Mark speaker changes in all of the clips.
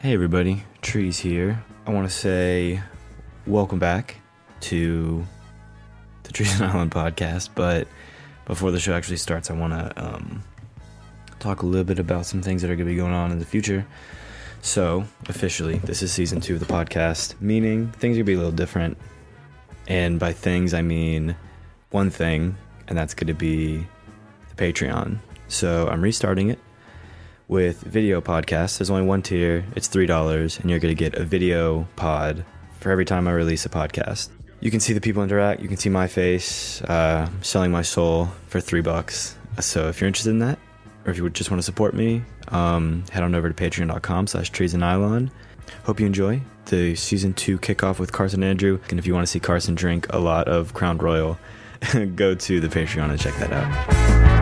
Speaker 1: Hey everybody, Trees here. I want to say welcome back to the Trees and Island podcast. But before the show actually starts, I want to um, talk a little bit about some things that are going to be going on in the future. So, officially, this is season two of the podcast, meaning things are going to be a little different. And by things, I mean one thing, and that's going to be the Patreon. So, I'm restarting it with video podcasts. There's only one tier, it's $3, and you're going to get a video pod for every time I release a podcast. You can see the people interact, you can see my face, uh, I'm selling my soul for three bucks. So if you're interested in that, or if you would just want to support me, um, head on over to patreon.com slash trees and nylon. Hope you enjoy the season two kickoff with Carson Andrew. And if you want to see Carson drink a lot of Crown Royal, go to the Patreon and check that out.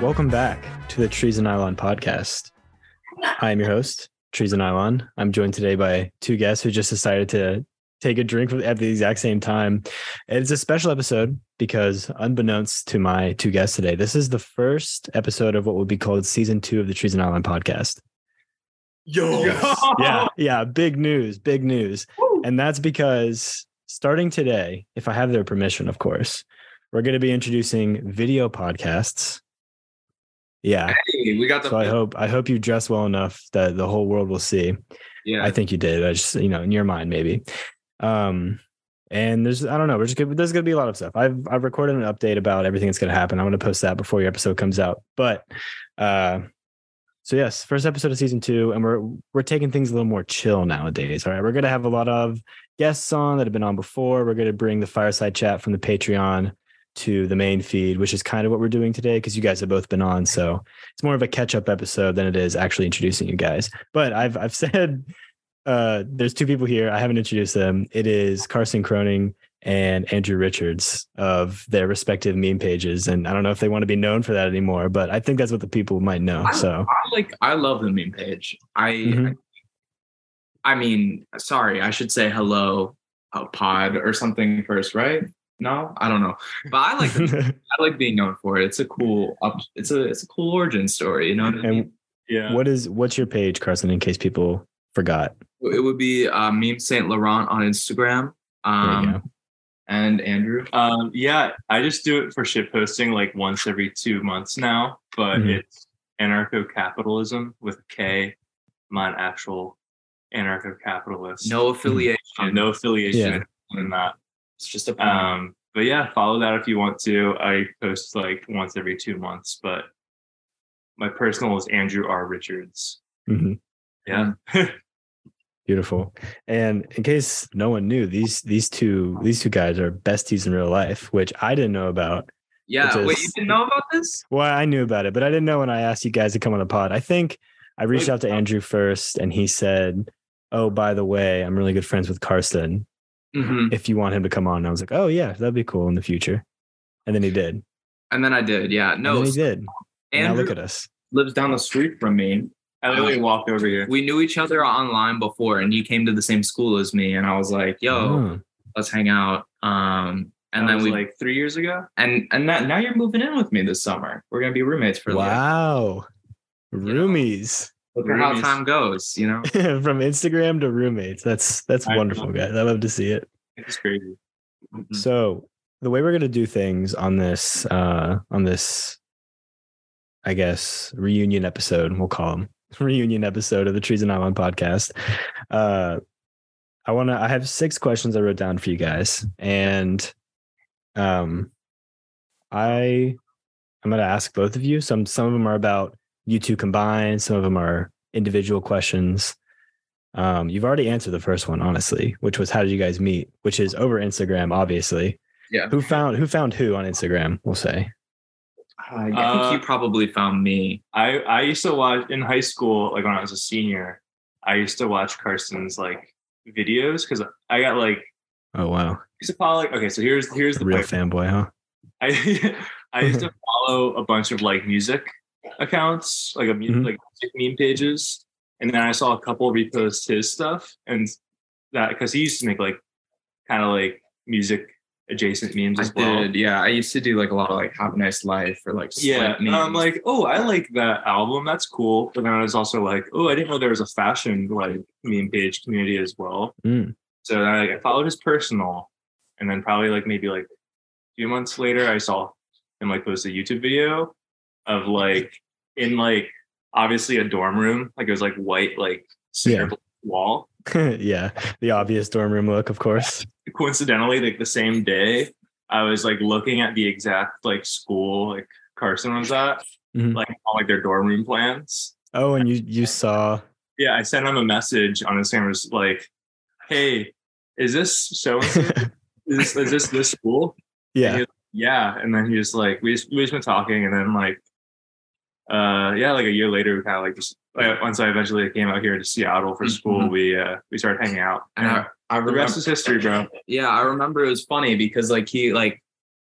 Speaker 1: Welcome back to the Trees and Nylon podcast. I am your host, Trees and Nylon. I'm joined today by two guests who just decided to take a drink at the exact same time. And It's a special episode because, unbeknownst to my two guests today, this is the first episode of what would be called season two of the Trees and Nylon podcast.
Speaker 2: Yo.
Speaker 1: Yeah, yeah, big news, big news. And that's because starting today, if I have their permission, of course, we're going to be introducing video podcasts. Yeah.
Speaker 2: Hey, we got the
Speaker 1: So I hope I hope you dress well enough that the whole world will see.
Speaker 2: yeah.
Speaker 1: I think you did. I just you know in your mind maybe. Um, and there's I don't know. We're just gonna, there's gonna be a lot of stuff. I've I've recorded an update about everything that's gonna happen. I'm gonna post that before your episode comes out. But uh, so yes, first episode of season two, and we're we're taking things a little more chill nowadays. All right, we're gonna have a lot of guests on that have been on before. We're gonna bring the fireside chat from the Patreon to the main feed, which is kind of what we're doing today because you guys have both been on. So it's more of a catch up episode than it is actually introducing you guys. But I've I've said uh, there's two people here. I haven't introduced them. It is Carson Croning and Andrew Richards of their respective meme pages, and I don't know if they want to be known for that anymore, but I think that's what the people might know. So
Speaker 2: I like I love the meme page. I
Speaker 1: Mhm.
Speaker 2: I mean, sorry, I should say hello uh, pod or something first, right? No, I don't know. But I like the- I like being known for it. It's a cool up it's a it's a cool origin story, you know what I mean?
Speaker 1: and
Speaker 3: Yeah.
Speaker 1: what is what's your page, Carson? In case people forgot,
Speaker 2: It would be uh, meme Saint Laurent on Instagram.
Speaker 1: There you
Speaker 2: Um
Speaker 1: go.
Speaker 2: and Andrew.
Speaker 3: Um, yeah, I just do it for shit posting like once every two months now, but
Speaker 1: Mhm.
Speaker 3: it's anarcho capitalism with a K. I'm not an actual anarcho capitalist.
Speaker 1: Mm-hmm.
Speaker 2: No affiliation.
Speaker 3: no affiliation
Speaker 1: Yeah.
Speaker 3: in that.
Speaker 2: It's just a
Speaker 3: Um, but yeah, follow that if you want to. I post like once every two months, but my personal is Andrew R. Richards.
Speaker 1: Mhm.
Speaker 3: Yeah.
Speaker 2: Mm.
Speaker 1: Beautiful. And in case no one knew, these these two these two guys are besties in real life, which I didn't know about.
Speaker 2: Yeah,
Speaker 1: it
Speaker 2: wait,
Speaker 1: is-
Speaker 2: you didn't know about this?
Speaker 1: Well, I knew about it, but I didn't know when I asked you guys to come on the pod. I think I reached out to Andrew first and he said, Oh, by the way, I'm really good friends with Carson.
Speaker 2: Mhm.
Speaker 1: If you want him to come on, and I was like, Oh yeah, that'd be cool in the future. And then he did.
Speaker 2: And then I did, yeah.
Speaker 1: No,
Speaker 2: No,
Speaker 1: and then he did. And now
Speaker 2: Andrew
Speaker 1: look at us.
Speaker 2: lives down the street from me.
Speaker 3: I literally walked over here.
Speaker 2: We knew each other online before, and he came to the same school as me. And I was like, "Yo,
Speaker 1: Oh,
Speaker 2: let's hang out." Um, and
Speaker 3: That
Speaker 2: then
Speaker 3: was,
Speaker 2: we
Speaker 3: like three years ago.
Speaker 2: and and that, now you're moving in with me this summer. We're gonna be roommates for life.
Speaker 1: wow. Roomies.
Speaker 2: Look at how
Speaker 3: Roomies.
Speaker 2: time goes, you know.
Speaker 1: From Instagram to roommates. That's that's
Speaker 3: I
Speaker 1: wonderful,
Speaker 3: love
Speaker 1: guys. I love to see it.
Speaker 3: It's crazy. Mm.
Speaker 2: Mm-hmm.
Speaker 1: So the way we're gonna do things on this uh on this I guess reunion episode, we'll call them reunion episode of the Trees and Island podcast. Uh I wanna I have six questions I wrote down for you guys. And um I I'm gonna ask both of you. Some some of them are about you two combined, some of them are individual questions. Um, you've already answered the first one, honestly, which was how did you guys meet? Which is over Instagram, obviously.
Speaker 2: Yeah.
Speaker 1: Who found who found who on Instagram? We'll say.
Speaker 2: I think
Speaker 3: Uh,
Speaker 2: you probably found me.
Speaker 3: I I used to watch in high school, like when I was a senior, I used to watch Carson's like videos because I got like I
Speaker 1: Oh wow,
Speaker 3: used to follow. Like, okay, so here's here's the
Speaker 1: real
Speaker 3: pic.
Speaker 1: fanboy, huh?
Speaker 3: I I used to follow a bunch of like music accounts, like a mu-
Speaker 1: Mhm.
Speaker 3: like music meme pages, and then I saw a couple repost his stuff, and that because he used to make like kind of like music adjacent memes
Speaker 2: I
Speaker 3: as well.
Speaker 2: did. Yeah, I used to do like a lot of like have a nice life or like
Speaker 3: Yeah,
Speaker 2: slight
Speaker 3: and I'm
Speaker 2: memes.
Speaker 3: like, oh, I like that album. That's cool. But then I was also like, oh, I didn't know there was a fashion like meme page community as well.
Speaker 2: Hmm.
Speaker 1: Mm.
Speaker 3: So then I, I followed his personal, and then probably like maybe like a few months later, I saw him like post a YouTube video of like in like obviously a dorm room, like it was like white like center
Speaker 1: Yeah.
Speaker 3: wall.
Speaker 1: yeah, the obvious dorm room look, of course.
Speaker 3: Coincidentally, like the same day, I was like looking at the exact like school like Carson was at,
Speaker 2: Mm-hmm.
Speaker 1: Mhm.
Speaker 3: like all like their dorm room plans.
Speaker 1: Oh, and you you saw
Speaker 3: Yeah, I sent him a message on Instagram. It was like, "Hey, is this so? is this is this this school?"
Speaker 1: yeah.
Speaker 3: Yeah, and then he was like, "We just we just been talking," and then like, uh, yeah, like a year later, we kind of like just like, once I eventually came out here to Seattle for
Speaker 2: Mhm.
Speaker 3: school, we uh we started hanging out.
Speaker 2: and I, I
Speaker 3: the
Speaker 2: remember,
Speaker 3: rest is history, bro.
Speaker 2: yeah, I remember it was funny because like he like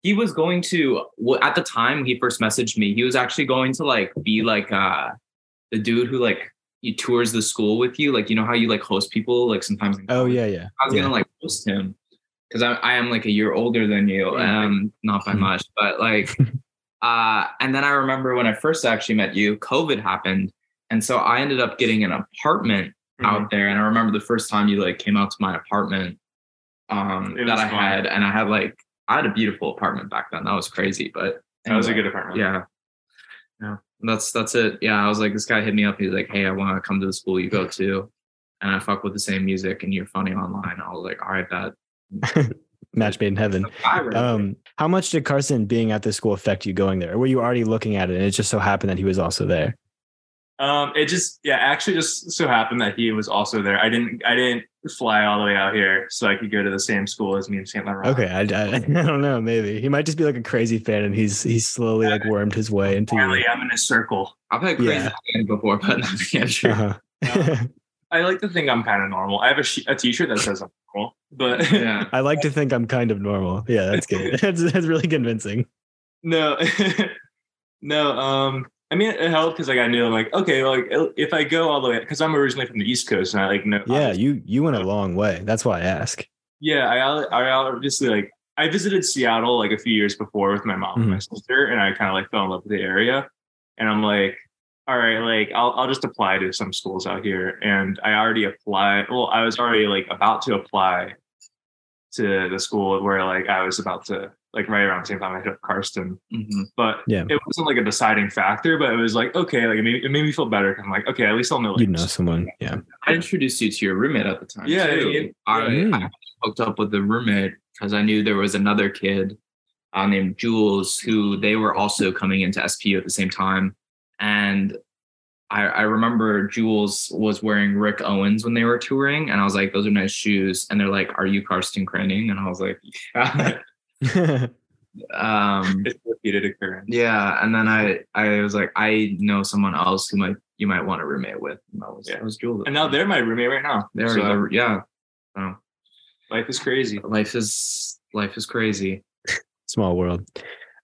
Speaker 2: he was going to well, at the time he first messaged me, he was actually going to like be like uh the dude who like he tours the school with you, like you know how you like host people like sometimes. in
Speaker 1: Oh
Speaker 2: college?
Speaker 1: yeah, yeah.
Speaker 2: I was
Speaker 1: yeah.
Speaker 2: gonna like post him because I, I am like a year older than you, um, not by
Speaker 1: Mhm.
Speaker 2: much, but like, uh, and then I remember when I first actually met you, COVID happened, and so I ended up getting an apartment
Speaker 3: Mm-hmm.
Speaker 2: out there, and I remember the first time you like came out to my apartment, um,
Speaker 3: It
Speaker 2: that
Speaker 3: was
Speaker 2: I
Speaker 3: fun.
Speaker 2: had, and I had like I had a beautiful apartment back then. That was crazy, but
Speaker 3: That was a
Speaker 2: anyway,
Speaker 3: good apartment.
Speaker 2: yeah. Yeah, that's that's it. Yeah, I was like, this guy hit me up. He's like, hey, I want to come to the school you go to, and I fuck with the same music, and you're funny online. I was like, all right, that.
Speaker 1: Match made in heaven. Um, how much did Carson being at this school affect you going there? Or were you already looking at it and it just so happened that he was also there?
Speaker 3: Um, it just yeah, actually just so happened that he was also there. I didn't I didn't fly all the way out here so I could go to the same school as me in St. Laurent.
Speaker 1: Okay, I, I, I don't know. Maybe he might just be like a crazy fan and he's he's slowly like wormed his way into
Speaker 3: Finally,
Speaker 1: you.
Speaker 3: I'm in a circle.
Speaker 2: I've had crazy
Speaker 1: yeah.
Speaker 2: fans before, but not the true.
Speaker 1: Uh-huh.
Speaker 3: I like to think I'm kind of normal. I have a, sh- a t-shirt that says I'm normal, but
Speaker 2: Yeah,
Speaker 1: I like to think I'm kind of normal. Yeah, that's good. that's, that's really convincing.
Speaker 3: no, no. Um, I mean, it helped because like I knew like okay, like if I go all the way because I'm originally from the East Coast and I like know
Speaker 1: Yeah, you you went a long way. That's why I ask.
Speaker 3: Yeah, I al- I obviously like I visited Seattle like a few years before with my mom and my
Speaker 1: Mm-hmm.
Speaker 3: sister, and I kind of like fell in love with the area. And I'm like, all right, like I'll I'll just apply to some schools out here. And I already applied. Well, I was already like about to apply to the school where like I was about to like right around the same time I hit up Karsten
Speaker 2: Mhm.
Speaker 3: but
Speaker 1: Yeah.
Speaker 3: it wasn't like a deciding factor, but it was like, okay, like it made, it made me feel better. 'cause I'm like, okay, at least I'll know. Like,
Speaker 1: You know someone. Yeah.
Speaker 2: I introduced you to your roommate at the time.
Speaker 3: Yeah,
Speaker 2: too.
Speaker 3: yeah, yeah.
Speaker 2: I,
Speaker 1: Mm.
Speaker 2: I hooked up with the roommate because I knew there was another kid uh, named Jules who they were also coming into SPU at the same time, and I, I remember Jules was wearing Rick Owens when they were touring, and I was like, "Those are nice shoes," and they're like, "Are you Karsten Krenning?" And I was like, "Yeah." um,
Speaker 3: It's a repeated occurrence.
Speaker 2: Yeah, and then I I was like, I know someone else who might you might want to roommate with. And that was
Speaker 3: Yeah.
Speaker 2: that was Jules.
Speaker 3: And now they're my roommate right now.
Speaker 2: there.
Speaker 3: So,
Speaker 2: yeah, oh,
Speaker 3: life is crazy.
Speaker 2: life is life is crazy.
Speaker 1: Small world.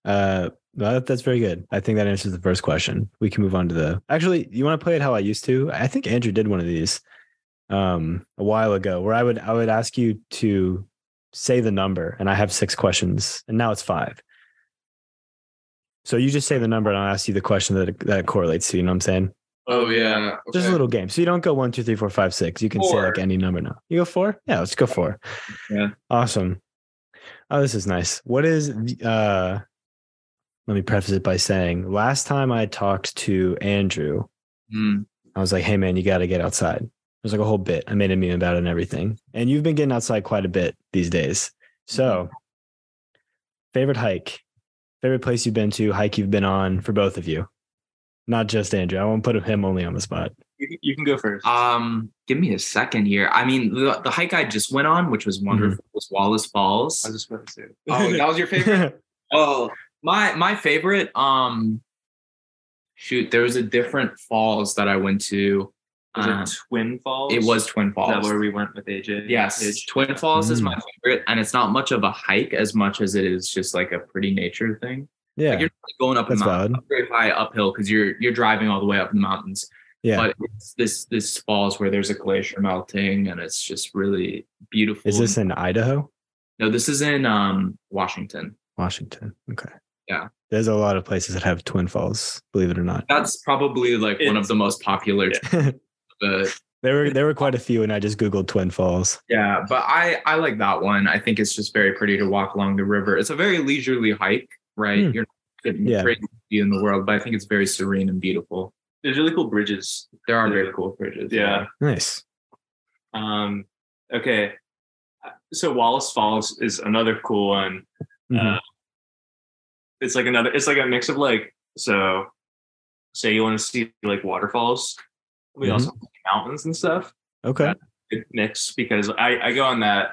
Speaker 1: Uh, well, that- that's very good. I think that answers the first question. We can move on to the. Actually, you want to play it how I used to? I think Andrew did one of these, um, a while ago, where I would I would ask you to say the number, and I have six questions, and now it's five. So you just say the number, and I'll ask you the question that it, that it correlates to. You know what I'm saying?
Speaker 2: Oh yeah,
Speaker 1: Just a little game. So you don't go one, two, three, four, five, six. You can say like
Speaker 3: Four.
Speaker 1: any number now. You go four? Yeah, let's go four.
Speaker 2: Yeah.
Speaker 1: Awesome. Oh, this is nice. What is uh let me preface it by saying last time I talked to Andrew,
Speaker 2: Mm,
Speaker 1: I was like, hey man, you gotta get outside. It was like a whole bit. I made a meme about it and everything. And you've been getting outside quite a bit these days.
Speaker 2: Mm-hmm.
Speaker 1: So favorite hike, favorite place you've been to, hike you've been on for both of you. Not just Andrew. I won't put him only on the spot.
Speaker 3: You, can- you can go first.
Speaker 2: Um, give me a second here. I mean, the, the hike I just went on, which was wonderful, was Wallace
Speaker 3: Mhm. I
Speaker 2: Falls.
Speaker 3: was just about to say. it.
Speaker 2: Oh, that was your favorite. Oh, my my favorite. Um, shoot, there was a different falls that I went to.
Speaker 3: was
Speaker 2: Uh,
Speaker 3: it Twin Falls?
Speaker 2: it was Twin
Speaker 3: Is
Speaker 2: Falls.
Speaker 3: that where we went with AJ?
Speaker 2: Yes,
Speaker 3: Midge?
Speaker 2: Twin Falls is
Speaker 1: Mm.
Speaker 2: my favorite, and it's not much of a hike as much as it is just like a pretty nature thing.
Speaker 1: yeah.
Speaker 2: Like you're not going up a
Speaker 1: That's
Speaker 2: mountain,
Speaker 1: valid.
Speaker 2: very high uphill because you're you're driving all the way up in the mountains.
Speaker 1: Yeah.
Speaker 2: But it's this this falls where there's a glacier melting, and it's just really beautiful.
Speaker 1: Is this in Idaho?
Speaker 2: No, this is in um Washington.
Speaker 1: Washington. Okay.
Speaker 2: Yeah.
Speaker 1: There's a lot of places that have Twin Falls, believe it or not.
Speaker 2: That's probably like one of the most popular. uh,
Speaker 1: There were there were quite a few, and I just googled Twin Falls.
Speaker 2: yeah, but I I like that one. I think it's just very pretty to walk along the river. It's a very leisurely hike, right?
Speaker 1: Hmm.
Speaker 2: You're not getting
Speaker 1: Yeah.
Speaker 2: crazy view in the world, but I think it's very serene and beautiful.
Speaker 3: There's really cool bridges.
Speaker 2: There are very
Speaker 3: Yeah.
Speaker 2: cool bridges.
Speaker 3: Yeah.
Speaker 1: Nice.
Speaker 3: Um, okay. So Wallace Falls is another cool one.
Speaker 1: Mhm.
Speaker 3: it's like another it's like a mix of like so say you want to see like waterfalls we
Speaker 1: Mhm.
Speaker 3: also
Speaker 2: Mm-hmm.
Speaker 3: have mountains and stuff
Speaker 1: okay.
Speaker 3: good mix because i i go on that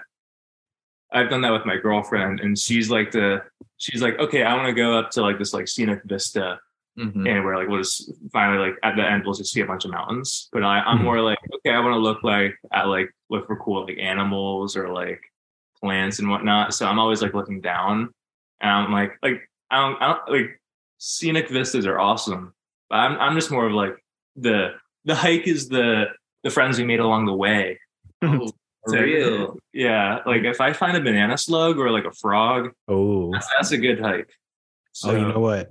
Speaker 3: i've done that with my girlfriend and she's like the she's like okay i want to go up to like this like scenic vista
Speaker 2: Mhm.
Speaker 1: Mm-hmm.
Speaker 3: and we're like we'll just finally like at the end we'll just see a bunch of mountains but I, i'm
Speaker 1: Mhm.
Speaker 3: more like okay i want to look like at like look for cool like animals or like plants and whatnot so i'm always like looking down and i'm like like i don't, I don't like scenic vistas are awesome but i'm, I'm just more of like the the hike is the the friends we made along the way
Speaker 2: Oh,
Speaker 3: So,
Speaker 2: for real.
Speaker 3: yeah like if i find a banana slug or like a frog
Speaker 1: Oh.
Speaker 3: that's, that's a good hike so
Speaker 1: Oh, you know what?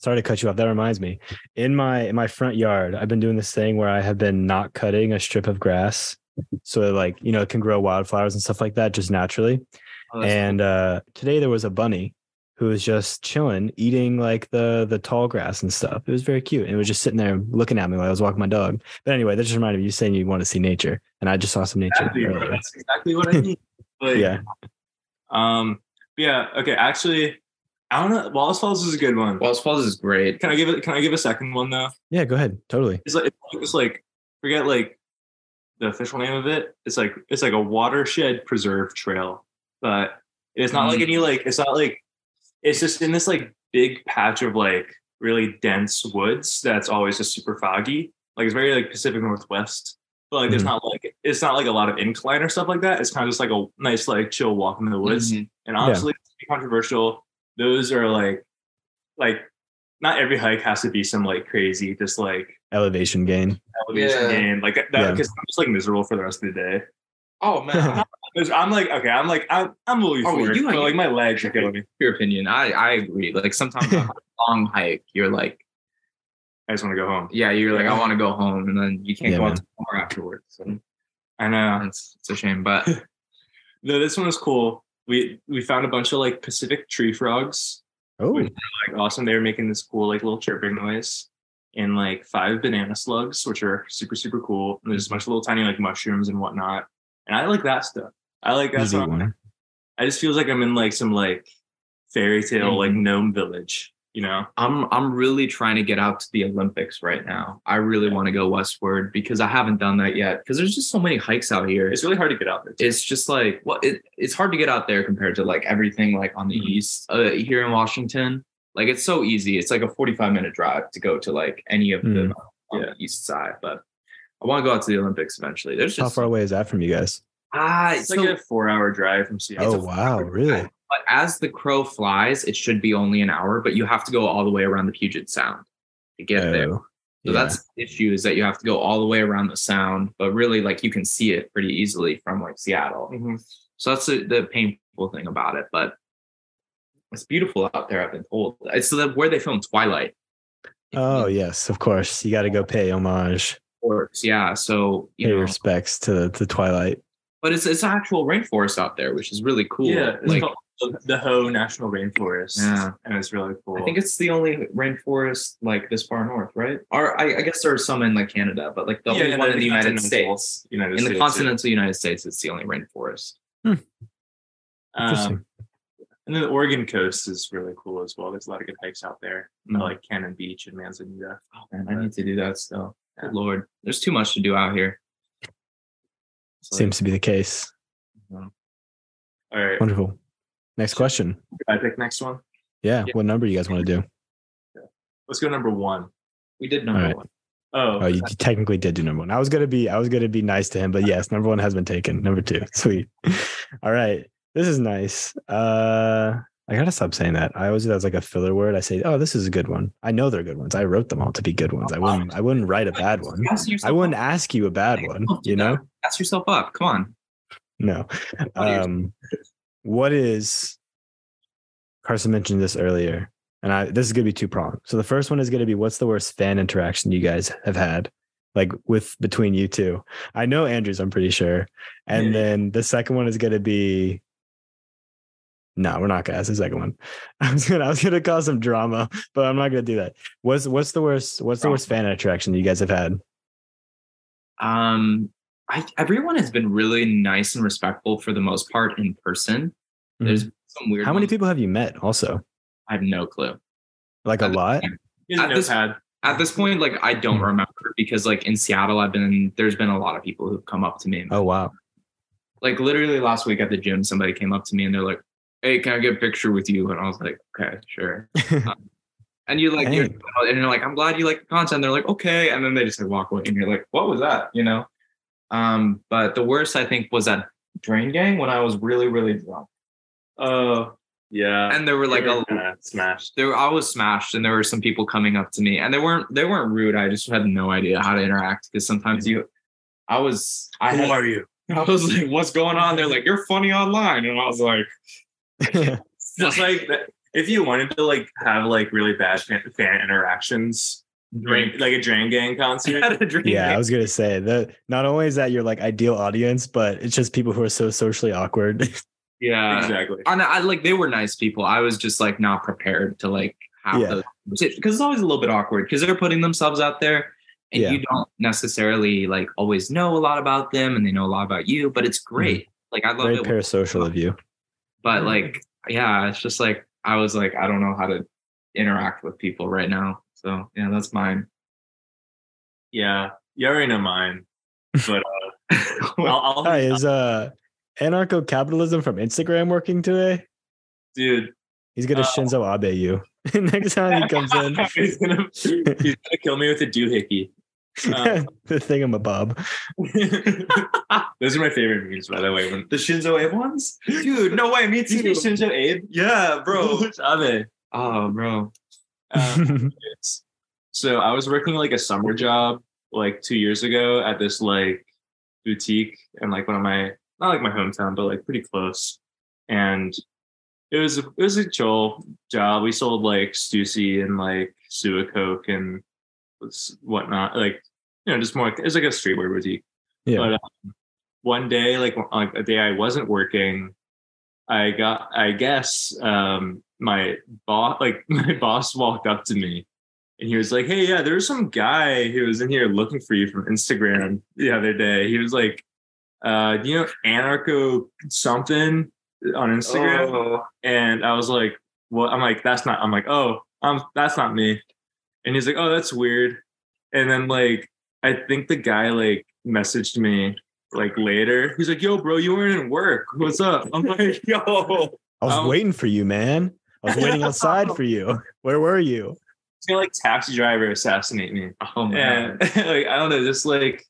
Speaker 1: Sorry to cut you off. That reminds me. In my in my front yard, I've been doing this thing where I have been not cutting a strip of grass. So that, like, you know, it can grow wildflowers and stuff like that just naturally.
Speaker 3: oh, that's-
Speaker 1: And uh today there was a bunny who was just chilling, eating like the the tall grass and stuff. It was very cute. And it was just sitting there looking at me while I was walking my dog. But anyway, that just reminded me you saying you want to see nature. And I just saw some nature.
Speaker 3: exactly, bro.
Speaker 1: earlier.
Speaker 3: that's exactly what i need like,
Speaker 1: Yeah.
Speaker 3: Um, but yeah, okay. Actually, I don't know. Wallace Falls is a good one.
Speaker 2: Wells Falls is great.
Speaker 3: Can I give it? Can I give a second one though?
Speaker 1: Yeah, go ahead. Totally.
Speaker 3: It's like it's like, it's like forget like the official name of it. It's like it's like a watershed preserve trail, but it's not like any like it's not like it's just in this like big patch of like really dense woods that's always just super foggy. Like it's very like Pacific Northwest. But like there's
Speaker 1: Mhm.
Speaker 3: not like it's not like a lot of incline or stuff like that. It's kind of just like a nice like chill walk in the woods.
Speaker 2: Mhm.
Speaker 3: And honestly, to be controversial, those are like, like, not every hike has to be some like crazy, just like
Speaker 1: Elevation gain.
Speaker 3: elevation
Speaker 2: Yeah.
Speaker 3: gain, like that.
Speaker 1: Yeah.
Speaker 3: Because I'm just like miserable for the rest of the day.
Speaker 2: Oh man,
Speaker 3: 'Cause I'm like, okay, I'm like, I'm, I'm really
Speaker 2: Oh,
Speaker 3: for it,
Speaker 2: you
Speaker 3: but
Speaker 2: like-
Speaker 3: like my legs are killing me.
Speaker 2: your opinion. I I agree. Like sometimes on a long hike, you're like,
Speaker 3: I just want to go home.
Speaker 2: yeah, you're like, I want to go home, and then you can't
Speaker 1: Yeah,
Speaker 2: go
Speaker 1: man.
Speaker 2: out to more afterwards. So
Speaker 3: I know.
Speaker 2: it's, it's a shame, but
Speaker 3: No, uh, this one was cool. We we found a bunch of like Pacific tree frogs.
Speaker 1: Oh,
Speaker 3: Like awesome. They were making this cool like little chirping noise. And like five banana slugs, which are super, super cool. And there's a bunch of little tiny like mushrooms and whatnot. And I like that stuff. I like that
Speaker 1: easy
Speaker 3: stuff.
Speaker 1: one.
Speaker 3: I just feels like I'm in like some like fairy tale
Speaker 2: Mhm.
Speaker 3: like gnome village, you know.
Speaker 2: I'm I'm really trying to get out to the Olympics right now. I really want to go westward because I haven't done that yet. Because there's just so many hikes out here.
Speaker 3: It's
Speaker 2: It's,
Speaker 3: really hard to get out there.
Speaker 2: it's just like well, it, it's hard to get out there compared to like everything like on the
Speaker 3: Mhm.
Speaker 2: east uh, here in Washington. Like it's so easy. It's like a 45 minute drive to go to like any of
Speaker 1: Mhm.
Speaker 2: the on
Speaker 3: Mm. Yeah.
Speaker 2: the east side. But I want to go out to the Olympics eventually. There's
Speaker 1: How
Speaker 2: just
Speaker 1: far away is that from you guys?
Speaker 2: ah,
Speaker 3: It's like
Speaker 2: so-
Speaker 3: a four hour drive from Seattle.
Speaker 1: Oh wow, really?
Speaker 2: but as the crow flies, it should be only an hour. But you have to go all the way around the Puget Sound to get there.
Speaker 1: Oh, yeah.
Speaker 2: So that's the issue is that you have to go all the way around the sound, but really like you can see it pretty easily from like Seattle.
Speaker 3: Mhm.
Speaker 2: So that's the, the painful thing about it, but it's beautiful out there. I've been told it's the, where they filmed Twilight.
Speaker 1: Oh yes, of course. You got to go pay homage,
Speaker 2: Forks, yeah. So you
Speaker 1: pay
Speaker 2: know,
Speaker 1: respects to to Twilight.
Speaker 2: but it's it's actual rainforest out there, which is really cool.
Speaker 3: Yeah, it's
Speaker 2: like
Speaker 3: called the- the Ho National Rainforest.
Speaker 2: Yeah.
Speaker 3: And it's really cool.
Speaker 2: I think it's the only rainforest like this far north, right? Or I, I guess there are some in like Canada, but like the
Speaker 3: Yeah,
Speaker 2: only
Speaker 3: and
Speaker 2: one in
Speaker 3: then
Speaker 2: the
Speaker 3: the
Speaker 2: United
Speaker 3: continental-
Speaker 2: States.
Speaker 3: United
Speaker 2: In
Speaker 3: States,
Speaker 2: the
Speaker 3: yeah.
Speaker 2: continental United States, it's the only rainforest.
Speaker 3: Um,
Speaker 1: Interesting.
Speaker 3: and then the Oregon coast is really cool as well. There's a lot of good hikes out there. You
Speaker 2: Mm-hmm.
Speaker 3: know, like Cannon Beach and Manzanita.
Speaker 2: Oh, man, I need to do that still.
Speaker 3: Yeah.
Speaker 2: Good lord, there's too much to do out here. It's like-
Speaker 1: Seems to be the case.
Speaker 3: All right.
Speaker 1: Wonderful. Next question.
Speaker 3: I pick next one.
Speaker 1: Yeah,
Speaker 2: Yeah.
Speaker 1: what number you guys want to do?
Speaker 3: Let's go number one.
Speaker 2: we did number
Speaker 1: All right.
Speaker 2: one.
Speaker 1: Oh, you technically did do number one. I was gonna be I was gonna be nice to him, but yes, number one has been taken. Number two, sweet. All right, this is nice. Uh, I gotta stop saying that. I always do that as like a filler word. I say, oh, this is a good one. I know they're good ones. I wrote them all to be good ones. I wouldn't I wouldn't write a bad one.
Speaker 2: Gas yourself
Speaker 1: I wouldn't
Speaker 2: up.
Speaker 1: ask you a bad one. You know.
Speaker 2: Gas yourself up. Come on.
Speaker 1: No.
Speaker 2: Audio.
Speaker 1: Um, What is Carson mentioned this earlier, and I this is gonna be two pronged. So the first one is gonna be what's the worst fan interaction you guys have had? Like with between you two. I know Andrew's, I'm pretty sure. And
Speaker 2: Yeah.
Speaker 1: then the second one is gonna be no, we're not gonna ask the second one. I was gonna I was gonna cause some drama, but I'm not gonna do that. What's what's the worst what's the worst fan attraction you guys have had?
Speaker 2: Um, I, everyone has been really nice and respectful for the most part in person. There's some weird.
Speaker 1: Mm-hmm. How many
Speaker 2: ones.
Speaker 1: people have you met also?
Speaker 2: I have no clue.
Speaker 1: Like a
Speaker 2: Uh,
Speaker 1: lot?
Speaker 3: Here's
Speaker 2: At
Speaker 3: a
Speaker 2: this-
Speaker 3: notepad.
Speaker 2: At this point, like I
Speaker 1: Mm-hmm.
Speaker 2: don't remember because like in Seattle, I've been there's been a lot of people who've come up to me. and-
Speaker 1: Oh wow.
Speaker 2: Like literally last week at the gym, somebody came up to me and they're like, "Hey, can I get a picture with you?" And I was like, "Okay, sure." Um, and you like you're
Speaker 1: Dang.
Speaker 2: and you're like, "I'm glad you like the content." They're like, "Okay," and then they just like walk away, and you're like, "What was that?" You know. Um, but the worst I think was at Drain Gang when I was really really drunk.
Speaker 3: Oh, yeah.
Speaker 2: and there were like a
Speaker 3: Kinda smashed.
Speaker 2: there I was smashed and there were some people coming up to me and they weren't they weren't rude I just had no idea how to interact because sometimes you I was I,
Speaker 3: Who
Speaker 2: had,
Speaker 3: are you?
Speaker 2: I was like what's going on they're like you're funny online and I was like
Speaker 3: It's like that- if you wanted to like have like really bad fan, fan interactions,
Speaker 2: drink
Speaker 3: like a Drain Gang concert.
Speaker 2: had a drink
Speaker 1: yeah, I was gonna say that not only is that your like ideal audience, but it's just people who are so socially awkward.
Speaker 2: yeah
Speaker 3: exactly.
Speaker 2: and I like they were nice people I was just like not prepared to like have
Speaker 1: Yeah.
Speaker 2: those because it's always a little bit awkward because they're putting themselves out there and
Speaker 1: Yeah.
Speaker 2: you don't necessarily like always know a lot about them and they know a lot about you but it's great like I love
Speaker 1: Very
Speaker 2: it when
Speaker 1: parasocial of you.
Speaker 2: but like yeah it's just like i was like i don't know how to interact with people right now so yeah that's mine
Speaker 3: Yeah, you already know mine, but uh, I'll, I'll
Speaker 1: Hi, is uh anarcho capitalism from Instagram working today?
Speaker 3: dude.
Speaker 1: He's
Speaker 2: Oh.
Speaker 1: gonna Shinzo Abe you next time he comes in.
Speaker 3: he's gonna he's gonna kill me with a doohickey.
Speaker 2: Oh.
Speaker 3: Um,
Speaker 1: the thingamabob.
Speaker 3: those are my favorite memes, by the way. When,
Speaker 2: the shinzo abe ones dude no way me
Speaker 3: Did you say Shinzo Abe,
Speaker 2: yeah
Speaker 3: Abe.
Speaker 2: oh bro
Speaker 3: Um,
Speaker 2: Oh.
Speaker 3: it's- so I was working like a summer job like two years ago at this like boutique and like one of my not like my hometown but like pretty close and it was it was a chill job we sold like Stussy and like Sua Coke and s- whatnot like you know just more it's like a streetwear boutique
Speaker 1: Yeah.
Speaker 3: but um, one day like on- like a day I wasn't working I got I guess um my boss like my boss walked up to me and he was like, Hey, yeah, there was some guy who was in here looking for you from Instagram the other day. He was like, uh, do you know anarcho something on Instagram?
Speaker 2: oh,
Speaker 3: And I was like, Well, I'm like, that's not I'm like, oh, um, that's not me. And he's like, Oh, that's weird. And then like I think the guy like messaged me like later. He's like, Yo, bro, you weren't in work. What's up? I'm like, yo.
Speaker 1: I was
Speaker 3: Um,
Speaker 1: waiting for you, man. I was waiting
Speaker 2: Oh.
Speaker 1: outside for you. Where were you?
Speaker 3: He's gonna like taxi driver assassinate me.
Speaker 2: oh man
Speaker 3: And like I don't know, just like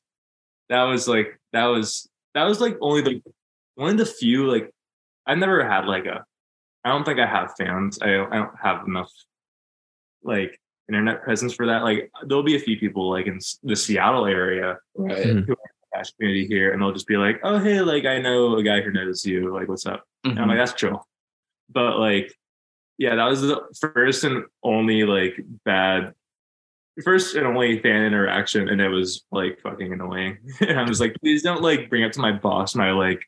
Speaker 3: that was like that was that was like only the one of the few like I never had like a I don't think I have fans. I don't, I don't have enough like internet presence for that. Like there'll be a few people like in s- the Seattle area
Speaker 2: right
Speaker 1: Mhm.
Speaker 3: cash community here, and they'll just be like, "Oh hey, like I know a guy who knows you. Like what's up?" And I'm like, "That's chill," but like, yeah, that was the first and only like bad, first and only fan interaction, and it was like fucking annoying. and I'm just like, please don't like bring up to my boss my like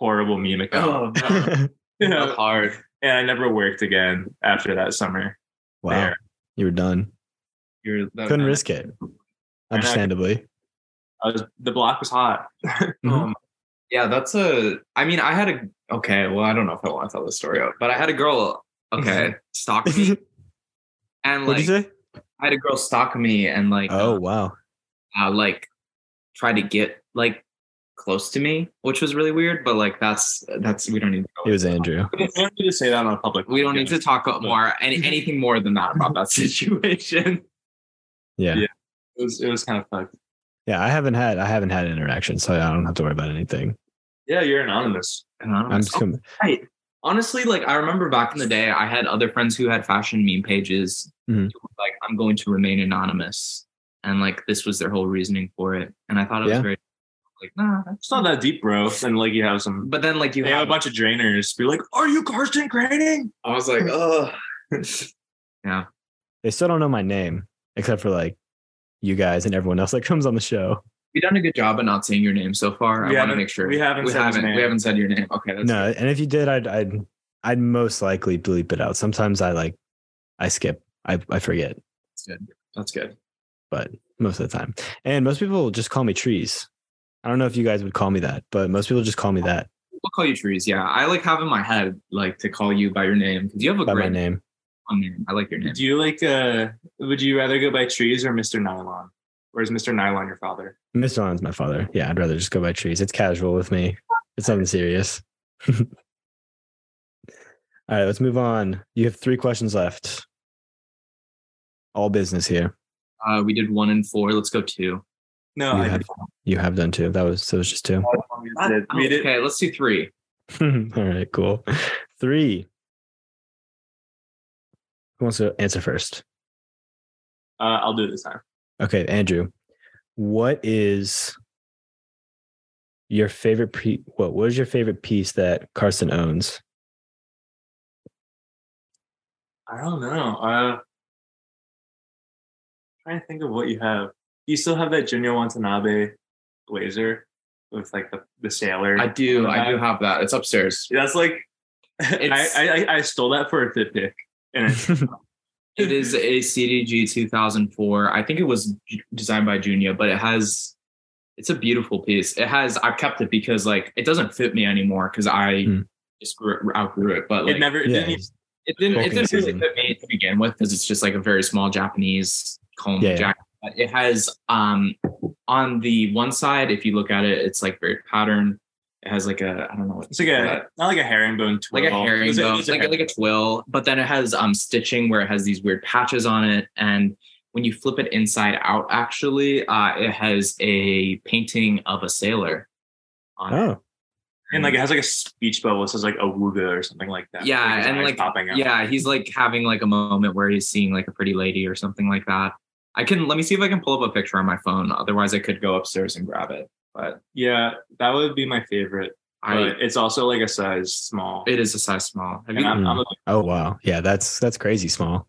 Speaker 3: horrible meme account.
Speaker 2: oh no,
Speaker 3: You
Speaker 2: that's
Speaker 3: know?
Speaker 2: hard
Speaker 3: And I never worked again after that summer.
Speaker 1: wow.
Speaker 3: There.
Speaker 1: You were done.
Speaker 2: you're that-
Speaker 1: Couldn't risk it. Understandably.
Speaker 3: I was the block was hot.
Speaker 1: Mhm.
Speaker 2: yeah that's a i mean i had a okay well i don't know if i want to tell this story out but i had a girl okay stalk me and
Speaker 1: What'd you
Speaker 2: like
Speaker 1: say?
Speaker 2: i had a girl stalk me and like
Speaker 1: Oh
Speaker 2: uh,
Speaker 1: wow.
Speaker 2: uh, like try to get like close to me, which was really weird. But like that's that's we don't need to go
Speaker 1: It was Andrew.
Speaker 3: We don't need to say that on a public.
Speaker 2: we don't need to talk more any, anything more than that about that situation.
Speaker 1: Yeah.
Speaker 3: Yeah. It was it was kind of fucked.
Speaker 1: Yeah, I haven't had I haven't had interaction, so I don't have to worry about anything.
Speaker 3: Yeah, you're anonymous.
Speaker 2: And I don't know.
Speaker 1: I'm just com-
Speaker 2: honestly like I remember back in the day, I had other friends who had fashion meme pages.
Speaker 1: Mhm.
Speaker 2: who were Like I'm going to remain anonymous, and like this was their whole reasoning for it. And I thought it was
Speaker 1: Yeah.
Speaker 2: very Like, nah, that's
Speaker 3: It's not that deep, bro. And like you have some,
Speaker 2: But then like you
Speaker 3: they have a
Speaker 2: have,
Speaker 3: bunch of drainers. Be like, are you Karsten Grading?
Speaker 2: I was like, ugh.
Speaker 1: They still don't know my name, except for like you guys and everyone else that comes on the show.
Speaker 2: We've done a good job of not saying your name so far. I
Speaker 3: We
Speaker 2: want to
Speaker 3: haven't-
Speaker 2: make sure
Speaker 3: we haven't
Speaker 2: we
Speaker 3: said his
Speaker 2: haven't
Speaker 3: name.
Speaker 2: we haven't said your name. Okay, that's
Speaker 1: no, and if you did, I'd I'd I'd most likely bleep it out. Sometimes I like I skip, I I forget
Speaker 2: that's good.
Speaker 1: most of the time, and most people just call me trees. I don't know if you guys would call me that, but most people just call me that
Speaker 2: We'll call you trees. Yeah, I like have in my head like to call you by your name because you have a
Speaker 1: by my
Speaker 2: Oh, great
Speaker 1: name.
Speaker 2: fun name. I like your name.
Speaker 3: Do you like? uh Would you rather go by trees or Mr. Nylon? Or is Mr. Nylon your father?
Speaker 1: Mr. Allen's my father. Yeah, I'd rather just go by trees. It's casual with me. It's nothing serious. All right, let's move on. You have three questions left. All business here.
Speaker 2: Uh, we did one and four. Let's go two.
Speaker 3: No,
Speaker 1: You
Speaker 3: I
Speaker 1: have-
Speaker 3: did.
Speaker 1: You have done two. That was so it's just two.
Speaker 3: We did.
Speaker 2: Uh, Okay, let's do three.
Speaker 1: All right, cool. Three. Who wants to answer first?
Speaker 3: Uh, I'll do it this time.
Speaker 1: Okay, Andrew. What is your favorite pre- what was your favorite piece that Carson owns?
Speaker 3: I don't know. Uh, trying to think of what you have. You still have that Junior Watanabe blazer with like the, the sailor.
Speaker 2: I do. I do have that. It's upstairs.
Speaker 3: That's like I,
Speaker 2: It's-
Speaker 3: I I- I stole that for a fit pick, and it's
Speaker 2: It is a CDG 2004. I think it was j- designed by Junia, but it has. It's a beautiful piece. It has. I've kept it because like it doesn't fit me anymore because I
Speaker 1: Hmm.
Speaker 2: just grew it, outgrew it. But like,
Speaker 3: it never it
Speaker 1: Yeah,
Speaker 3: didn't even,
Speaker 2: it didn't it
Speaker 1: Hulking
Speaker 2: didn't really
Speaker 1: season.
Speaker 2: fit me to begin with because it's just like a very small Japanese comb
Speaker 1: Yeah, yeah.
Speaker 2: jacket. But It has um on the one side, if you look at it, it's like very patterned. It has like a I don't know what
Speaker 3: it's
Speaker 2: to
Speaker 3: like
Speaker 2: call that.
Speaker 3: a not like a herringbone twirl.
Speaker 2: like a
Speaker 3: It's
Speaker 2: herringbone,
Speaker 3: it's
Speaker 2: like a, like a twill, but then it has um stitching where it has these weird patches on it, and when you flip it inside out, actually, uh, it has a painting of a sailor on it.
Speaker 1: Oh.
Speaker 3: and like it has like a speech bubble. It says like awuga or something like that.
Speaker 2: Mm. Yeah,
Speaker 3: his
Speaker 2: and
Speaker 3: eyes
Speaker 2: like-
Speaker 3: popping out.
Speaker 2: Yeah, he's like having like a moment where he's seeing like a pretty lady or something like that. I can let me see if I can pull up a picture on my phone. Otherwise, I could go upstairs and grab it. But
Speaker 3: yeah, that would be my favorite.
Speaker 2: I
Speaker 3: but it's also like a size small.
Speaker 2: it is a size small. Have
Speaker 3: and
Speaker 2: you,
Speaker 3: I'm, I'm a,
Speaker 1: Oh wow. Yeah, that's that's crazy small.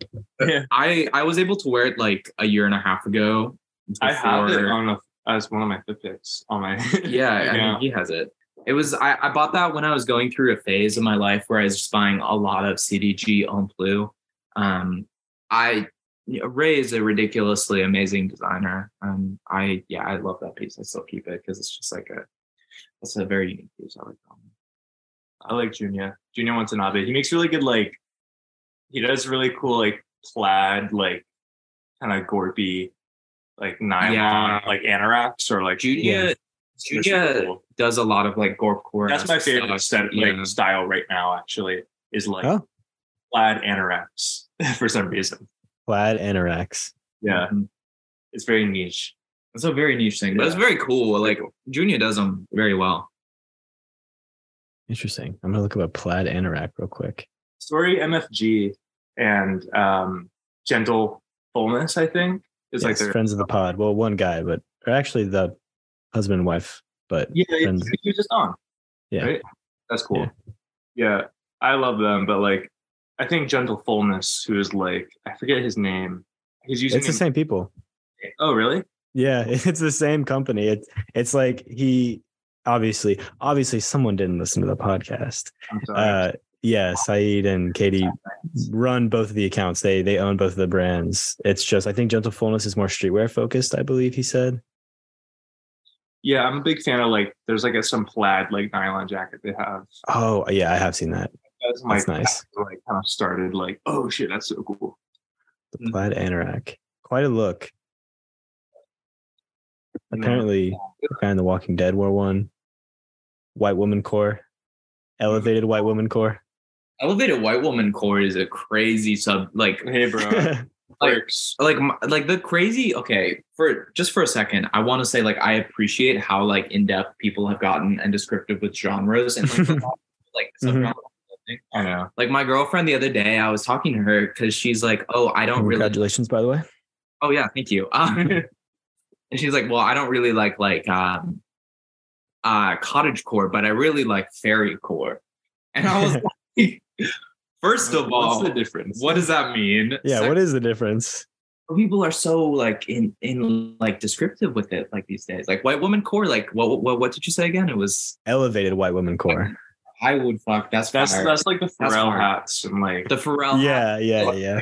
Speaker 2: I I was able to wear it like a year and a half ago.
Speaker 3: I have it
Speaker 2: before-
Speaker 3: on a, as one of my fit picks on my
Speaker 2: yeah, I
Speaker 3: Yeah.
Speaker 2: mean, he has it. It was I, I bought that when I was going through a phase in my life where I was just buying a lot of CDG on blue. Um, I Ray is a ridiculously amazing designer. Um, I yeah, I love that piece. I still keep it because it's just like a that's a very unique piece. I like that. one.
Speaker 3: I like Junior. Junior Watanabe. He makes really good like he does really cool like plaid like kind of gorpy like nylon
Speaker 2: Yeah.
Speaker 3: like anoraks or like
Speaker 2: Junia
Speaker 3: It's
Speaker 2: Junia
Speaker 3: cool.
Speaker 2: does a lot of like gorpcore.
Speaker 3: That's my favorite
Speaker 2: stuff.
Speaker 3: set,
Speaker 2: Yeah.
Speaker 3: like style right now actually is like
Speaker 1: Oh.
Speaker 3: plaid anoraks for some reason.
Speaker 1: Plaid anoraks.
Speaker 3: Yeah,
Speaker 1: Mm-hmm.
Speaker 3: it's very niche.
Speaker 2: It's a very niche thing, but it's
Speaker 3: Yeah.
Speaker 2: very cool. Like Junior does them very well.
Speaker 1: Interesting. I'm gonna look up a plaid anorak real quick.
Speaker 3: Story MFG and um gentle fullness I think is like
Speaker 1: Yes,
Speaker 3: their
Speaker 1: friends of the pod. Well, one guy, but or actually the husband and wife. But
Speaker 3: Yeah, yeah,
Speaker 1: friends.
Speaker 3: he was just uh, on.
Speaker 1: Yeah.
Speaker 3: Right? That's cool.
Speaker 1: Yeah.
Speaker 3: Yeah. I love them, but like I think Gentle Fullness, who is like I forget his name. He's using
Speaker 1: it's the same people.
Speaker 3: Oh really?
Speaker 1: Yeah, it's the same company. It's it's like he obviously obviously someone didn't listen to the podcast.
Speaker 3: I'm sorry.
Speaker 1: Uh yeah, Saeed and Katie run both of the accounts. They they own both of the brands. It's just I think Gentlefulness is more streetwear focused, I believe he said.
Speaker 3: yeah, I'm a big fan of like there's like a, some plaid like nylon jacket they have.
Speaker 1: Oh yeah, I have seen that.
Speaker 3: That's my
Speaker 1: That's nice.
Speaker 3: like kind of started like, oh shit, that's so cool.
Speaker 2: Mm-hmm.
Speaker 1: The plaid anorak. Quite a look.
Speaker 3: No.
Speaker 1: Apparently, the guy in The Walking Dead wore one. White woman core. Elevated white woman core.
Speaker 2: elevated white woman core is a crazy sub like
Speaker 3: Hey
Speaker 2: oh,
Speaker 3: bro.
Speaker 1: yeah,
Speaker 3: Works.
Speaker 2: like m- like the crazy okay for just for a second i want to say like i appreciate how like in-depth people have gotten and descriptive with genres and like, the- like
Speaker 3: Mm-hmm.
Speaker 2: subgenre.
Speaker 3: I know.
Speaker 2: like my girlfriend the other day i was talking to her because she's like oh i don't really
Speaker 1: Congratulations, by the way.
Speaker 3: Mm-hmm.
Speaker 2: oh yeah thank you um, and she's like well i don't really like like um uh, cottage core, but I really like fairy core. And I was like, first of all,
Speaker 3: What's the difference?
Speaker 2: what does that mean?
Speaker 1: Yeah, what is the difference?
Speaker 2: people are so like in in like descriptive with it like these days like white woman core like what what what did you say again it was
Speaker 1: Elevated white women core.
Speaker 2: i would fuck that's
Speaker 3: That's
Speaker 2: fire.
Speaker 3: that's like the
Speaker 2: That's
Speaker 3: Pharrell
Speaker 2: hard.
Speaker 3: hats and like
Speaker 2: the pharrell
Speaker 1: yeah, yeah, yeah.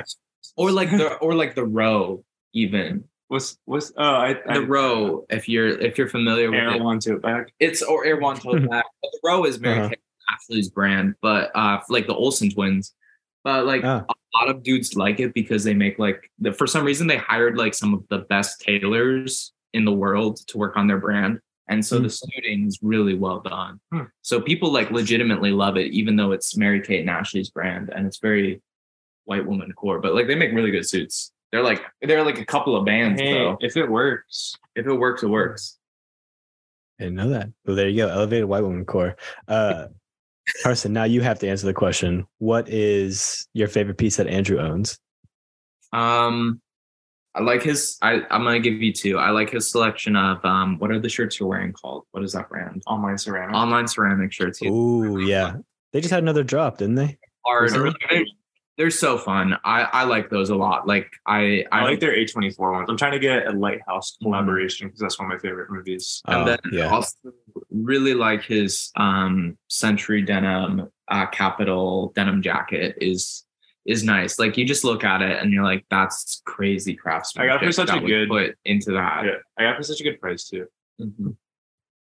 Speaker 2: or like the or like the row even
Speaker 3: what's what's oh I, I
Speaker 2: the row if you're if you're familiar with
Speaker 3: air
Speaker 2: it
Speaker 3: one to it back.
Speaker 2: it's or Erwan told back but the row is mary
Speaker 1: Uh-huh.
Speaker 2: kay ashley's brand but uh like the olsen twins but like
Speaker 1: Ah.
Speaker 2: a lot of dudes like it because they make like the, for some reason they hired like some of the best tailors in the world to work on their brand and so the suiting is really well done
Speaker 3: Hmm.
Speaker 2: so people like legitimately love it even though it's mary kate and ashley's brand and it's very white woman core but like they make really good suits they're like they're like a couple of bands
Speaker 3: Hey,
Speaker 2: though
Speaker 3: if it works,
Speaker 2: if it works it works
Speaker 1: I didn't know that. Well, there you go. Elevated white woman core. Uh Carson, now you have to answer the question. What is your favorite piece that Andrew owns?
Speaker 2: um i like his i i'm gonna give you two i like his selection of um what are the shirts you're wearing called what is that brand
Speaker 3: online ceramic.
Speaker 2: online ceramic shirts He-
Speaker 1: Ooh, yeah. They just had another drop, didn't they?
Speaker 2: hard.
Speaker 1: Really?
Speaker 2: They're, they're so fun. I, I like those a lot. Like I
Speaker 3: I like their A24 ones. I'm trying to get a Lighthouse collaboration because that's one of my favorite movies.
Speaker 2: and
Speaker 1: Oh,
Speaker 2: then
Speaker 1: yeah.
Speaker 2: also really like his um century denim uh capital denim jacket is is nice. Like you just look at it and you're like, that's crazy craftsmanship.
Speaker 3: I got for such
Speaker 2: that
Speaker 3: a
Speaker 2: was
Speaker 3: good-
Speaker 2: put into that.
Speaker 3: Yeah, I got for such a good price too.
Speaker 2: Mhm.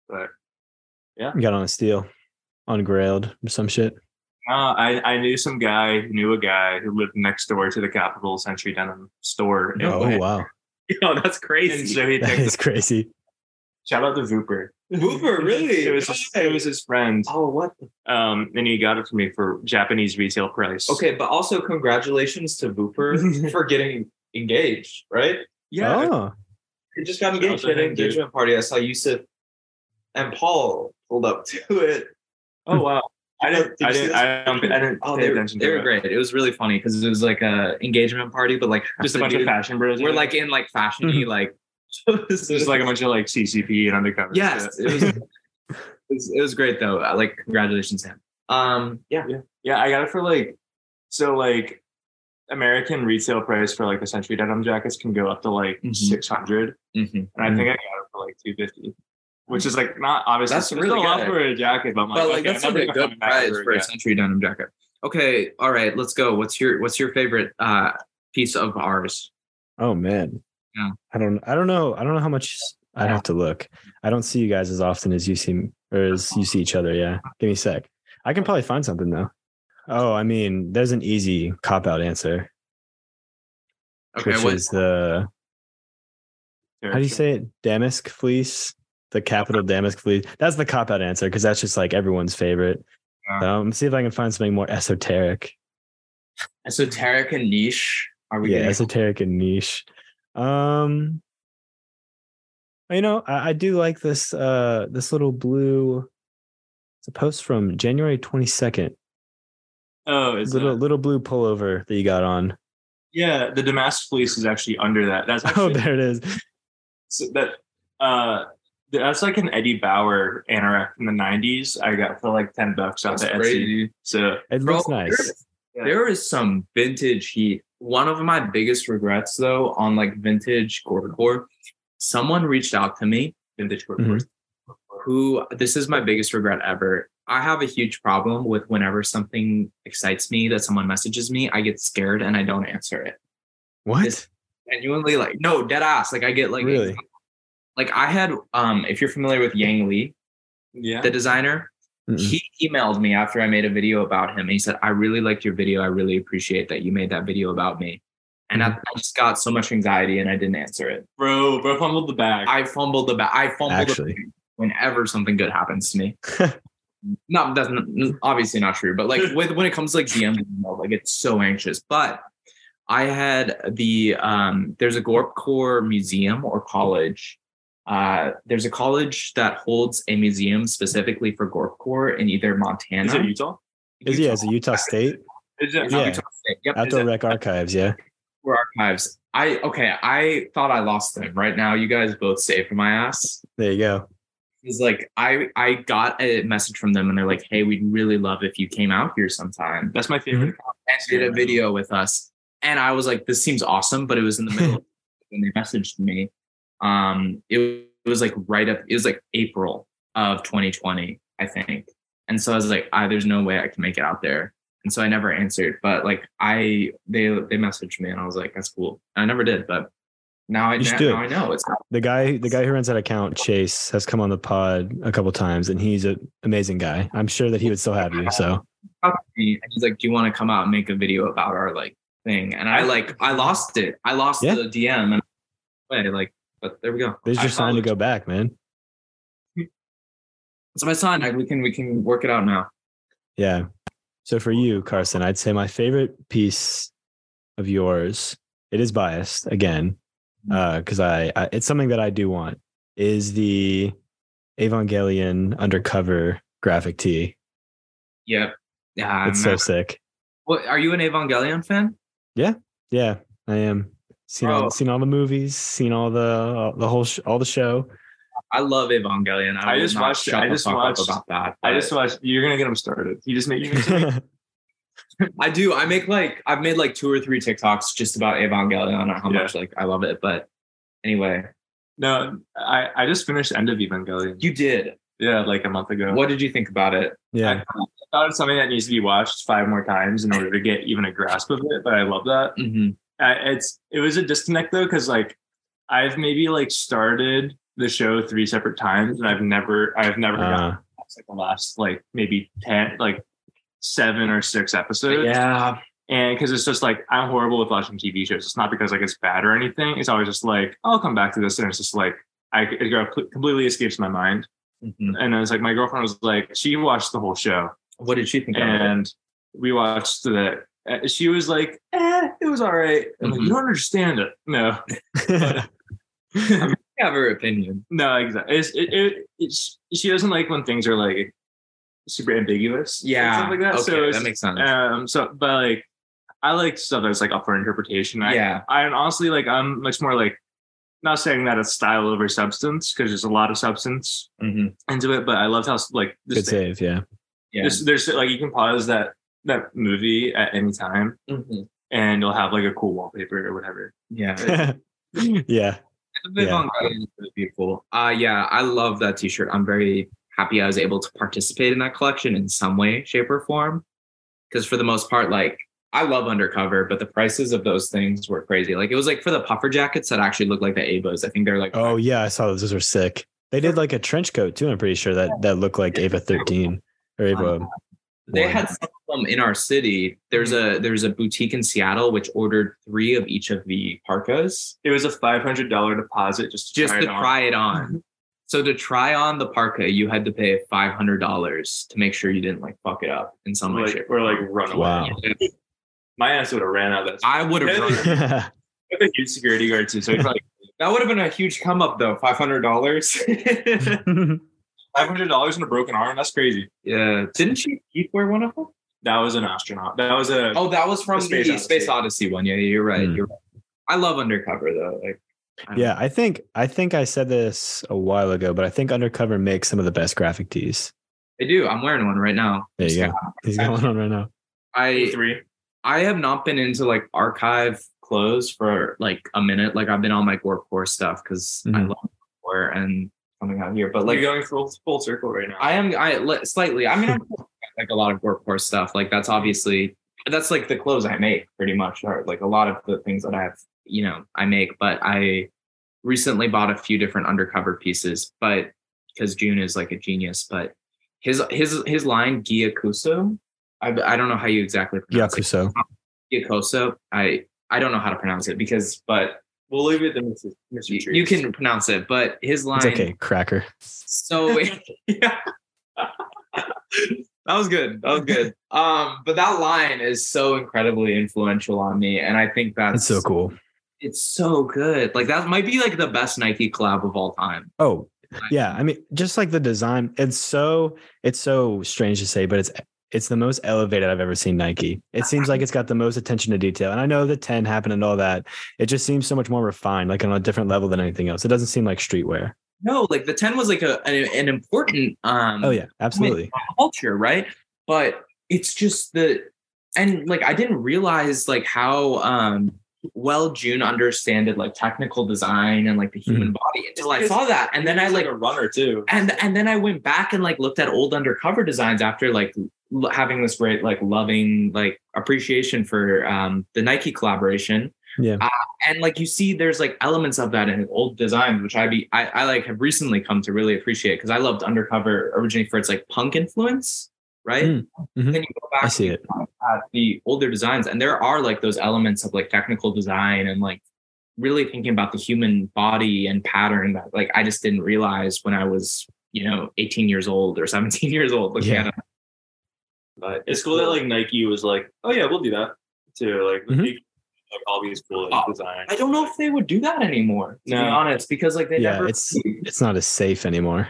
Speaker 3: But
Speaker 1: Got on a steal, ungrailed or some shit.
Speaker 3: uh, I I knew some guy who knew a guy who lived next door to the Capital Century Denim store.
Speaker 2: No
Speaker 1: oh
Speaker 2: way.
Speaker 1: wow,
Speaker 2: Yo, that's
Speaker 3: And
Speaker 2: crazy.
Speaker 3: so he
Speaker 1: that
Speaker 3: picked
Speaker 1: is crazy.
Speaker 3: Shout out to Vooper.
Speaker 2: Vooper, really?
Speaker 3: it was his, it was his friend.
Speaker 2: Oh what the-
Speaker 3: Um, and he got it for me for Japanese retail price.
Speaker 2: okay, but also congratulations to Booper for getting engaged, right?
Speaker 3: Yeah.
Speaker 1: Oh,
Speaker 2: It just got
Speaker 3: Shout
Speaker 2: engaged
Speaker 3: out to
Speaker 2: at an
Speaker 3: him, dude.
Speaker 2: engagement party. I saw Yusuf and Paul pulled up to it.
Speaker 3: Oh, wow. I didn't.
Speaker 2: Did you
Speaker 3: I
Speaker 2: see
Speaker 3: didn't.
Speaker 2: this?
Speaker 3: I, don't, I didn't
Speaker 2: Oh,
Speaker 3: pay
Speaker 2: they were,
Speaker 3: attention.
Speaker 2: they
Speaker 3: to
Speaker 2: were
Speaker 3: it.
Speaker 2: great. It was really funny because it was like a engagement party, but like half
Speaker 3: Just a
Speaker 2: the
Speaker 3: bunch of
Speaker 2: dudes
Speaker 3: fashion bros.
Speaker 2: We're like in like fashiony like.
Speaker 3: This is like a bunch of like CCP and undercover.
Speaker 2: yes,
Speaker 3: shit.
Speaker 2: it was, it was. It was great though. I like congratulations, Sam. Um, yeah,
Speaker 3: Yeah, I got it for like so like American retail price for like the century denim jackets can go up to like
Speaker 2: Mhm.
Speaker 3: hundred,
Speaker 2: Mhm.
Speaker 3: and I think I got it for like two fifty, which is like not obviously
Speaker 2: That's
Speaker 3: it's
Speaker 2: really
Speaker 3: still a lot
Speaker 2: good.
Speaker 3: for a jacket, but I'm like,
Speaker 2: but like
Speaker 3: okay,
Speaker 2: that's
Speaker 3: I'm
Speaker 2: like
Speaker 3: never
Speaker 2: a
Speaker 3: coming
Speaker 2: good
Speaker 3: back
Speaker 2: prize
Speaker 3: ever
Speaker 2: for a
Speaker 3: again.
Speaker 2: century denim jacket. Okay, all right, let's go. What's your What's your favorite uh piece of ours?
Speaker 1: oh man.
Speaker 2: Yeah.
Speaker 1: I don't. I don't know. I don't know how much. I'd have to look. I don't see you guys as often as you see or as you see each other. Yeah. Give me a sec. I can probably find something though. Oh, I mean, there's an easy cop out answer,
Speaker 2: Okay,
Speaker 1: which
Speaker 2: what
Speaker 1: is the how do you say it? Damask fleece, the capital Damask fleece. That's the cop out answer because that's just like everyone's favorite.
Speaker 3: Yeah.
Speaker 1: Um, see if I can find something more esoteric.
Speaker 2: esoteric and niche? Are we
Speaker 1: yeah,
Speaker 2: getting
Speaker 1: esoteric and niche. Um, you know, I, I do like this. Uh, this little blue. It's a post from January twenty second.
Speaker 3: Oh, it's
Speaker 1: Little little blue pullover that you got on.
Speaker 3: yeah. The Damask fleece is actually under that. That's
Speaker 1: Oh,
Speaker 3: actually,
Speaker 1: there it is.
Speaker 3: so that uh that's like an Eddie Bauer anorak from the '90s. I got for like ten bucks off
Speaker 2: That's
Speaker 3: the Etsy.
Speaker 2: crazy.
Speaker 3: So
Speaker 1: It
Speaker 2: Bro,
Speaker 1: looks nice.
Speaker 2: There, there is some vintage heat. One of my biggest regrets, though, on like vintage core, someone reached out to me, vintage core,
Speaker 1: Mhm.
Speaker 2: who this is my biggest regret ever. I have a huge problem with whenever something excites me that someone messages me, I get scared and I don't answer it.
Speaker 1: What?
Speaker 2: this- Genuinely, like, no, dead ass. Like, I get like,
Speaker 1: Really?
Speaker 2: like I had, um, if you're familiar with Yang Lee,
Speaker 3: yeah.
Speaker 2: the designer,
Speaker 1: Mm-mm.
Speaker 2: he emailed me after I made a video about him. he said, I really liked your video. I really appreciate that you made that video about me. And I, I just got so much anxiety and I didn't answer it.
Speaker 3: bro, bro fumbled the bag.
Speaker 2: I fumbled the ba- I fumbled
Speaker 1: Actually.
Speaker 2: the bag whenever something good happens to me. no, that's not, obviously not true. But like with when it comes to like DM, email, like it's so anxious. But I had the um there's a Gorp Core museum or college. Uh, there's a college that holds a museum specifically for Gorp Core in either Montana.
Speaker 3: Is it Utah?
Speaker 1: Is yeah, is it Utah State
Speaker 3: Is it?
Speaker 2: It's
Speaker 1: Yeah.
Speaker 2: not Utah State. Yep, it's
Speaker 1: Outdoor Rec Archives? Yeah.
Speaker 2: Outdoor Archives. I okay. I thought I lost them. Right now, you guys both saved my ass.
Speaker 1: There you go.
Speaker 2: is like I I got a message from them and they're like, hey, we'd really love if you came out here sometime
Speaker 3: That's my favorite.
Speaker 1: Mm-hmm.
Speaker 2: and did a video with us. And I was like, this seems awesome, but it was in the middle of when they messaged me. Um, it, it was like right up, it was like April of 2020, I think. And so I was like, I, there's no way I can make it out there. And so I never answered, but like I, they, they messaged me and I was like, that's cool. And I never did, but now I,
Speaker 1: You should
Speaker 2: now,
Speaker 1: do it.
Speaker 2: I know it's
Speaker 1: The guy, the guy who runs that account, Chase, has come on the pod a couple times, and he's an amazing guy. I'm sure that he would still have you. So
Speaker 2: up to me and he's like, "Do you want to come out and make a video about our like thing?" And I like, I lost it. I lost
Speaker 1: Yeah.
Speaker 2: the DM and way like, but there we go.
Speaker 1: there's
Speaker 2: I
Speaker 1: your sign to
Speaker 2: followed.
Speaker 1: go back, man.
Speaker 2: It's my sign. I, we can we can work it out now.
Speaker 1: Yeah. So for you, Carson, I'd say my favorite piece of yours, it is biased again, because I, I it's something that I do want is the Evangelion undercover graphic tee.
Speaker 2: Yep. Yeah.
Speaker 1: It's so
Speaker 2: man.
Speaker 1: sick.
Speaker 2: what, are you an Evangelion fan?
Speaker 1: Yeah, I am. Seen all,
Speaker 2: Bro.
Speaker 1: seen all the movies, seen all the the whole sh- all the show.
Speaker 2: I love Evangelion. I,
Speaker 3: I
Speaker 2: will
Speaker 3: just
Speaker 2: not
Speaker 3: watched it.
Speaker 2: shut
Speaker 3: I
Speaker 2: the
Speaker 3: just
Speaker 2: fuck up
Speaker 3: watched-
Speaker 2: about that.
Speaker 3: I
Speaker 2: but-
Speaker 3: just watched. You're gonna get him started. You just make. You just make
Speaker 1: yeah,
Speaker 2: I do. I make like I've made like two or three TikToks just about Evangelion and how
Speaker 3: Yeah.
Speaker 2: much like I love it. But anyway,
Speaker 3: no, I I just finished End of Evangelion.
Speaker 2: you did.
Speaker 3: Yeah, like a month ago.
Speaker 2: What did you think about it?
Speaker 3: I thought it's something that needs to be watched five more times in order to get even a grasp of it. But I love that.
Speaker 2: Mm-hmm.
Speaker 3: I, it's it was a disconnect though, because like I've maybe like started the show three separate times, and I've never I've never gotten
Speaker 1: uh,
Speaker 3: past, like the last like maybe ten like seven or six episodes.
Speaker 2: Yeah.
Speaker 3: And because it's just like I'm horrible with watching TV shows. It's not because like it's bad or anything. It's always just like I'll come back to this, and it's just like I it completely escapes my mind.
Speaker 2: Mhm.
Speaker 3: And then it's like my girlfriend was like she watched the whole show,
Speaker 2: What did she think? of it?
Speaker 3: and we watched the. uh, She was like, eh, it was all right. I'm like,
Speaker 2: Mhm.
Speaker 3: you don't understand it. No,
Speaker 2: I have her opinion.
Speaker 3: no, exactly. It's, it, it, it's, she doesn't like when things are like super ambiguous. and
Speaker 2: Yeah.
Speaker 3: stuff like that.
Speaker 2: Okay,
Speaker 3: so it's-
Speaker 2: that makes sense.
Speaker 3: um, so but like, I like stuff that's like up for interpretation. I,
Speaker 2: yeah.
Speaker 3: I and honestly like I'm much more like not saying that it's style over substance because there's a lot of substance
Speaker 2: Mhm.
Speaker 3: into it, but I love how like
Speaker 1: good
Speaker 3: this, thing-
Speaker 1: save. Yeah,
Speaker 2: Yeah.
Speaker 3: this there's like you can pause that that movie at any time
Speaker 2: Mhm.
Speaker 3: and you'll have like a cool wallpaper or whatever.
Speaker 2: Yeah.
Speaker 1: yeah.
Speaker 2: Viv
Speaker 1: Yeah.
Speaker 2: on Guardians is beautiful. Uh yeah, I love that t-shirt. I'm very happy I was able to participate in that collection in some way, shape, or form. Because for the most part, like I love undercover, but the prices of those things were crazy. Like it was like for the puffer jackets that actually looked like the Avas. I think they're like
Speaker 1: Oh yeah, I saw those. Those were sick. They did like a trench coat too. I'm pretty sure that that looked like Ava 13 or Ava.
Speaker 2: they
Speaker 1: one.
Speaker 2: had some of them in our city. There's
Speaker 3: Mm-hmm.
Speaker 2: a there's a boutique in Seattle which ordered three of each of the parkas.
Speaker 3: It was a five hundred dollar deposit just to
Speaker 2: just
Speaker 3: try
Speaker 2: to
Speaker 3: it on.
Speaker 2: try it on. So to try on the parka, you had to pay five hundred dollars to make sure you didn't like fuck it up in some way.
Speaker 3: like,
Speaker 2: shape,
Speaker 3: or
Speaker 2: form.
Speaker 3: like run away.
Speaker 1: Wow.
Speaker 3: My ass would have ran out of that.
Speaker 2: I would have. run.
Speaker 3: I have a huge security guard too, so he's probably
Speaker 2: That would have been a huge come up though. Five hundred dollars.
Speaker 3: five hundred dollars and a broken arm. That's crazy.
Speaker 2: yeah. Didn't she Keith wear one of them?
Speaker 3: That was an astronaut. That was a
Speaker 2: Oh, that was from the Space,
Speaker 3: Space Mm.
Speaker 2: Odyssey. one. Yeah, you're right.
Speaker 1: Hmm.
Speaker 2: You're right. I love undercover though. Like, I don't
Speaker 1: yeah, I think I think I said this a while ago, but I think Undercover makes some of the best graphic tees.
Speaker 2: they do. I'm wearing one right now.
Speaker 1: There you go. He's got one on right now.
Speaker 2: I
Speaker 3: three.
Speaker 2: I have not been into like archive clothes for like a minute. Like I've been on like workcore stuff because I
Speaker 1: Mhm.
Speaker 2: love workcore and coming out here. But
Speaker 3: Like
Speaker 2: like
Speaker 3: you're going full full circle right now.
Speaker 2: I am I li- slightly. I mean, I'm like a lot of workcore stuff. Like that's obviously that's like the clothes I make pretty much. Or like a lot of the things that I have, you know, I make. But I recently bought a few different undercover pieces. But because June is like a genius, but his his his line Giacuso. I, I don't know how you exactly pronounce it.
Speaker 1: Yakuso.
Speaker 2: Giacosa. I I don't know how to pronounce it because, but
Speaker 3: we'll leave it to Mr.
Speaker 2: you,
Speaker 3: Trees.
Speaker 2: you can pronounce it. But his
Speaker 1: It's
Speaker 2: line.
Speaker 1: okay, cracker.
Speaker 2: So yeah, that was good. That was good. Um, but that line is so incredibly influential on me, and I think
Speaker 1: That's
Speaker 2: that's
Speaker 1: so cool.
Speaker 2: It's so good. Like that might be like the best Nike collab of all time.
Speaker 1: Oh, yeah. I mean, just like the design, it's so it's so strange to say, but it's it's the most elevated I've ever seen Nike. It seems like it's got the most attention to detail. And I know the 10 happened and all that. It just seems so much more refined, like on a different level than anything else. It doesn't seem like streetwear.
Speaker 2: no, like the 10 was like a an, an important um
Speaker 1: Oh yeah, absolutely.
Speaker 2: culture, right? But it's just the and like I didn't realize like how um well June understood like technical design and like the human body until I saw that. And then I like
Speaker 3: a runner too.
Speaker 2: and and then I went back and like looked at old undercover designs after like l- having this great like loving like appreciation for um the Nike collaboration.
Speaker 1: Yeah.
Speaker 2: Uh, and like you see there's like elements of that in old designs which I be I, I like have recently come to really appreciate because I loved undercover originally for its like punk influence, right?
Speaker 1: Mm, mhm.
Speaker 2: And then you go
Speaker 1: I
Speaker 2: back
Speaker 1: see it.
Speaker 2: at the older designs and there are like those elements of like technical design and like really thinking about the human body and pattern that like i just didn't realize when i was you know 18 years old or 17 years old looking
Speaker 1: Yeah.
Speaker 2: at it but
Speaker 3: It's cool that like Nike was like, oh yeah, we'll do that too. Like
Speaker 1: Mhm.
Speaker 3: Nike, like all these cool like,
Speaker 2: Mm-hmm. Oh,
Speaker 3: designs.
Speaker 2: i don't know if they would do that anymore to
Speaker 3: No.
Speaker 2: be honest because like they
Speaker 1: Yeah,
Speaker 2: never
Speaker 1: it's- It's not as safe anymore.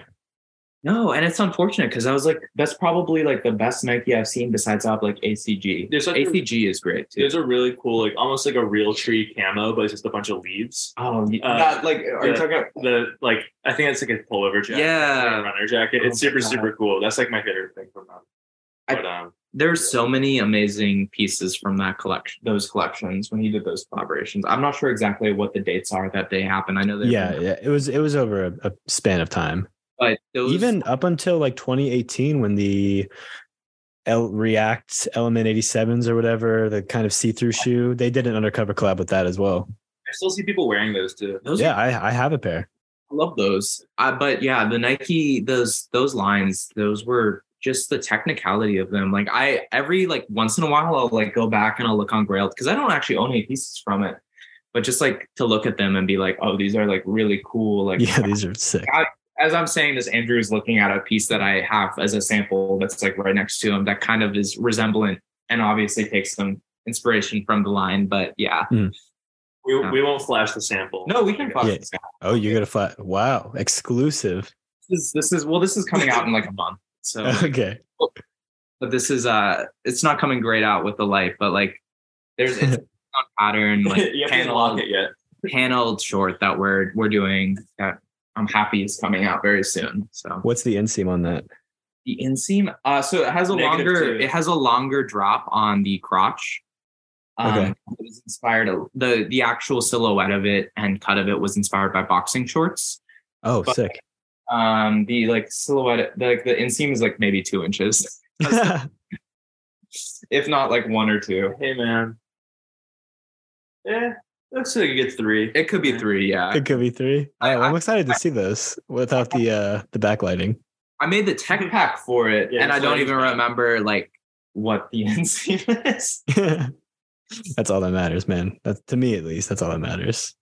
Speaker 2: no and it's unfortunate because i was like that's probably like the best nike i've seen besides up like acg
Speaker 3: There's such a-
Speaker 2: acg is great too
Speaker 3: There's a really cool, like almost like a real tree camo, but it's just a bunch of leaves.
Speaker 2: oh y-
Speaker 3: uh,
Speaker 2: that, like are you
Speaker 3: the-
Speaker 2: talking about
Speaker 3: The like, I think it's like a pullover jacket,
Speaker 2: Yeah.
Speaker 3: like a runner jacket.
Speaker 2: Oh
Speaker 3: It's
Speaker 2: my
Speaker 3: super
Speaker 2: God.
Speaker 3: super cool. That's like my favorite thing from them.
Speaker 2: I-
Speaker 3: But um,
Speaker 2: there's so many amazing pieces from that collection those collections when he did those collaborations i'm not sure exactly what the dates are that they happen i know they
Speaker 1: Yeah, yeah. It was it was over a, a span of time.
Speaker 2: but those
Speaker 1: Even up until like 2018 when the L React Element 87s or whatever, the kind of see-through shoe, they did an undercover collab with that as well.
Speaker 3: I still see people wearing those too.
Speaker 2: those
Speaker 1: yeah, I, I have a pair.
Speaker 2: i love those uh, but yeah the nike those those lines those were just the technicality of them like i every like once in a while i'll like go back and i'll look on grailed because i don't actually own any pieces from it but just like to look at them and be like oh these are like really cool like
Speaker 1: Yeah, these are sick.
Speaker 2: as I'm saying this, Andrew is looking at a piece that I have as a sample that's like right next to him that kind of is resemblant and obviously takes some inspiration from the line. But yeah,
Speaker 3: We,
Speaker 2: Yeah.
Speaker 3: we won't flash the sample.
Speaker 2: no, we can pause
Speaker 1: Yeah.
Speaker 2: this. now.
Speaker 1: Oh, you got a flat. Wow, exclusive.
Speaker 2: This is, this is well, this is coming out in like a month. So,
Speaker 1: Okay.
Speaker 2: but this is uh, it's not coming great out with the light, but like there's it's on pattern like
Speaker 3: you haven't even
Speaker 2: paneled,
Speaker 3: locked it yet.
Speaker 2: paneled short that we're we're doing that I'm happy is coming out very soon. So
Speaker 1: What's the inseam on that?
Speaker 2: the inseam uh so it has a
Speaker 3: Negative
Speaker 2: longer
Speaker 3: two.
Speaker 2: it has a longer drop on the crotch um
Speaker 1: Okay.
Speaker 2: it was inspired the the actual silhouette of it and cut of it was inspired by boxing shorts
Speaker 1: Oh,
Speaker 2: But-
Speaker 1: sick.
Speaker 2: um the like silhouette the, like the inseam is like maybe two inches if not like one or two
Speaker 3: Hey man. Yeah, Eh, looks like you get three.
Speaker 2: it could be three yeah
Speaker 1: it could be three.
Speaker 2: I-
Speaker 1: I'm excited to see those without the uh the backlighting.
Speaker 2: i made the tech pack for it
Speaker 3: Yeah,
Speaker 2: and i
Speaker 3: that's
Speaker 2: don't
Speaker 3: what I-
Speaker 2: even remember like what the inseam is
Speaker 1: that's all that matters, man. That's to me at least. That's all that matters.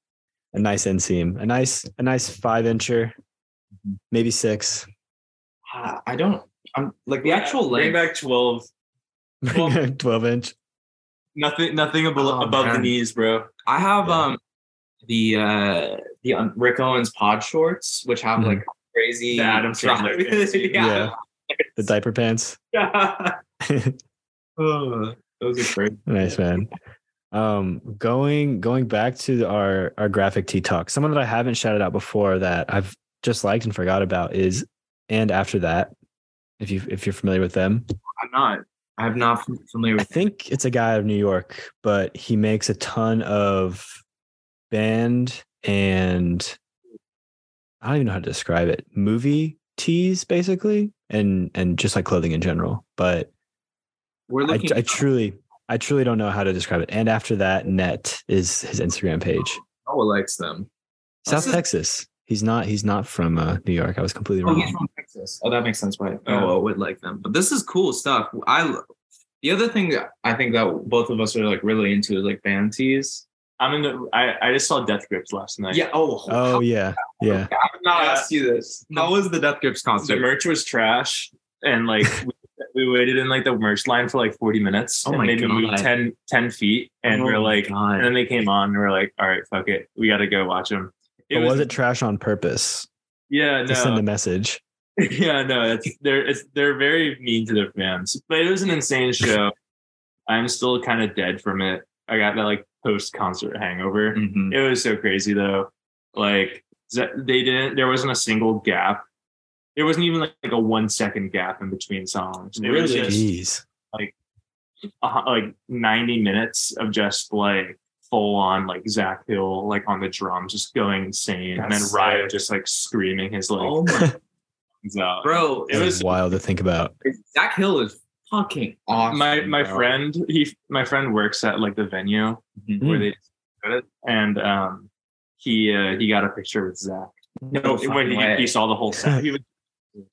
Speaker 1: A nice inseam, a nice a nice five incher, maybe six.
Speaker 2: Ah, i don't i'm like the actual
Speaker 3: Bring
Speaker 2: length
Speaker 3: back twelve. Well-
Speaker 1: Twelve inch.
Speaker 3: Nothing, nothing above,
Speaker 2: Oh,
Speaker 3: above the
Speaker 2: man.
Speaker 3: knees, bro.
Speaker 2: I have
Speaker 1: Yeah.
Speaker 2: um the uh the um, Rick Owens pod shorts, which have
Speaker 1: Mhm.
Speaker 2: like crazy
Speaker 3: Mm-hmm. The Adam Sandler
Speaker 2: drops.
Speaker 3: fancy.
Speaker 2: yeah.
Speaker 1: The diaper pants.
Speaker 2: Oh, those are crazy.
Speaker 1: nice man um going going back to our our graphic tea talk someone that i haven't shouted out before that i've just liked and forgot about is and after that if you if you're familiar with them
Speaker 2: I'm not. I'm not fam- familiar
Speaker 1: i
Speaker 2: with.
Speaker 1: think it's a guy out of new york but he makes a ton of band and i don't even know how to describe it movie tees basically and and just like clothing in general but
Speaker 2: We're
Speaker 1: I,
Speaker 2: looking.
Speaker 1: I truly, I truly don't know how to describe it. And after that, Net is his Instagram page.
Speaker 2: Noah likes them.
Speaker 1: South
Speaker 2: Texas.
Speaker 1: Texas. He's not. He's not from uh, New York. I was completely
Speaker 2: Oh, he's
Speaker 1: wrong.
Speaker 2: from Texas. Oh, that makes sense. Why
Speaker 3: Yeah.
Speaker 2: Noah would like them. But this is cool stuff. I. The other thing that I think that both of us are like really into is like band tees.
Speaker 3: I'm in the. I, I just saw Death Grips last night.
Speaker 2: Yeah. Oh.
Speaker 1: Oh yeah, yeah.
Speaker 2: I have not
Speaker 3: Yeah.
Speaker 2: asked you this. How was the Death Grips
Speaker 3: the
Speaker 2: concert?
Speaker 3: merch was trash, and like we, we waited in like the merch line for like 40 minutes.
Speaker 2: Oh
Speaker 3: and
Speaker 2: my
Speaker 3: maybe
Speaker 2: God.
Speaker 3: moved 10, 10 feet, and
Speaker 2: Oh
Speaker 3: we're
Speaker 2: my
Speaker 3: like,
Speaker 2: God.
Speaker 3: and then they came on, and we're like, all right, fuck it, we got to go watch them.
Speaker 1: It was, it trash on purpose
Speaker 3: Yeah,
Speaker 1: to send
Speaker 3: no,
Speaker 1: a message?
Speaker 3: yeah, no. It's they're it's they're very mean to their fans, but it was an insane show. I'm still kind of dead from
Speaker 1: Mm.
Speaker 3: it. I got that like post concert hangover.
Speaker 2: Mhm.
Speaker 3: It was so crazy though. Like that they didn't. There wasn't a single gap. There wasn't even like, like a one second gap in between songs. It was
Speaker 2: Really?
Speaker 3: just
Speaker 1: Jeez.
Speaker 3: uh, like ninety minutes of just like full on like Zach Hill like on the drums, just going insane, and then
Speaker 2: That's
Speaker 3: Ryo
Speaker 2: sick.
Speaker 3: just like screaming his like
Speaker 2: Oh my
Speaker 3: lungs out.
Speaker 2: bro, it
Speaker 3: It
Speaker 2: was
Speaker 1: It's wild to think about.
Speaker 2: Zach Hill is fucking awesome.
Speaker 3: my my
Speaker 2: bro.
Speaker 3: friend he my friend works at like the venue
Speaker 2: Mhm.
Speaker 3: where they put it, and um he uh, he got a picture with Zach.
Speaker 2: No
Speaker 3: when
Speaker 2: fucking
Speaker 3: he,
Speaker 2: way.
Speaker 3: he saw the whole set. He was,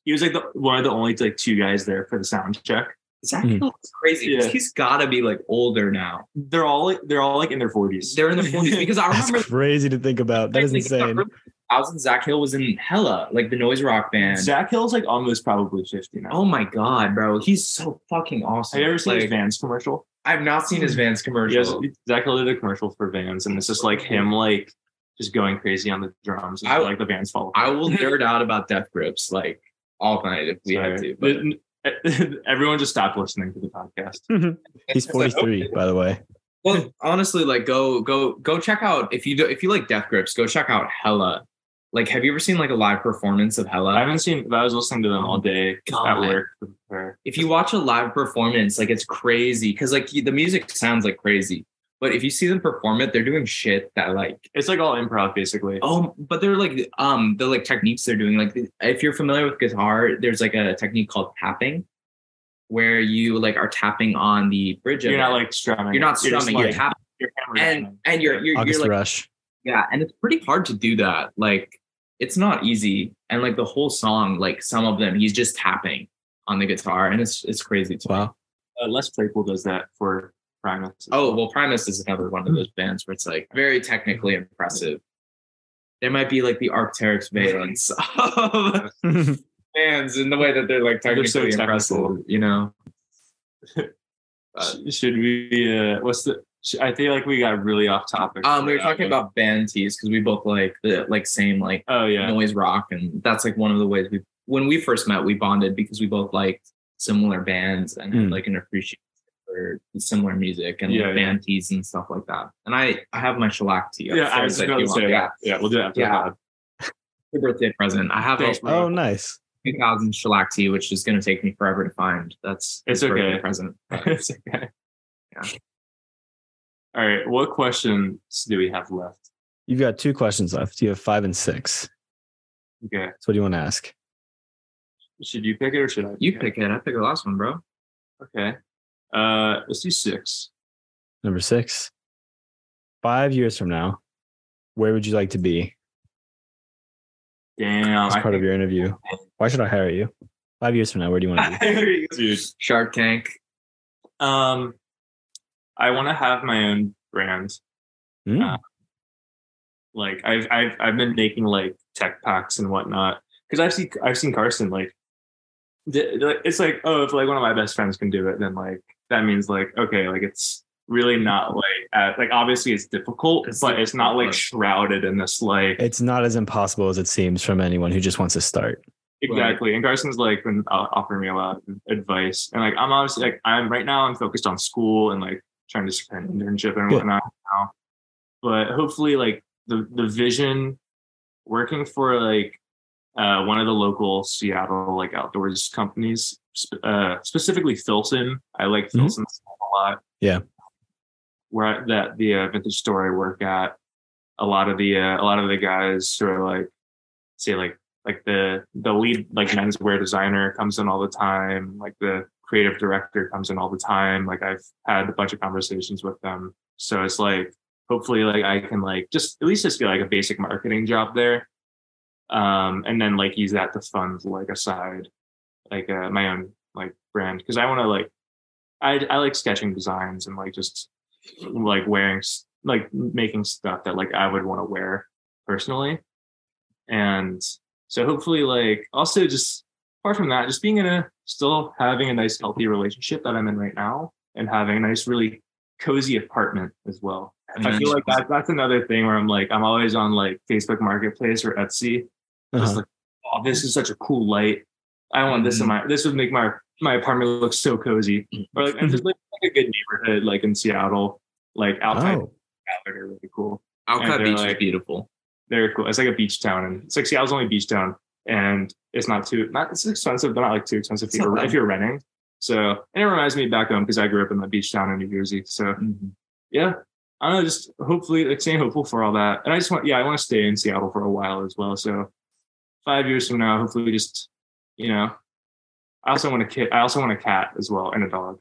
Speaker 3: he was like the, one of the only like two guys there for the sound check.
Speaker 2: Zach
Speaker 1: Mm.
Speaker 2: Hill is crazy. 'cause
Speaker 3: Yeah.
Speaker 2: He's got to be like older now.
Speaker 3: They're all like they're all like in their forties.
Speaker 2: They're in the 40s because I
Speaker 1: That's
Speaker 2: remember
Speaker 1: crazy to think about. That is
Speaker 2: Like, I
Speaker 1: insane.
Speaker 2: remember I was in Zach Hill was in Hella, like the noise rock band.
Speaker 3: Zach Hill's like almost probably fifty now.
Speaker 2: Oh my god, bro, he's so fucking awesome.
Speaker 3: have you ever seen
Speaker 2: like,
Speaker 3: his Vans commercial?
Speaker 2: I've not seen his Vans
Speaker 3: He has,
Speaker 2: commercial.
Speaker 3: Zach Hill did a commercial for Vans, and it's just like him like just going crazy on the drums. And
Speaker 2: I-
Speaker 3: like the Vans fall.
Speaker 2: I
Speaker 3: apart.
Speaker 2: will nerd out about Death Grips like all night if we had to. But
Speaker 3: Sorry. Everyone just stopped listening to the podcast.
Speaker 1: He's 43, by the way.
Speaker 2: well, honestly, like go go go check out if you do, if you like Death Grips, go check out Hella. Like, have you ever seen like a live performance of Hella?
Speaker 3: I haven't seen. But I was listening to them all day at
Speaker 2: God.
Speaker 3: work. to prepare.
Speaker 2: if you watch a live performance, like it's crazy because like the music sounds like crazy, but if you see them perform it, they're doing shit that like
Speaker 3: It's like all improv basically.
Speaker 2: oh, but they're like um the like techniques they're doing. Like if you're familiar with guitar, there's like a technique called tapping, where you like are tapping on the bridge. of
Speaker 3: you're not
Speaker 2: it.
Speaker 3: like strumming.
Speaker 2: you're not
Speaker 3: You're just,
Speaker 2: strumming.
Speaker 3: like,
Speaker 2: you're tapping,
Speaker 3: your hammer
Speaker 2: and and you're you're,
Speaker 1: August
Speaker 2: you're like
Speaker 1: Rush.
Speaker 2: yeah, and it's pretty hard to do that. Like it's not easy, and like the whole song, like some of them, he's just tapping on the guitar, and it's it's crazy to me.
Speaker 1: Wow.
Speaker 3: uh, Les Claypool does that for Primus.
Speaker 2: Oh well, Primus is another one of those bands where it's like very technically impressive. They might be like the Arcteryx Valence of
Speaker 1: Oh,
Speaker 2: bands in the way that they're like
Speaker 3: They're
Speaker 2: technically
Speaker 3: so technical.
Speaker 2: impressive, you know.
Speaker 3: Sh- should we? Uh, what's the? Sh- I feel like we got really off topic.
Speaker 2: Um, we were talking about band tees because we both like the like same like
Speaker 3: Oh yeah,
Speaker 2: noise rock, and that's like one of the ways we when we first met we bonded because we both liked similar bands and had
Speaker 1: Mm.
Speaker 2: like an appreciation for similar music and
Speaker 3: Hmm. Yeah,
Speaker 2: like,
Speaker 3: yeah.
Speaker 2: band tees and stuff like that. And I I have my shellac tee.
Speaker 3: yeah.
Speaker 2: upstairs
Speaker 3: I was just
Speaker 2: if
Speaker 3: about
Speaker 2: you
Speaker 3: to
Speaker 2: want-
Speaker 3: say
Speaker 2: yeah.
Speaker 3: that. Yeah, we'll do that.
Speaker 2: Yeah. your birthday present. I have
Speaker 3: Thanks,
Speaker 2: a
Speaker 1: Oh, nice.
Speaker 2: 2000 shellac tea, which is going to take me forever to find. That's
Speaker 3: It's
Speaker 2: his birthday
Speaker 3: okay.
Speaker 2: Present.
Speaker 3: it's okay.
Speaker 2: Yeah.
Speaker 3: All right. What questions do we have left?
Speaker 1: You've got two questions left. You have five and six.
Speaker 3: Okay.
Speaker 1: So what do you want to ask?
Speaker 3: Should you pick it or should I?
Speaker 2: You pick it. I pick the last one, bro.
Speaker 3: Okay. Uh, let's do six.
Speaker 1: Number six. Five years from now, where would you like to be?
Speaker 3: Damn.
Speaker 1: As
Speaker 3: Oh, I
Speaker 1: part of
Speaker 3: think-
Speaker 1: your interview. Why should I hire you? Five years from now, where do you want to be?
Speaker 3: Dude.
Speaker 2: Shark Tank.
Speaker 3: Um, I want to have my own brand. Uh,
Speaker 1: Mm,
Speaker 3: like I've I've I've been making like tech packs and whatnot because I've seen I've seen Carson like th- th- it's like oh if like one of my best friends can do it then like that means like okay like it's really not like uh, like obviously it's difficult
Speaker 2: It's
Speaker 3: but it's not like
Speaker 2: difficult.
Speaker 3: shrouded in this like
Speaker 1: It's not as impossible as it seems from anyone who just wants to start.
Speaker 3: exactly and Carson's like been uh, offering me a lot of advice and like I'm obviously like I'm right now I'm focused on school and like trying to secure an internship and
Speaker 1: Good.
Speaker 3: whatnot now but hopefully like the the vision working for like uh, one of the local Seattle like outdoors companies, sp- uh, specifically Filson. I like
Speaker 1: Mhm.
Speaker 3: Filson a lot.
Speaker 1: Yeah.
Speaker 3: where I, that the uh, vintage store I work at, a lot of the uh, a lot of the guys who are like, say like like the the lead like menswear designer comes in all the time. Like the creative director comes in all the time. Like I've had a bunch of conversations with them. So it's like hopefully like I can like just at least just get like a basic marketing job there. Um and then like use that to fund like a side like uh, my own like brand because I want to like I I like sketching designs and like just like wearing s- like making stuff that like I would want to wear personally. And so hopefully like also just apart from that just being in a still having a nice healthy relationship that I'm in right now and having a nice really cozy apartment as well. I feel like that, that's another thing where I'm like, I'm always on like Facebook Marketplace or Etsy. Just
Speaker 1: Uh-huh.
Speaker 3: like, oh, this is such a cool light. I want this in my.
Speaker 2: Mm-hmm.
Speaker 3: This would make my my apartment look so cozy. Or like, I just like, like a good neighborhood, like in Seattle, like outside
Speaker 1: Oh,
Speaker 3: Seattle are really cool.
Speaker 2: Alcott
Speaker 3: they're
Speaker 2: Beach
Speaker 3: like-
Speaker 2: is beautiful.
Speaker 3: They're cool. It's like a beach town, and it's like Seattle's only beach town, and it's not too not it's expensive, but not like too expensive if
Speaker 2: It's not
Speaker 3: you're,
Speaker 2: bad.
Speaker 3: if you're renting. So and it reminds me back home because I grew up in a beach town in New Jersey. So
Speaker 2: Mm-hmm.
Speaker 3: yeah, I don't know. Just hopefully, like staying hopeful for all that, and I just want yeah, I want to stay in Seattle for a while as well. So five years from now, hopefully, just you know, I also want a kid. I also want a cat as well and a dog.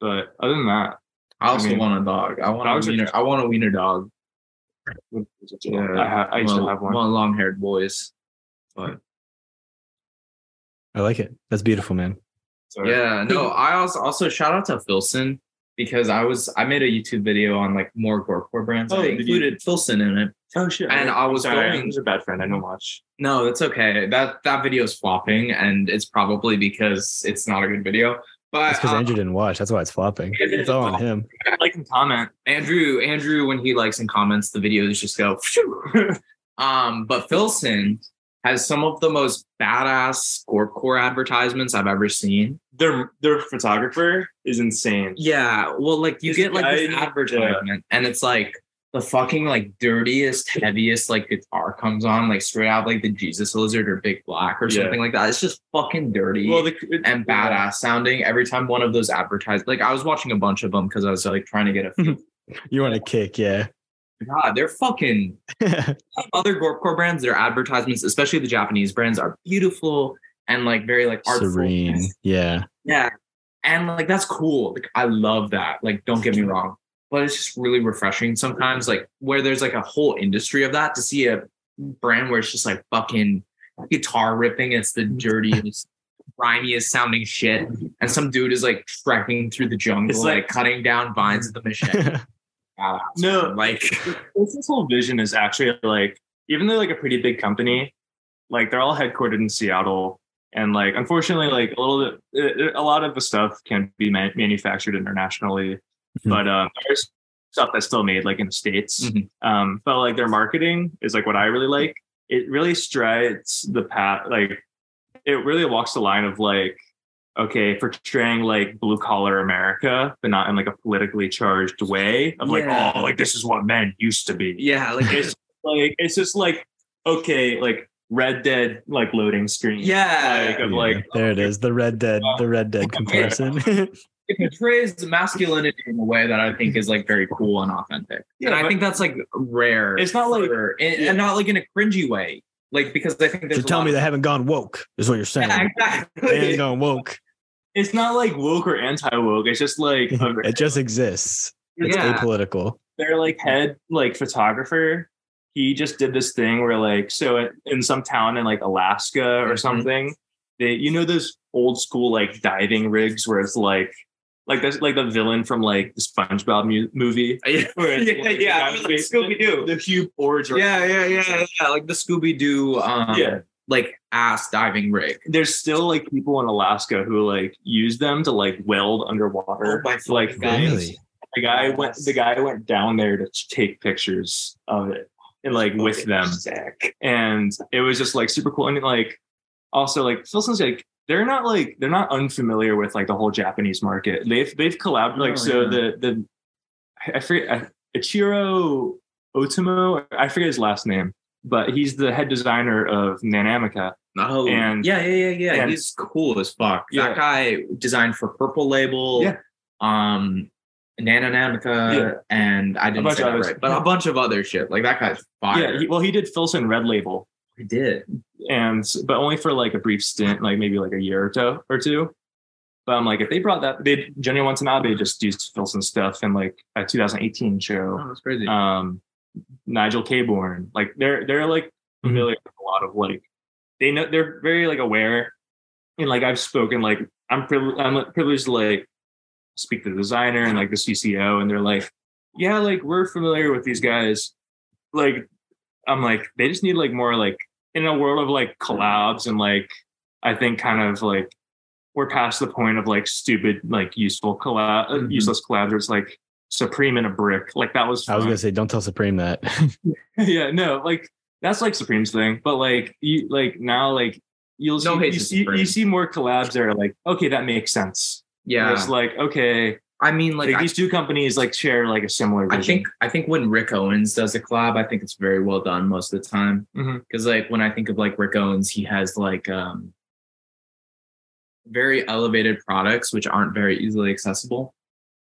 Speaker 3: But other than that,
Speaker 2: I also
Speaker 3: I mean,
Speaker 2: want a dog. I want
Speaker 3: dogs
Speaker 2: a
Speaker 3: are
Speaker 2: wiener.
Speaker 3: just-
Speaker 2: I want a wiener dog.
Speaker 3: I, ha- I used to have one.
Speaker 2: long haired boys. But
Speaker 1: I like it. That's beautiful, man.
Speaker 3: So,
Speaker 2: yeah, no, I also also shout out to Filson because I was I made a YouTube video on like more gorecore brands.
Speaker 3: Oh,
Speaker 2: I
Speaker 3: did you?
Speaker 2: included Filson in it.
Speaker 3: Oh shit.
Speaker 2: And I was
Speaker 3: Sorry,
Speaker 2: going-
Speaker 3: I was a bad friend. I don't watch.
Speaker 2: No, that's okay. That that video is flopping, and it's probably because it's not a good video. But
Speaker 1: That's because
Speaker 2: uh,
Speaker 1: Andrew didn't watch. That's why it's flopping. It's all on him.
Speaker 3: Like and comment.
Speaker 2: Andrew, Andrew, when he likes and comments, the videos just go. phew. um, but Filson has some of the most badass gorecore advertisements I've ever seen.
Speaker 3: Their their photographer is insane.
Speaker 2: Yeah, well, like you
Speaker 3: This
Speaker 2: get like this
Speaker 3: guy-
Speaker 2: advertisement, and it's like the fucking like dirtiest, heaviest like guitar comes on, like straight out like the Jesus Lizard or Big Black or
Speaker 3: Yeah.
Speaker 2: something like that. It's just fucking dirty
Speaker 3: Well, the, it-
Speaker 2: and badass sounding. Every time one of those advertised, like I was watching a bunch of them because I was like trying to get a feel.
Speaker 1: You want to kick, yeah.
Speaker 2: God, they're fucking other gorecore brands. Their advertisements, especially the Japanese brands, are beautiful and like very like artful.
Speaker 1: Serene. Yeah.
Speaker 2: Yeah. And like that's cool. Like I love that. Like don't get me wrong, but it's just really refreshing sometimes like where there's like a whole industry of that to see a brand where it's just like fucking guitar ripping, it's the dirtiest grimiest sounding shit and some dude is like trekking through the jungle
Speaker 3: It's
Speaker 2: like,
Speaker 3: like-
Speaker 2: cutting down vines with a machete Badass,
Speaker 3: No.
Speaker 2: man. like
Speaker 3: This whole vision is actually like, even though like a pretty big company, like they're all headquartered in Seattle, and like unfortunately, like a little bit, it- it- a lot of the stuff can be man- manufactured internationally, but um, there's stuff that's still made like in the states.
Speaker 2: Mhm.
Speaker 3: Um, but like their marketing is like what I really like. It really strides the path, like it really walks the line of like okay portraying like blue collar america but not in like a politically charged way of like
Speaker 2: Yeah.
Speaker 3: oh like this is what men used to be
Speaker 2: yeah, like
Speaker 3: it's like it's just like okay like red dead like loading screen
Speaker 2: yeah.
Speaker 3: like of
Speaker 1: Yeah.
Speaker 3: like
Speaker 1: there it is. The Red Dead. The Red Dead comparison.
Speaker 2: it portrays masculinity in a way that I think is like very cool and authentic.
Speaker 3: Yeah,
Speaker 2: and I
Speaker 3: but-
Speaker 2: think that's like rare.
Speaker 3: It's not like-
Speaker 2: for- and,
Speaker 3: yeah.
Speaker 2: and not like in a cringy way. Like because I think there's
Speaker 1: so
Speaker 2: a
Speaker 1: tell
Speaker 2: lot
Speaker 1: me
Speaker 2: of-
Speaker 1: they haven't gone woke, is what you're saying.
Speaker 2: Yeah,
Speaker 1: They ain't
Speaker 2: exactly.
Speaker 1: gone woke.
Speaker 3: it's not like woke or anti-woke it's just like a-
Speaker 1: It just exists. It's
Speaker 2: Yeah.
Speaker 1: apolitical.
Speaker 3: their like head like photographer he just did this thing where like so in some town in like alaska or
Speaker 2: Mhm.
Speaker 3: something they you know those old school like diving rigs where it's like like that's like the villain from like the spongebob mu- movie where it's,
Speaker 2: yeah,
Speaker 3: like, the
Speaker 2: yeah,
Speaker 3: guy
Speaker 2: it was
Speaker 3: with
Speaker 2: like
Speaker 3: the-
Speaker 2: Scooby-Doo.
Speaker 3: the huge orange
Speaker 2: Yeah, yeah, yeah, yeah. Like the Scooby Doo, um,
Speaker 3: Yeah.
Speaker 2: like ass diving rig.
Speaker 3: there's still like people in alaska who like use them to like weld underwater
Speaker 2: Oh my
Speaker 3: like
Speaker 2: fucking God.
Speaker 3: things.
Speaker 1: Really?
Speaker 3: the guy went the guy went down there to take pictures of it and like with them and it was just like super cool. I mean, like also like Filson's like they're not like they're not unfamiliar with like the whole Japanese market. They've they've collabed like
Speaker 2: Oh,
Speaker 3: so
Speaker 2: yeah.
Speaker 3: the the I- I forget I- Ichiro Otomo I forget his last name, but he's the head designer of Nanamica.
Speaker 2: Oh,
Speaker 3: And-
Speaker 2: yeah, yeah, yeah, yeah.
Speaker 3: and-
Speaker 2: He's cool as fuck.
Speaker 3: Yeah.
Speaker 2: That guy designed for Purple Label,
Speaker 3: Yeah.
Speaker 2: um, Nana
Speaker 3: Yeah.
Speaker 2: Namica, and I didn't
Speaker 3: bunch
Speaker 2: say
Speaker 3: of
Speaker 2: that
Speaker 3: others.
Speaker 2: right, but a bunch of other shit. Like that guy's fire.
Speaker 3: Yeah, he, well he did Filson Red Label,
Speaker 2: he did.
Speaker 3: and but only for like a brief stint, like maybe like a year or two or two. But I'm like, if they brought that, they Jenny Watanabe just used Filson stuff in like a 2018 show.
Speaker 2: Oh, that's crazy.
Speaker 3: um Nigel Caborn. Like they're they're like
Speaker 1: Mm-hmm.
Speaker 3: familiar with a lot of like they know they're very like aware. And like I've spoken like I'm privileged I'm privileged to like speak to the designer and like the CCO and they're like, yeah, like we're familiar with these guys. Like I'm like, they just need like more like in a world of like collabs and like I think kind of like we're past the point of like stupid, like useful collab uh,
Speaker 1: Mm-hmm.
Speaker 2: Mhm.
Speaker 3: useless collabs where it's like Supreme and a brick. Like that was
Speaker 1: I was
Speaker 3: fun
Speaker 1: gonna say, don't tell Supreme that.
Speaker 3: yeah, no, like that's like Supreme's thing, but like you like now like you'll
Speaker 2: No
Speaker 3: see,
Speaker 2: hate
Speaker 3: you
Speaker 2: to
Speaker 3: see
Speaker 2: Supreme.
Speaker 3: you see more collabs that are like okay that makes sense. And
Speaker 2: yeah,
Speaker 3: it's like okay
Speaker 2: I mean, like,
Speaker 3: Like,
Speaker 2: I,
Speaker 3: these two companies like share like a similar.
Speaker 2: I
Speaker 3: vision.
Speaker 2: think I think when Rick Owens does a collab, I think it's very well done most of the time.
Speaker 3: Mhm.
Speaker 2: Because like when I think of like Rick Owens, he has like um very elevated products which aren't very easily accessible.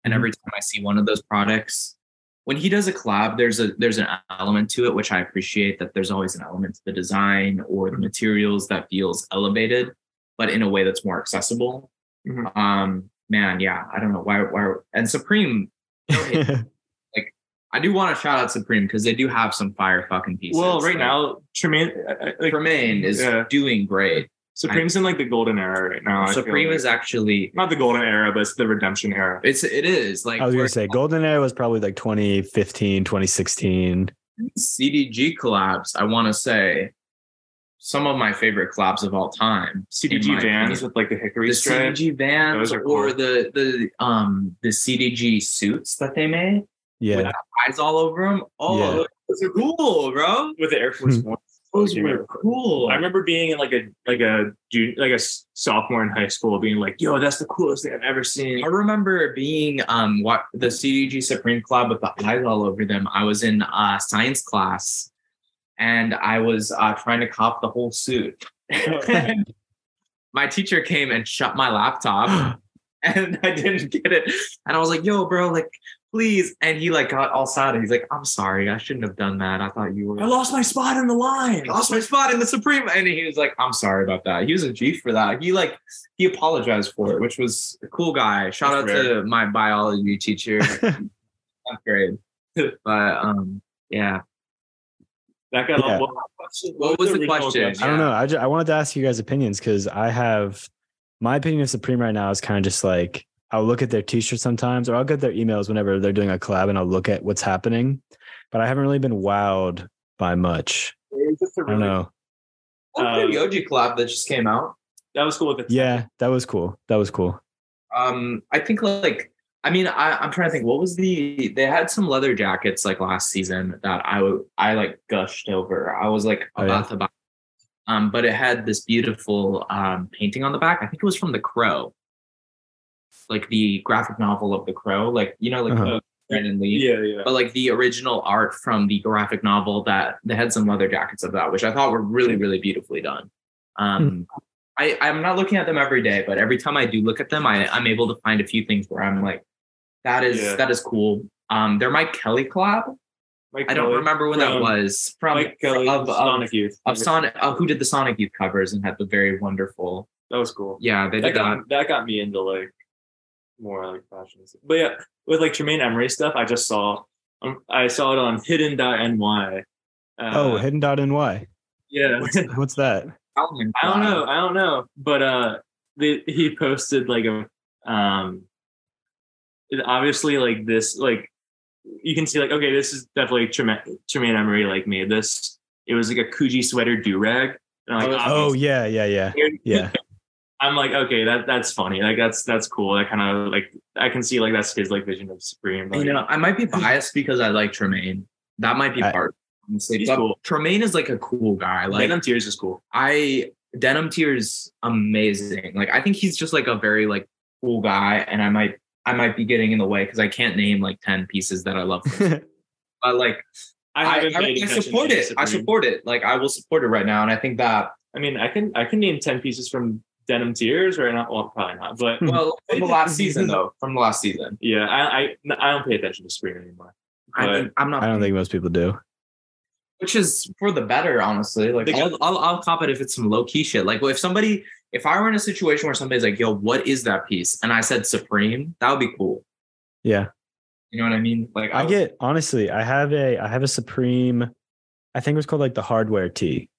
Speaker 2: And every time I see one of those products, when he does a collab, there's a there's an element to it which I appreciate that there's always an element to the design or the materials that feels elevated, but in a way that's more accessible.
Speaker 3: Mhm.
Speaker 2: Um, man, yeah, I don't know why why and Supreme. no hate I do want to shout out Supreme because they do have some fire fucking pieces.
Speaker 3: Well, right
Speaker 2: Like,
Speaker 3: now, Tremaine, I- I- like
Speaker 2: Tremaine is
Speaker 3: Yeah.
Speaker 2: doing great.
Speaker 3: Supreme's in like the golden era right now. I feel
Speaker 2: Supreme
Speaker 3: like.
Speaker 2: is actually
Speaker 3: not the golden era, but it's the redemption era.
Speaker 2: it's it is like
Speaker 1: I was
Speaker 2: we're-
Speaker 1: gonna say Golden Era was probably like 2015, 2016.
Speaker 2: CDG collabs. I want to say some of my favorite collabs of all time. in
Speaker 3: CDG
Speaker 2: my
Speaker 3: vans
Speaker 2: opinion.
Speaker 3: with like the
Speaker 2: the
Speaker 3: hickory stripe.
Speaker 2: CDG vans
Speaker 3: Those are
Speaker 2: or
Speaker 3: cool.
Speaker 2: the the um the CDG suits that they made,
Speaker 1: Yeah,
Speaker 2: eyes all over them. Oh,
Speaker 1: Yeah.
Speaker 2: those are cool, bro.
Speaker 3: with the Air Force
Speaker 1: Hmm.
Speaker 3: One.
Speaker 2: Those
Speaker 3: Yeah.
Speaker 2: were cool.
Speaker 3: I remember being in like a like a junior, like a s- sophomore in high school, being like, "Yo, that's the coolest thing I've ever seen."
Speaker 2: I remember being um what the CDG Supreme Club with the eyes all over them. I was in uh, science class, and I was uh, trying to cop the whole suit. And my teacher came and shut my laptop, and I didn't get it. And I was like, "Yo, bro, like, please!" And he like got all sad. He's like, "I'm sorry, I shouldn't have done that. I thought you were."
Speaker 3: I lost my spot in the line.
Speaker 2: I lost my spot in the Supreme. And he was like, I'm sorry about that. He was a G for that. He like he apologized for it, which was a cool guy. Shout
Speaker 3: That's
Speaker 2: out to my biology teacher in tenth grade. But um yeah.
Speaker 3: That got
Speaker 1: Yeah.
Speaker 3: what, was
Speaker 2: What was the
Speaker 3: original
Speaker 2: question?
Speaker 1: I don't know. I, ju- I wanted to ask you guys opinions because I have my opinion of Supreme right now is kind of just like I'll look at their T-shirts sometimes, or I'll get their emails whenever they're doing a collab, and I'll look at what's happening. But I haven't really been wowed by much.
Speaker 3: It was just a
Speaker 1: I don't
Speaker 3: really-
Speaker 1: know.
Speaker 2: That
Speaker 3: Um,
Speaker 2: Yoji collab that just came out.
Speaker 3: That was cool with the
Speaker 1: Yeah, that was cool. That was cool.
Speaker 2: Um I think like I mean, I, I'm trying to think. What was the? They had some leather jackets like last season that I would I like gushed over. I was like
Speaker 1: Oh,
Speaker 2: about
Speaker 1: yeah?
Speaker 2: to buy, um, but it had this beautiful um, painting on the back. I think it was from The Crow, like the graphic novel of The Crow, like you know, like
Speaker 1: Uh-huh.
Speaker 2: uh Brandon Lee
Speaker 3: Yeah, yeah.
Speaker 2: but like the original art from the graphic novel that they had some leather jackets of that, which I thought were really, really beautifully done. Um, I, I'm not looking at them every day, but every time I do look at them, I, I'm able to find a few things where I'm like, that is
Speaker 3: Yeah.
Speaker 2: that is cool. Um, they're Mike Kelly collab.
Speaker 3: Mike
Speaker 2: I don't
Speaker 3: Kelly-
Speaker 2: remember when that
Speaker 3: from-
Speaker 2: was from
Speaker 3: Mike Kelly
Speaker 2: of, of,
Speaker 3: Sonic Youth.
Speaker 2: of Sonic uh, who did the Sonic Youth covers and had the very wonderful
Speaker 3: That was cool.
Speaker 2: yeah they
Speaker 3: that
Speaker 2: did that.
Speaker 3: got that got me into like more like fashion. and stuff. But yeah, with like Tremaine Emery stuff, I just saw um, I saw it on Hidden.ny. Uh,
Speaker 1: oh, hidden dot ny.
Speaker 3: yeah.
Speaker 1: What's that?
Speaker 3: I don't know. I don't know. But uh, the, he posted like a um, it- obviously like this like you can see like okay, this is definitely Tremaine, Tremaine Emery like made this. It was like a Kuji sweater do rag. Like,
Speaker 1: Oh yeah, yeah, yeah,
Speaker 2: oh,
Speaker 3: obviously-
Speaker 1: yeah.
Speaker 3: I'm like, okay, that that's funny. Like that's that's cool. That kind of like I can see like that's his like vision of Supreme. Like,
Speaker 2: You know, I might be biased because I like Tremaine. That might be
Speaker 1: I-
Speaker 2: part. Honestly,
Speaker 3: He's
Speaker 2: But
Speaker 3: cool.
Speaker 2: Tremaine is like a cool guy. Like
Speaker 3: Venom Tears is cool.
Speaker 2: I Denim Tears amazing. Like I think he's just like a very like cool guy, and I might I might be getting in the way because I can't name like ten pieces that I love. from him. but like I, I,
Speaker 3: haven't paid
Speaker 2: I
Speaker 3: attention
Speaker 2: support
Speaker 3: to
Speaker 2: it. I
Speaker 3: Supreme.
Speaker 2: support it. Like I will support it right now, and I think that
Speaker 3: I mean, I can I can name ten pieces from Denim Tears or not. Well, probably not. But
Speaker 2: well from the last season though from the last season.
Speaker 3: yeah, I I, no, I don't pay attention to Supreme anymore.
Speaker 2: I
Speaker 3: But-
Speaker 2: mean, I'm not.
Speaker 1: I don't think most people do.
Speaker 2: which is for the better, honestly. Like
Speaker 3: Because-
Speaker 2: I'll, I'll I'll cop it if it's some low key shit. Like if somebody, if I were in a situation where somebody's like, "Yo, what is that piece?" and I said Supreme, that would be cool.
Speaker 1: Yeah.
Speaker 2: You know what I mean? Like
Speaker 1: I
Speaker 2: would-
Speaker 1: get honestly, I have a I have a Supreme, I think it was called like the hardware tee,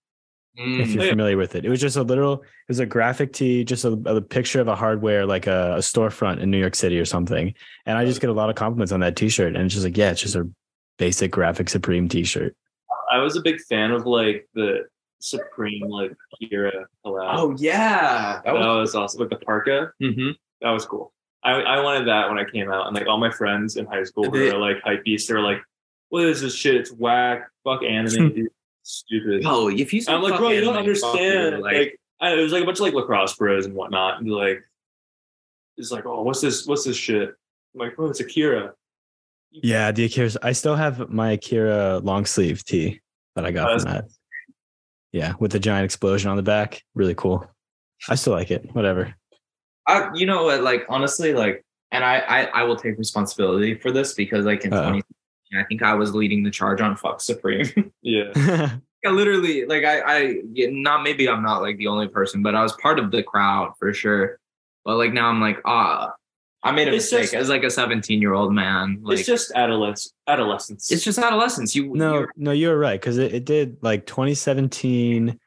Speaker 1: if
Speaker 2: Mm,
Speaker 1: you're
Speaker 3: Yeah.
Speaker 1: familiar with it. It was just a little, it was a graphic tee, just a, a picture of a hardware, like a, a storefront in New York City or something. And I just get a lot of compliments on that t-shirt. And it's just like, yeah, it's just a basic graphic Supreme t-shirt.
Speaker 3: I was a big fan of like the Supreme like Kira collab.
Speaker 2: oh yeah, that
Speaker 3: that
Speaker 2: was.
Speaker 3: was awesome. Like the parka,
Speaker 2: Mhm.
Speaker 3: that was cool. I, I wanted that when I came out, and like all my friends in high school who
Speaker 2: They-
Speaker 3: were like hype beasts, they were like, "What is this shit? It's whack. Fuck anime, dude. Stupid."
Speaker 2: Yo, Oh, if you. say
Speaker 3: I'm like,
Speaker 2: fuck
Speaker 3: bro, you don't
Speaker 2: anime, fuck you,"
Speaker 3: understand.
Speaker 2: Like,
Speaker 3: Like, I, it was like a bunch of like lacrosse bros and whatnot, and like, it's like, oh, what's this? What's this shit? I'm like, oh, it's Akira.
Speaker 1: Yeah, the Akira's. I still have my Akira long sleeve tee that I got
Speaker 3: Uh,
Speaker 1: from that. Yeah, with the giant explosion on the back. Really cool. I still like it. Whatever.
Speaker 2: I, you know what? Like honestly, like, and I, I, I will take responsibility for this because like in
Speaker 1: Uh-oh.
Speaker 2: 20, I think I was leading the charge on Fuck Supreme.
Speaker 3: yeah.
Speaker 2: I literally, like, I, I, yeah, not maybe I'm not like the only person, but I was part of the crowd for sure. But like now I'm like, ah, I made a
Speaker 3: It's
Speaker 2: mistake
Speaker 3: just-
Speaker 2: as like a 17 year old man. Like,
Speaker 3: it's just adolescence. Adolescence.
Speaker 2: it's just adolescence. You
Speaker 1: no,
Speaker 2: you're-
Speaker 1: no, you're right because it, it did like 2017,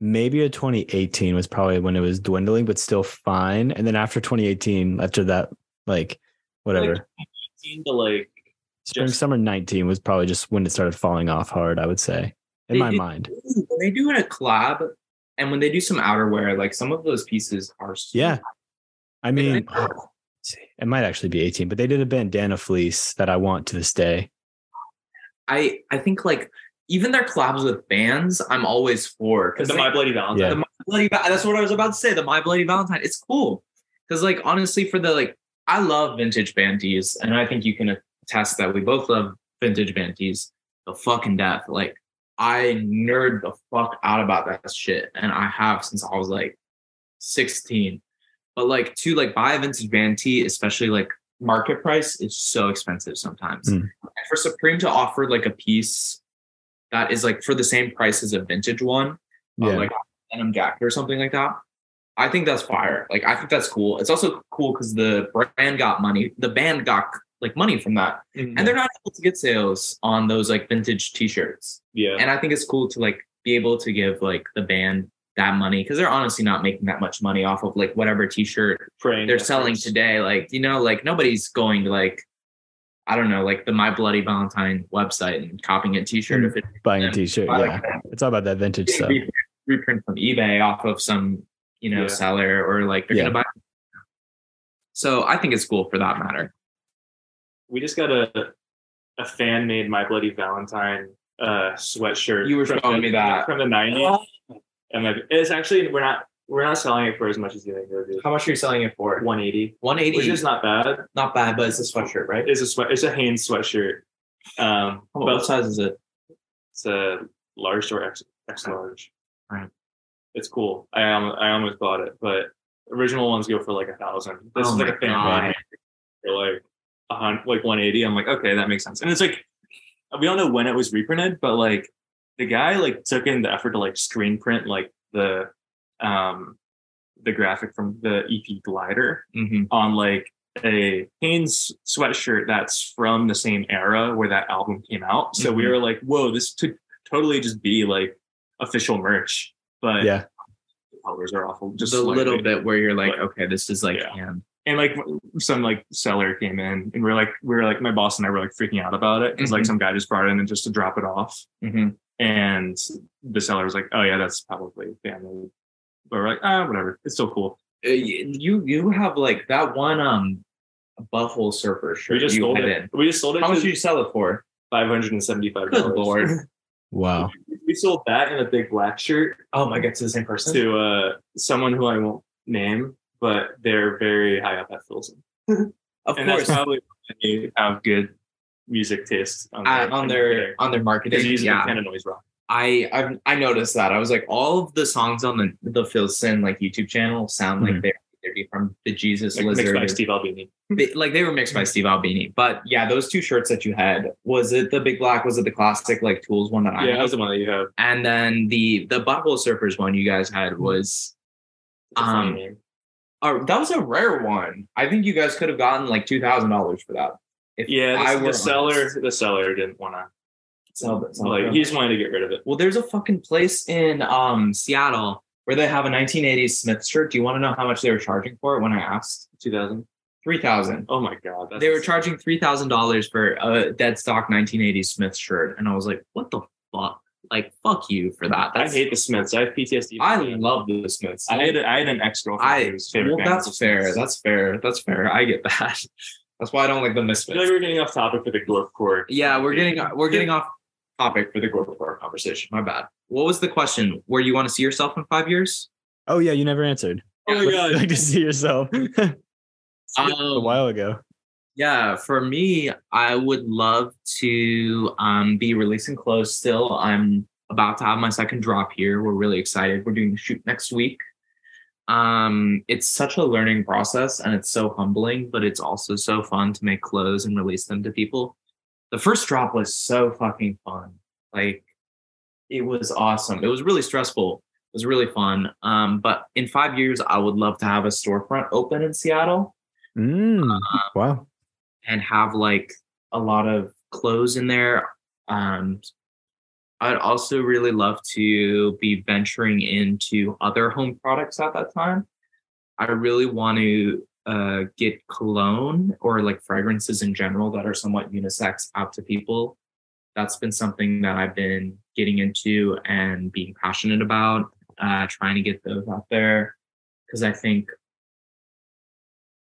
Speaker 1: maybe a 2018 was probably when it was dwindling, but still fine. And then after 2018, after that, like whatever,
Speaker 3: Like, 18 to like
Speaker 1: spring
Speaker 3: just-
Speaker 1: summer 19 was probably just when it started falling off hard. I would say in
Speaker 2: They
Speaker 1: my
Speaker 2: did-
Speaker 1: mind.
Speaker 2: when they do it a collab, and when they do some outerwear, like some of those pieces are so-
Speaker 1: Yeah, I mean.
Speaker 2: I-
Speaker 1: It might actually be 18, but they did a bandana fleece that I want to this day.
Speaker 2: I I think like even their collabs with bands, I'm always for because
Speaker 3: the My Bloody Valentine.
Speaker 1: Yeah.
Speaker 2: Bloody Va- that's what I was about to say. The My Bloody Valentine, it's cool because like honestly, for the like I love vintage band tees, and I think you can attest that we both love vintage band tees. The fucking death, like I nerd the fuck out about that shit, and I have since I was like 16. But like to like buy a vintage band tee, especially like market price, is so expensive sometimes.
Speaker 1: Mm.
Speaker 2: And for Supreme to offer like a piece that is like for the same price as a vintage one, uh, like denim jacket or something like that. I think that's fire. Like I think that's cool. It's also cool because the brand got money. The band got like money from that,
Speaker 3: Mm-hmm.
Speaker 2: and they're not able to get sales on those like vintage T-shirts.
Speaker 3: yeah.
Speaker 2: And I think it's cool to like be able to give like the band that money because they're honestly not making that much money off of like whatever T-shirt
Speaker 3: Praying
Speaker 2: they're
Speaker 3: that
Speaker 2: selling
Speaker 3: first.
Speaker 2: today. Like you know, like nobody's going to like I don't know, like the My Bloody Valentine website and copying a T-shirt if it
Speaker 1: buying a
Speaker 2: Yeah.
Speaker 1: t-shirt.
Speaker 2: I like
Speaker 1: Yeah. It's all about that vintage stuff.
Speaker 2: reprint, reprint from eBay off of some, you know,
Speaker 3: Yeah.
Speaker 2: seller or like they're
Speaker 1: Yeah.
Speaker 2: gonna buy. So I think it's cool for that matter.
Speaker 3: We just got a a fan made My Bloody Valentine uh sweatshirt.
Speaker 2: You were
Speaker 3: from
Speaker 2: showing
Speaker 3: the-
Speaker 2: me that. Oh.
Speaker 3: from the nineties. And like it's actually we're not we're not selling it for as much as you think it would be.
Speaker 2: How much are you selling it for?
Speaker 3: One eighty. Which
Speaker 2: 180
Speaker 3: is
Speaker 2: is
Speaker 3: not bad.
Speaker 2: not bad, but it's a sweatshirt, right?
Speaker 3: It's a sweat it's a Hanes sweatshirt. Um
Speaker 2: Oh,
Speaker 3: but
Speaker 2: what size is it?
Speaker 3: It's a large or X, X large.
Speaker 2: Right.
Speaker 3: It's cool. I um, I almost bought it, but original ones go for like a thousand. This
Speaker 2: Oh
Speaker 3: is like
Speaker 2: my
Speaker 3: a fan
Speaker 2: God.
Speaker 3: made. They're like a hun- like one eighty. I'm like, okay, that makes sense. And it's like we don't know when it was reprinted, but like the guy like took in the effort to like screen print like the um the graphic from the EP glider
Speaker 2: Mm-hmm.
Speaker 3: on like a Haynes sweatshirt that's from the same era where that album came out. So we
Speaker 2: Mhm.
Speaker 3: were like, whoa, this could totally just be like official merch. But
Speaker 1: Yeah.
Speaker 3: the colors are awful. Just
Speaker 2: Just a
Speaker 3: slightly.
Speaker 2: little bit where you're like,
Speaker 3: But-
Speaker 2: okay, this is like,
Speaker 3: Yeah.
Speaker 2: hand.
Speaker 3: And like some like seller came in and we're like, we were like, my boss and I were like freaking out about it because like
Speaker 2: Mhm.
Speaker 3: some guy just brought it in and just to drop it off.
Speaker 2: Mhm.
Speaker 3: And the seller was like, oh yeah, that's probably family. But we're like, ah, whatever. It's still cool.
Speaker 2: Uh, you you have like that one um Buffalo Surfer shirt.
Speaker 3: We just
Speaker 2: you
Speaker 3: sold
Speaker 2: had
Speaker 3: it. We just sold
Speaker 2: in.
Speaker 3: it
Speaker 2: How much
Speaker 3: to
Speaker 2: did you sell it for?
Speaker 3: $575.
Speaker 2: Good lord.
Speaker 1: Wow.
Speaker 3: we sold that in a big black shirt
Speaker 2: Oh my god, to the same person.
Speaker 3: to uh, someone who I won't name, but they're very high up at Filson.
Speaker 2: Of
Speaker 3: and
Speaker 2: course,
Speaker 3: that's probably why they have good music taste on,
Speaker 2: uh, on their on their
Speaker 3: because
Speaker 2: marketing.
Speaker 3: you use
Speaker 2: Yeah,
Speaker 3: kind of noise rock.
Speaker 2: I I've, I noticed that I was like all of the songs on the the Phil Sin like YouTube channel sound like
Speaker 1: Mhm.
Speaker 2: they're they're from the Jesus
Speaker 3: Like, mixed
Speaker 2: Lizard,
Speaker 3: by Steve Mhm. Albini.
Speaker 2: They- like they were mixed by Steve Albini. But yeah, those two shirts that you had was it the Big Black? Was it the classic like Tools one that I
Speaker 3: Yeah, that
Speaker 2: had?
Speaker 3: was the one that you have.
Speaker 2: And then the the Buffalo Surfers one you guys had was
Speaker 3: It's a Mm-hmm. funny
Speaker 2: Um,
Speaker 3: name.
Speaker 2: uh, that was a rare one. I think you guys could have gotten like two thousand dollars for that. If
Speaker 3: yeah,
Speaker 2: I
Speaker 3: the,
Speaker 2: were
Speaker 3: the seller, the seller didn't want to.
Speaker 2: sell it, sell it.
Speaker 3: Like he just wanted to get rid of it.
Speaker 2: Well, there's a fucking place in um Seattle where they have a 1980s Smith shirt. Do you want to know how much they were charging for it when I asked?
Speaker 3: Two thousand.
Speaker 2: Three thousand.
Speaker 3: Oh my god. that's
Speaker 2: They were
Speaker 3: insane.
Speaker 2: charging three thousand dollars for a dead stock 1980s Smith shirt, and I was like, "What the fuck? Like, fuck you for that."
Speaker 3: I
Speaker 2: That's,
Speaker 3: hate the Smiths. I have PTSD.
Speaker 2: I
Speaker 3: from them.
Speaker 2: love the Smiths.
Speaker 3: I had a, I had an ex
Speaker 2: I-
Speaker 3: girlfriend whose favorite
Speaker 2: well,
Speaker 3: band was
Speaker 2: that's
Speaker 3: the
Speaker 2: fair.
Speaker 3: Smiths.
Speaker 2: That's fair. That's fair. I get that. That's why I don't like the
Speaker 3: I feel like
Speaker 2: Misfits.
Speaker 3: we're getting off topic for the Glorp Court.
Speaker 2: Yeah, we're getting we're getting off topic for the Gordo Bar conversation. My bad. What was the question? Where you want to see yourself in five years?
Speaker 1: Oh yeah, you never answered.
Speaker 3: Oh my
Speaker 1: Like
Speaker 3: god!
Speaker 1: to see yourself a
Speaker 2: Um,
Speaker 1: while ago.
Speaker 2: Yeah, for me, I would love to um, be releasing clothes still. I'm about to have my second drop here. We're really excited. We're doing the shoot next week. Um, it's such a learning process and it's so humbling, but it's also so fun to make clothes and release them to people. The first drop was so fucking fun. Like, it was awesome. It was really stressful. It was really fun. Um, but in five years, I would love to have a storefront open in Seattle
Speaker 1: Mm, wow.
Speaker 2: and have like a lot of clothes in there. Um, I'd also really love to be venturing into other home products at that time. I really want to uh, get cologne or like fragrances in general that are somewhat unisex out to people. That's been something that I've been getting into and being passionate about, uh, trying to get those out there because I think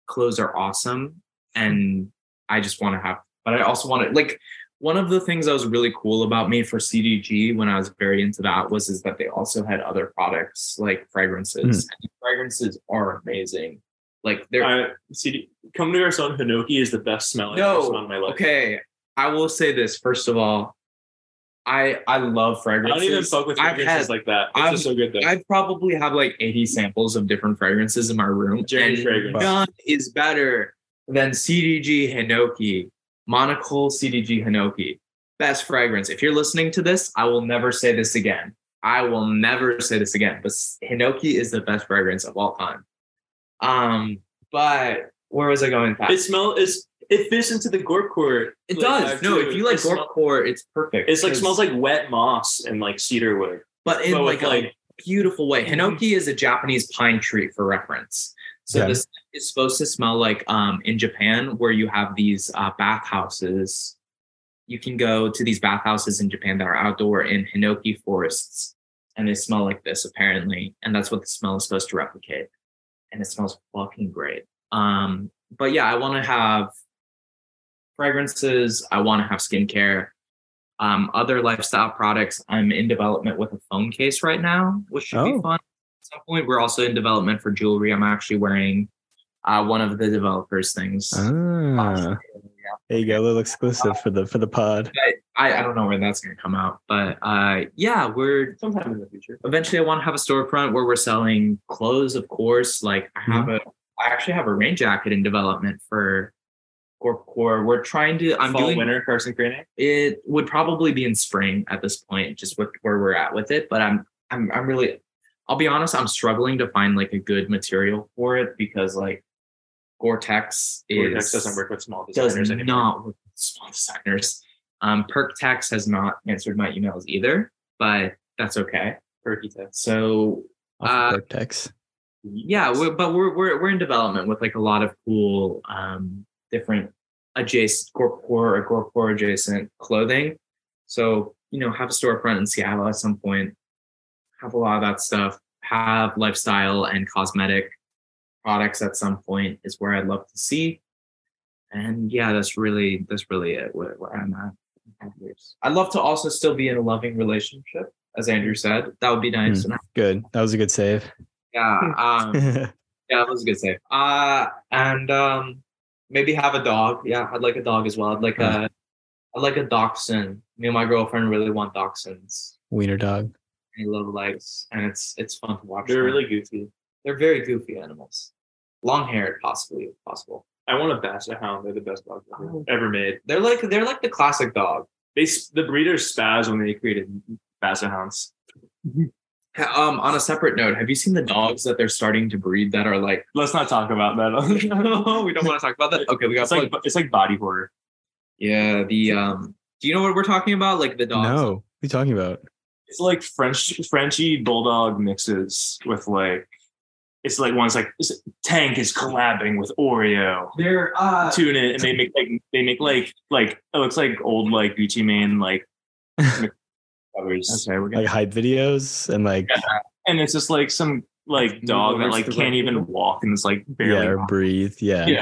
Speaker 2: clothes are awesome and I just want to have, but I also want to like one of the things that was really cool about me for CDG when I was very into that was is that they also had other products like fragrances. And fragrances are amazing. Like they're
Speaker 3: I, see, come to our son Hinoki is the best smelling
Speaker 2: No,
Speaker 3: person on my life.
Speaker 2: okay. I will say this first of all. I I love
Speaker 3: I
Speaker 2: fragrances.
Speaker 3: don't even fuck with
Speaker 2: I've
Speaker 3: fragrances
Speaker 2: had-
Speaker 3: like that. It's
Speaker 2: I've-
Speaker 3: just so good though.
Speaker 2: I probably have like 80 samples of different fragrances in my room.
Speaker 3: Jerry
Speaker 2: and
Speaker 3: fragrance.
Speaker 2: none is better than CDG Hinoki, Monocle CDG Hinoki. Best fragrance. If you're listening to this, I will never say this again. I will never say this again, but Hinoki is the best fragrance of all time. Um, but where was I going? with that?
Speaker 3: It smells. It's it fits into the gorp core.
Speaker 2: it
Speaker 3: like,
Speaker 2: does.
Speaker 3: vibe,
Speaker 2: No,
Speaker 3: too.
Speaker 2: if you like
Speaker 3: It smell-
Speaker 2: Gorkcore, it's perfect.
Speaker 3: it's like
Speaker 2: 'cause-
Speaker 3: smells like wet moss and like cedar wood.
Speaker 2: but in
Speaker 3: but with,
Speaker 2: like, a
Speaker 3: like- Mm-hmm.
Speaker 2: beautiful way. Hinoki is a Japanese pine tree for reference. So
Speaker 1: Yeah.
Speaker 2: this is supposed to smell like um, in Japan, where you have these uh, bathhouses. You can go to these bathhouses in Japan that are outdoor in Hinoki forests, and they smell like this apparently, and that's what the smell is supposed to replicate. And it smells fucking great. Um, but yeah, I want to have fragrances. I want to have skincare um, other lifestyle products. I'm in development with a phone case right now, which should
Speaker 1: Oh.
Speaker 2: be fun. At some point, we're also in development for jewelry. I'm actually wearing uh, one of the developers' things.
Speaker 1: Ah, there you go. A little exclusive for the for the pod.
Speaker 2: I, I don't know when that's going to come out, but uh, yeah, we're
Speaker 3: Sometime in the future.
Speaker 2: eventually. I want to have a storefront where we're selling clothes, of course. Like I have
Speaker 3: Mm-hmm.
Speaker 2: a, I actually have a rain jacket in development for Corp Core. We're trying to. I'm
Speaker 3: Fall
Speaker 2: doing
Speaker 3: winter Carson Craney.
Speaker 2: it would probably be in spring at this point just with where we're at with it but i'm i'm i'm really i'll be honest i'm struggling to find like a good material for it because like gore-tex is
Speaker 3: Vortex doesn't work with small
Speaker 2: does
Speaker 3: designers anymore.
Speaker 2: not work with small designers um perktex has not answered my emails either but that's okay
Speaker 3: Perky test.
Speaker 2: so
Speaker 1: Off
Speaker 2: Uh,
Speaker 1: of Vertex.
Speaker 2: yeah we're, but we're, we're we're in development with like a lot of cool um different adjacent gore core or gore core adjacent clothing so you know have a storefront in seattle at some point have a lot of that stuff have lifestyle and cosmetic products at some point is where i'd love to see and yeah that's really that's really it where, where i'm at in five years. i'd love to also still be in a loving relationship as andrew said that would be nice and I-
Speaker 1: Good. That was a good save.
Speaker 2: yeah um yeah, that was a good save. Uh, and um, maybe have a dog. Yeah, I'd like a dog as well. I'd like a, I'd like a dachshund. Me and my girlfriend really want dachshunds.
Speaker 1: Wiener dog.
Speaker 2: They love legs, and it's it's fun to watch.
Speaker 3: They're
Speaker 2: them.
Speaker 3: really goofy.
Speaker 2: they're very goofy animals. Long haired, possibly if possible.
Speaker 3: I want a basset hound. They're the best dogs ever-
Speaker 2: Oh.
Speaker 3: ever made.
Speaker 2: They're like they're like the classic dog.
Speaker 3: They s- the breeders spazzed when they created basset hounds.
Speaker 2: Ha- Um, on a separate note, have you seen the dogs that they're starting to breed that are like? oh,
Speaker 3: Let's not talk about
Speaker 2: we
Speaker 3: that.
Speaker 2: don't want to talk about that. Okay, we got
Speaker 3: it's like
Speaker 2: plugged.
Speaker 3: it's like body horror.
Speaker 2: yeah. The um, do you know what we're talking about? Like the dogs.
Speaker 1: No. What are you talking about?
Speaker 3: It's like French Frenchy bulldog mixes with like it's like one's like it's- Tank is collabing with Oreo.
Speaker 2: They're uh,
Speaker 3: Tune it and they make like they make like like it looks like old like Gucci Mane like covers.
Speaker 2: Okay, we're
Speaker 1: Like hype videos and like
Speaker 3: and it's just like some like dog that like can't even walk and it's like
Speaker 1: yeah,
Speaker 3: barely
Speaker 1: or breathe. Yeah.
Speaker 3: Yeah.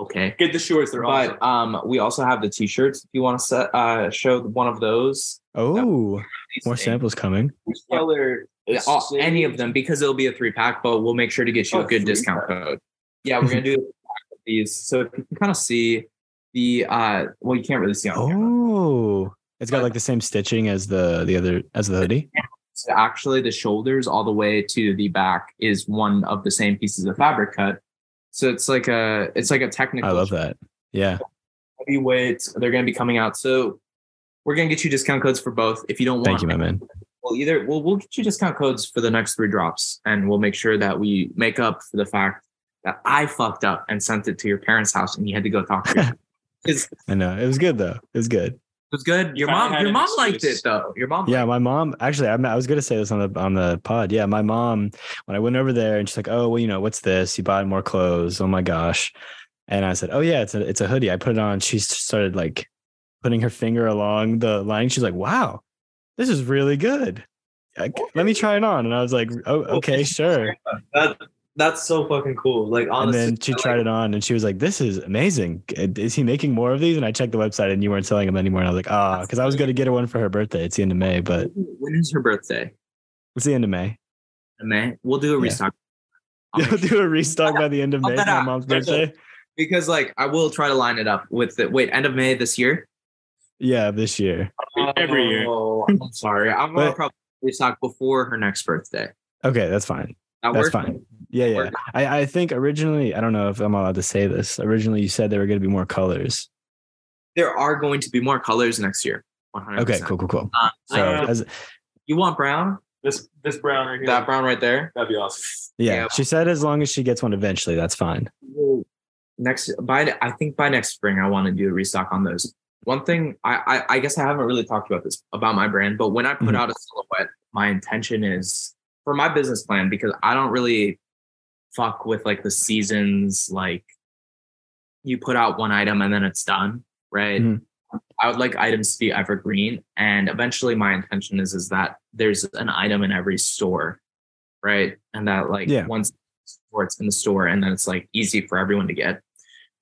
Speaker 2: okay.
Speaker 3: get the shorts they're awesome.
Speaker 2: But um, we also have the T-shirts. If you want to set, uh, show one of those,
Speaker 1: Oh,
Speaker 2: These
Speaker 1: more
Speaker 2: things.
Speaker 1: samples coming.
Speaker 3: Which color?
Speaker 2: Yeah, all- uh, any of them, because it'll be a three-pack. But we'll make sure to get you
Speaker 3: Oh,
Speaker 2: a good
Speaker 3: three-pack.
Speaker 2: discount code. Yeah, we're gonna do a pack of these, so if you can kind of see the uh well you can't really see on camera.
Speaker 1: Oh, it's got like the same stitching as the the other as the hoodie.
Speaker 2: So actually the shoulders all the way to the back is one of the same pieces of fabric cut. So it's like a it's like a technical
Speaker 1: I love that. Yeah.
Speaker 2: heavyweights. They're gonna be coming out. So we're gonna get you discount codes for both. If you don't
Speaker 1: Thank
Speaker 2: want
Speaker 1: you, my man.
Speaker 2: we'll either we'll we'll get you discount codes for the next three drops and we'll make sure that we make up for the fact that I fucked up and sent it to your parents' house and you had to go talk to your 'Cause it
Speaker 1: I know it was good though. It was good.
Speaker 2: was good.
Speaker 3: You
Speaker 2: Your
Speaker 3: finally
Speaker 2: mom
Speaker 3: had
Speaker 2: your
Speaker 3: an
Speaker 2: mom liked
Speaker 3: excuse.
Speaker 2: it though. Your mom
Speaker 1: Yeah, my mom actually. I'm, I was gonna say this on the on the pod. Yeah, my mom when I went over there and she's like, "Oh, well, you know, what's this? You bought more clothes? Oh my gosh!" And I said, "Oh yeah, it's a it's a hoodie." I put it on. She started like putting her finger along the line. She's like, "Wow, this is really good. Like, let me try it on." And I was like, "Oh, okay, sure."
Speaker 2: that that's so fucking cool. Like
Speaker 1: And
Speaker 2: honestly
Speaker 1: then she
Speaker 2: I
Speaker 1: tried it on and she was like, "This is amazing. Is he making more of these?" And I checked the website and you weren't selling them anymore. And I was like, "Ah," because I was gonna get her one for her birthday. It's the end of May, but
Speaker 2: like, when is her birthday?
Speaker 1: it's the end of May.
Speaker 2: In May. We'll do a
Speaker 1: Yeah.
Speaker 2: restock. I'll
Speaker 1: You'll
Speaker 2: make sure-
Speaker 1: do a restock by the end of
Speaker 2: I'll
Speaker 1: May for
Speaker 2: bet
Speaker 1: my
Speaker 2: I-
Speaker 1: mom's
Speaker 2: I'll bet.
Speaker 1: birthday.
Speaker 2: Because like I will try to line it up with the wait, end of May this year.
Speaker 1: Yeah, this year.
Speaker 3: Every year.
Speaker 2: Oh, I'm sorry. I'm gonna
Speaker 1: But-
Speaker 2: probably restock before her next birthday.
Speaker 1: Okay, that's fine.
Speaker 2: That
Speaker 1: That's
Speaker 2: works.
Speaker 1: fine. Yeah, yeah.
Speaker 2: Work.
Speaker 1: I, I think originally, I don't know if I'm allowed to say this. Originally, you said there were going to be more colors.
Speaker 2: There are going to be more colors next year. 100%.
Speaker 1: Okay, cool, cool, cool.
Speaker 2: Uh,
Speaker 1: So,
Speaker 3: I-
Speaker 1: as,
Speaker 2: you want brown?
Speaker 3: This this brown right here.
Speaker 2: That brown right there.
Speaker 3: That'd be awesome.
Speaker 1: yeah,
Speaker 2: yeah.
Speaker 1: she said as long as she gets one eventually, that's fine.
Speaker 2: Well, Next by I think by next spring I want to do a restock on those. One thing I I, I guess I haven't really talked about this about my brand, but when I put
Speaker 1: Mhm.
Speaker 2: out a silhouette, my intention is for my business plan because I don't really fuck with like the seasons like you put out one item and then it's done, right?
Speaker 1: Mhm.
Speaker 2: I would like items to be evergreen. And eventually my intention is is that there's an item in every store, right? And that like
Speaker 1: Yeah.
Speaker 2: once or it's in the store and then it's like easy for everyone to get.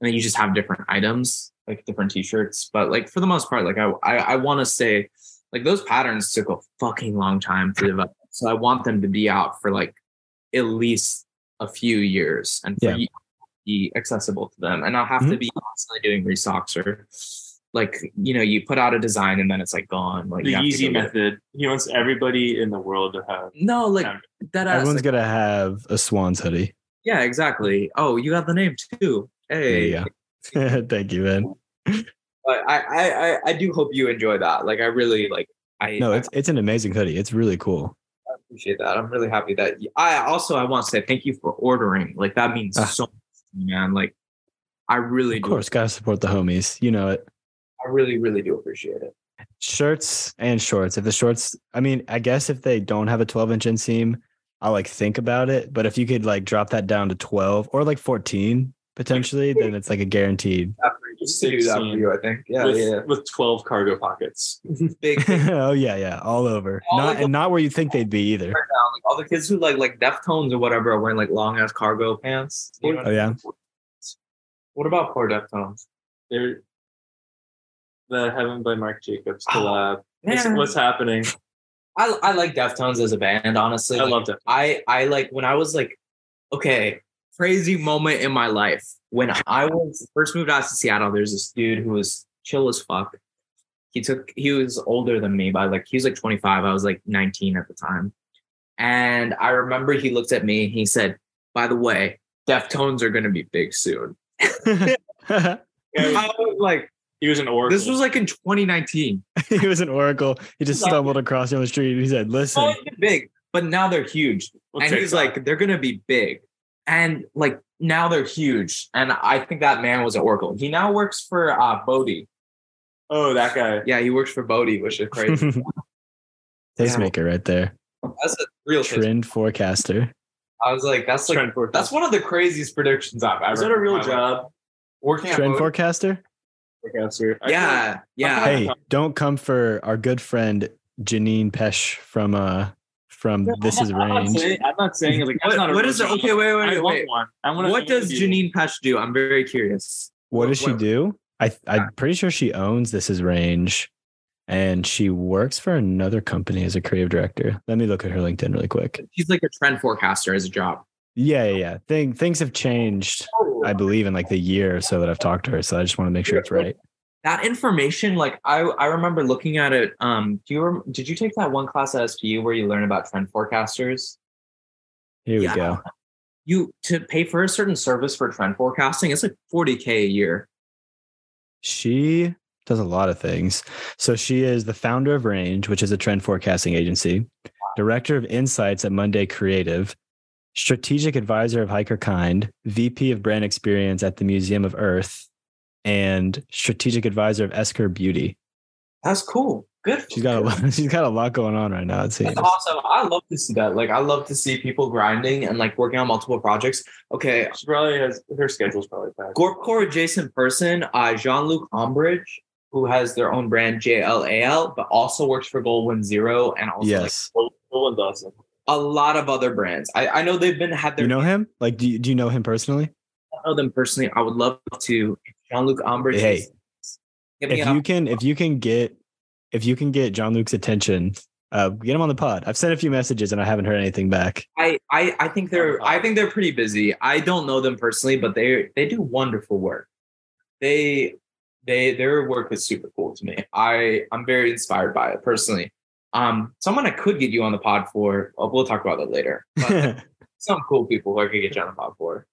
Speaker 2: And then you just have different items, like different t-shirts. But like for the most part, like I I, I wanna say like those patterns took a fucking long time to develop. So I want them to be out for like at least a few years and for
Speaker 1: Yeah. Mm-hmm.
Speaker 2: you to be accessible to them and not have to be constantly doing restocks or like you know you put out a design and then it's like gone like
Speaker 3: The
Speaker 2: you have to
Speaker 3: easy
Speaker 2: go get-
Speaker 3: method. He wants everybody in the world to have.
Speaker 2: no like
Speaker 3: Yeah.
Speaker 2: that ass,
Speaker 1: Everyone's
Speaker 2: like,
Speaker 1: going to have a swan's hoodie.
Speaker 2: yeah exactly oh you got the name too
Speaker 1: There
Speaker 2: hey
Speaker 1: you go. Thank you, man.
Speaker 2: but I, I i i do hope you enjoy that like i really like i
Speaker 1: No,
Speaker 2: I
Speaker 1: it's it's an amazing hoodie. It's really cool.
Speaker 2: appreciate that i'm really happy that i also i want to say thank you for ordering like that means
Speaker 1: Ah.
Speaker 2: so much to me, man like i really
Speaker 1: Of
Speaker 2: do
Speaker 1: course, got to support the homies. You know it.
Speaker 2: i really really do appreciate it
Speaker 1: shirts and shorts. If the shorts, I mean, I guess if they don't have a 12 inch inseam, I'll like think about it. But if you could like drop that down to 12 or like 14 potentially, then it's like a guaranteed.
Speaker 2: just to do that for you i think yeah
Speaker 3: with,
Speaker 2: yeah
Speaker 3: with 12 cargo pockets.
Speaker 2: big uh,
Speaker 1: oh, yeah, yeah, all over.
Speaker 2: All
Speaker 1: not
Speaker 2: over.
Speaker 1: and not where you think they'd be either.
Speaker 2: right now, like all the kids who like like Deftones or whatever are wearing like long ass cargo pants. You know what,
Speaker 1: Oh, yeah.
Speaker 2: what about poor Deftones?
Speaker 3: They're the Heaven by Mark Jacobs
Speaker 2: Oh,
Speaker 3: collab. What's,
Speaker 2: Man,
Speaker 3: what's happening?
Speaker 2: I I like Deftones as a band, honestly.
Speaker 3: I love that.
Speaker 2: I I like when I was like, okay, crazy moment in my life when I was first moved out to Seattle. There's this dude who was chill as fuck. He took he was older than me by like he was like 25. I was like 19 at the time, and I remember he looked at me. and He said, "By the way, Deftones are gonna be big soon." I was like.
Speaker 3: He was an oracle.
Speaker 2: This was like in 2019.
Speaker 1: he was an oracle. He just
Speaker 2: Sorry.
Speaker 1: stumbled across you on the street and he said, Listen,
Speaker 2: Always been big, but now they're huge.
Speaker 3: We'll
Speaker 2: and
Speaker 3: take
Speaker 2: he's
Speaker 3: that.
Speaker 2: like, they're gonna be big, and like now they're huge. And I think that man was an oracle. He now works for uh, Bodhi.
Speaker 3: oh, that guy.
Speaker 2: Yeah, he works for Bodhi, which is crazy.
Speaker 1: tastemaker right there.
Speaker 2: that's a real shit.
Speaker 1: Trend forecaster.
Speaker 2: I was like, that's like
Speaker 3: Trend forecast.
Speaker 2: that's one of the craziest predictions I've ever.
Speaker 3: Is that a
Speaker 2: in
Speaker 3: real
Speaker 2: my life.
Speaker 3: job?
Speaker 2: Working at
Speaker 1: Trend
Speaker 2: Bodhi?
Speaker 1: forecaster?
Speaker 3: Forecaster. I feel like
Speaker 2: Yeah, yeah.
Speaker 1: hey, don't come for our good friend Janine Pesh from uh from This Is
Speaker 3: I'm not
Speaker 1: Range.
Speaker 3: saying- I'm not saying like
Speaker 2: What-
Speaker 3: that's not a
Speaker 2: what
Speaker 3: real
Speaker 2: is it?
Speaker 3: job.
Speaker 2: Okay, wait, wait,
Speaker 3: I
Speaker 2: wait,
Speaker 3: want
Speaker 2: wait.
Speaker 3: one. I want
Speaker 2: What does Janine Pesh do? I'm very curious.
Speaker 1: What does she
Speaker 2: What-
Speaker 1: do? I I'm pretty sure she owns This Is Range, and she works for another company as a creative director. Let me look at her LinkedIn really quick.
Speaker 2: She's like a trend forecaster as a job.
Speaker 1: Yeah, yeah, yeah. Thing things have changed.
Speaker 3: Oh.
Speaker 1: I believe in like the year or so that I've talked to her. So I just want to make sure it's right.
Speaker 2: that information like i i remember looking at it um do you rem- did you take that one class at spu where you learn about trend forecasters
Speaker 1: Here we
Speaker 2: Yeah.
Speaker 1: go.
Speaker 2: you to pay for a certain service for trend forecasting it's like 40k a year
Speaker 1: She does a lot of things. So she is the founder of Range, which is a trend forecasting agency, director of insights at Monday Creative, strategic advisor of Hiker Kind, VP of brand experience at the Museum of Earth, and strategic advisor of Esker Beauty.
Speaker 2: that's cool good for
Speaker 1: She's got a
Speaker 2: her.
Speaker 1: lot, she's got a lot going on right now. It seems.
Speaker 2: That's awesome. I love to see that. Like, I love to see people grinding and like working on multiple projects. Okay,
Speaker 3: She probably has her schedule's probably packed.
Speaker 2: Gorpcore adjacent person, uh, Jean Luc Ombridge, who has their own brand JLAL, but also works for Goldwyn Zero and also like,
Speaker 1: Yes.
Speaker 3: Well, well, one's awesome.
Speaker 2: a lot of other brands. I, I know they've been had their.
Speaker 1: you know him? Like, do you, do you know him personally?
Speaker 2: I don't know them personally. I would love to. Jean Luc Ombridge.
Speaker 1: Hey.
Speaker 2: is- give me
Speaker 1: If
Speaker 2: an
Speaker 1: you can, if you can get, if you can get John Luke's attention, uh, get him on the pod. I've sent a few messages and I haven't heard anything back.
Speaker 2: I, I I think they're I think they're pretty busy. I don't know them personally, but they they do wonderful work. They they their work is super cool to me. I I'm very inspired by it personally. Um, someone I could get you on the pod for. oh, we'll talk about that later. But some cool people who I could get you on the pod for.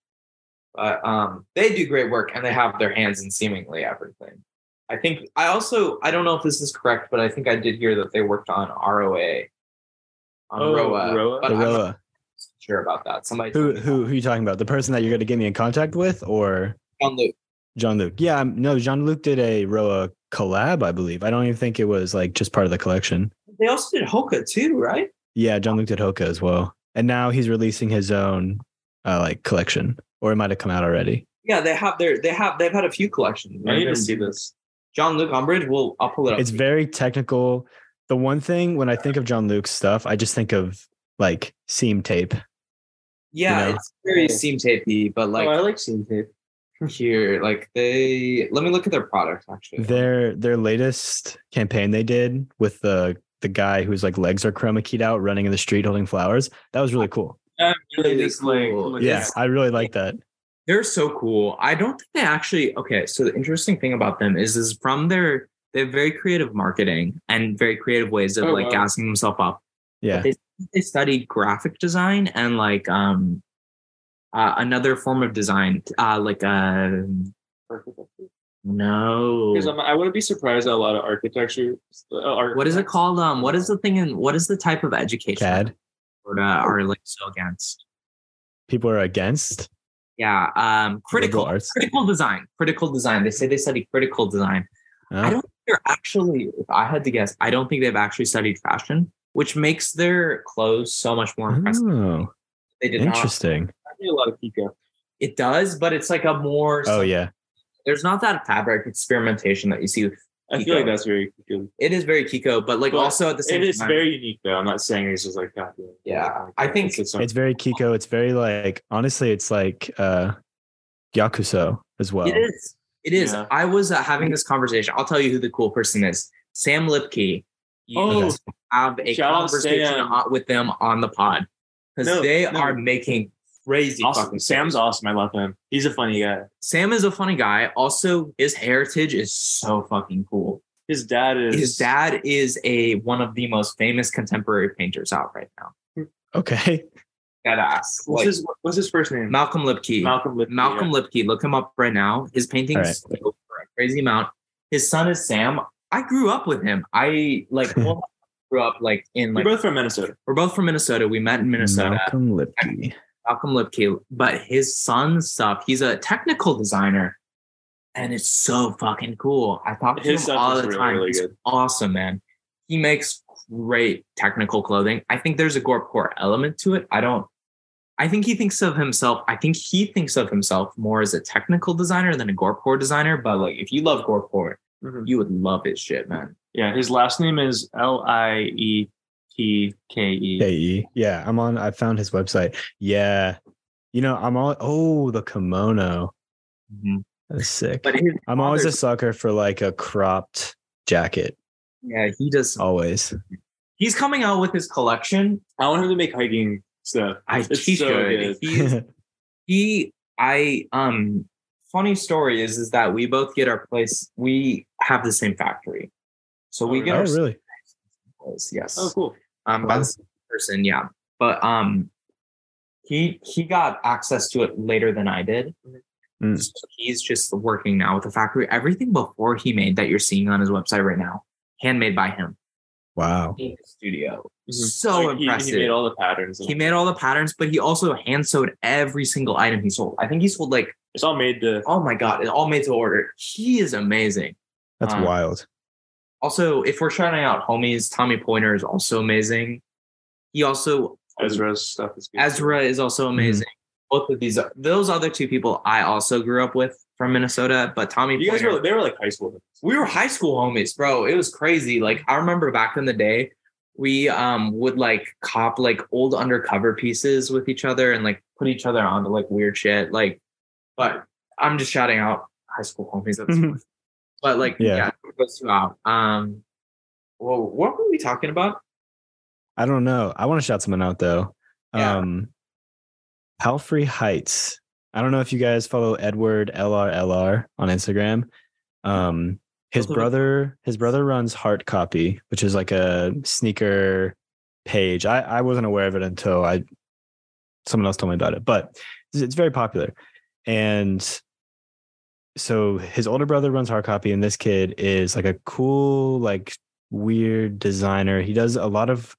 Speaker 2: But um, they do great work and they have their hands in seemingly everything. I think I also I don't know if this is correct, but I think I did hear that they worked on ROA. On
Speaker 3: Oh,
Speaker 2: ROA,
Speaker 3: ROA?
Speaker 2: but I'm not
Speaker 1: Aroa.
Speaker 2: sure about that. Somebody
Speaker 1: Who
Speaker 2: told me
Speaker 1: who who are you talking about? The person that you're going to get me in contact with, or
Speaker 2: that. John Luke.
Speaker 1: John Luke? Yeah, I'm, no, John Luke did a Roa collab, I believe. I don't even think it was like just part of the collection.
Speaker 2: They also did Hoka too, right?
Speaker 1: Yeah, John Luke did Hoka as well, and now he's releasing his own uh, like collection, or it might have come out already.
Speaker 2: Yeah, they have their they have they've had a few collections.
Speaker 3: I need to
Speaker 2: Maybe-
Speaker 3: see this.
Speaker 2: John Luke Umbridge. Well, I'll pull it up.
Speaker 1: It's very technical. The one thing when I think of John Luke's stuff, I just think of like seam tape.
Speaker 2: yeah,
Speaker 1: you know.
Speaker 2: it's very seam tapey, but like
Speaker 3: oh, I like seeing tape.
Speaker 2: here, like they let me look at their products actually.
Speaker 1: Their their latest campaign they did with the the guy whose like legs are chroma keyed out running in the street holding flowers. That was really cool.
Speaker 3: Yeah,
Speaker 2: Really
Speaker 3: really just like
Speaker 2: cool.
Speaker 3: like-
Speaker 1: Yeah, I really like that.
Speaker 2: They're so cool. I don't think they actually okay. So the interesting thing about them is is from their they have very creative marketing and very creative ways of
Speaker 3: Oh,
Speaker 2: like
Speaker 3: wow.
Speaker 2: gassing themselves up.
Speaker 1: Yeah.
Speaker 2: They, they studied graphic design and like um uh, another form of design, uh like um no.
Speaker 3: Because I'm- I wouldn't be surprised at a lot of architecture. Uh, art-
Speaker 2: What is it called? Um, what is the thing in what is the type of education
Speaker 1: CAD.
Speaker 2: Florida are like so against?
Speaker 1: People are against
Speaker 2: Yeah, um,
Speaker 1: liberal
Speaker 2: critical
Speaker 1: arts.
Speaker 2: critical design, critical design. They say they study critical design. I
Speaker 1: Huh?
Speaker 2: don't think they're actually, if I had to guess, I don't think they've actually studied fashion, which makes their clothes so much more impressive.
Speaker 1: Oh,
Speaker 2: They did not.
Speaker 1: interesting.
Speaker 3: I need a lot of Kika.
Speaker 2: It does, but it's like a more,
Speaker 1: Oh yeah.
Speaker 2: there's not that fabric experimentation that you see.
Speaker 3: I
Speaker 2: Kiko.
Speaker 3: feel like that's very Kiko.
Speaker 2: It is very Kiko, but like
Speaker 3: But
Speaker 2: also at the same
Speaker 3: It is
Speaker 2: time.
Speaker 3: very unique though. I'm not saying it's just like copying.
Speaker 2: Yeah, I think-
Speaker 3: it's,
Speaker 1: It's very Kiko. It's very like honestly, it's like uh Yakuso as well.
Speaker 2: It is. It is.
Speaker 3: Yeah.
Speaker 2: I was uh, having this conversation. I'll tell you who the cool person is. Sam Lipke. You
Speaker 3: Oh.
Speaker 2: need to have a
Speaker 3: Shout out
Speaker 2: conversation
Speaker 3: Sam.
Speaker 2: on- with them on the pod because
Speaker 3: No,
Speaker 2: they
Speaker 3: no.
Speaker 2: are making crazy.
Speaker 3: awesome.
Speaker 2: fucking
Speaker 3: Sam's
Speaker 2: things.
Speaker 3: awesome. I love him. He's a funny guy.
Speaker 2: Sam is a funny guy. Also, his heritage is so fucking cool.
Speaker 3: His dad is
Speaker 2: His dad is a one of the most famous contemporary painters out right now.
Speaker 1: Okay.
Speaker 2: That ass.
Speaker 3: What's
Speaker 2: Like,
Speaker 3: his What's his first name?
Speaker 2: Malcolm Lipke.
Speaker 3: Malcolm. Lipke,
Speaker 2: Malcolm Lipke. Look him up right now. His paintings go for a crazy amount. His son is Sam. I grew up with him. I like well, grew up like in
Speaker 3: Yeah.
Speaker 2: like
Speaker 3: We're both from Minnesota.
Speaker 2: we're both from Minnesota. We met in Minnesota.
Speaker 1: Malcolm Lipke.
Speaker 2: Malcolm Lipke, but his son's stuff. He's a technical designer, and it's so fucking cool. I talk to
Speaker 3: His
Speaker 2: him
Speaker 3: stuff
Speaker 2: all
Speaker 3: is
Speaker 2: the
Speaker 3: really,
Speaker 2: time.
Speaker 3: really
Speaker 2: He's
Speaker 3: good.
Speaker 2: awesome, man. He makes great technical clothing. I think there's a Gorp Core element to it. I don't. I think he thinks of himself. I think he thinks of himself more as a technical designer than a Gorp Core designer. But like, if you love Gorp Core,
Speaker 3: Mhm.
Speaker 2: you would love his shit, man.
Speaker 3: Yeah, his last name is L I E T K E.
Speaker 1: KE. Yeah, I'm on. I found his website. Yeah, you know, I'm all. Oh, the kimono.
Speaker 3: Mm-hmm.
Speaker 2: Mhm.
Speaker 1: That's sick.
Speaker 2: But his
Speaker 1: I'm always a
Speaker 2: father's-
Speaker 1: sucker for like a cropped jacket.
Speaker 2: yeah, he does. some-
Speaker 1: Always.
Speaker 2: He's coming out with his collection.
Speaker 3: I want him to make hiking stuff.
Speaker 2: I
Speaker 3: It's
Speaker 2: he
Speaker 3: so
Speaker 2: should.
Speaker 3: good.
Speaker 2: He's he I um funny story is is that we both get our place. We have the same factory, so we
Speaker 3: Oh,
Speaker 2: get
Speaker 1: oh,
Speaker 2: our
Speaker 1: really?
Speaker 2: place. Yes.
Speaker 3: Oh, cool.
Speaker 2: um, by the same person, yeah. But um, he he got access to it later than I did.
Speaker 1: Mm.
Speaker 2: So he's just working now with the factory. Everything before he made that you're seeing on his website right now, handmade by him
Speaker 1: Wow.
Speaker 2: in the studio.
Speaker 3: Mhm.
Speaker 2: So
Speaker 3: Like, he-
Speaker 2: impressive.
Speaker 3: He, made all the patterns. and-
Speaker 2: He made all the patterns, but he also hand sewed every single item he sold. I think he sold like,
Speaker 3: it's all made to.
Speaker 2: oh my god, it all made to order. He is amazing.
Speaker 1: That's
Speaker 2: Um,
Speaker 1: wild.
Speaker 2: Also, if we're trying out homies, Tommy Pointer is also amazing. He also
Speaker 3: Ezra's stuff is good.
Speaker 2: Ezra is also amazing. Both of these, are, those other two people, I also grew up with from Minnesota. But Tommy,
Speaker 3: You guys
Speaker 2: Pointer-
Speaker 3: were they were like high school.
Speaker 2: we were high school homies, bro. It was crazy. Like I remember back in the day, we um would like cop like old undercover pieces with each other and like put each other onto like weird shit. Like, but I'm just shouting out high school homies at this
Speaker 1: Mhm.
Speaker 2: point. But like,
Speaker 1: Yeah.
Speaker 2: yeah, those two out. Um, well, what were we talking about?
Speaker 1: I don't know. I want to shout someone out though.
Speaker 2: Yeah.
Speaker 1: Um Palfrey Heights. I don't know if you guys follow Edward LRLR on Instagram. Um his
Speaker 2: Those are-
Speaker 1: brother his brother runs Heart Copy, which is like a sneaker page. I I wasn't aware of it until I someone else told me about it, but it's, it's very popular. And so his older brother runs Hard Copy, and this kid is like a cool, like weird designer. He does a lot of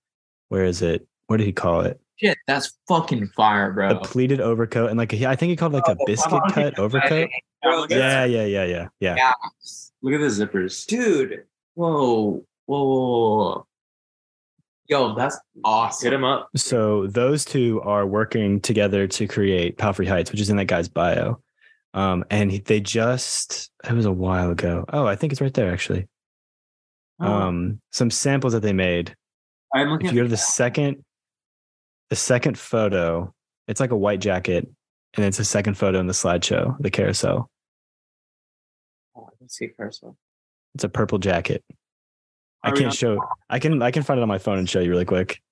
Speaker 1: where is it? What did he call it?
Speaker 2: Shit, that's fucking fire, bro.
Speaker 1: A pleated overcoat, and like he, I think he called it like
Speaker 2: Oh,
Speaker 1: a biscuit
Speaker 2: fuck.
Speaker 1: cut overcoat.
Speaker 2: Bro,
Speaker 1: Yeah, yeah, yeah, yeah, yeah.
Speaker 2: that's-
Speaker 3: Look at the zippers.
Speaker 2: dude. Whoa, whoa, whoa, whoa. yo, that's
Speaker 3: Hit
Speaker 2: awesome.
Speaker 3: him up.
Speaker 1: So those two are working together to create Palfrey Heights, which is in that guy's bio. Um, and he- they just it was a while ago. Oh, I think it's right there actually.
Speaker 3: Oh.
Speaker 1: Um, some samples that they made
Speaker 3: I'm looking.
Speaker 1: if
Speaker 3: At,
Speaker 1: you go to the second the second photo it's like a white jacket and it's the second photo in the slideshow the carousel
Speaker 2: Oh, I can see Carousel.
Speaker 1: it's a purple jacket i
Speaker 3: Are we
Speaker 1: can't
Speaker 3: on-
Speaker 1: show i can i can find it on my phone and show you really quick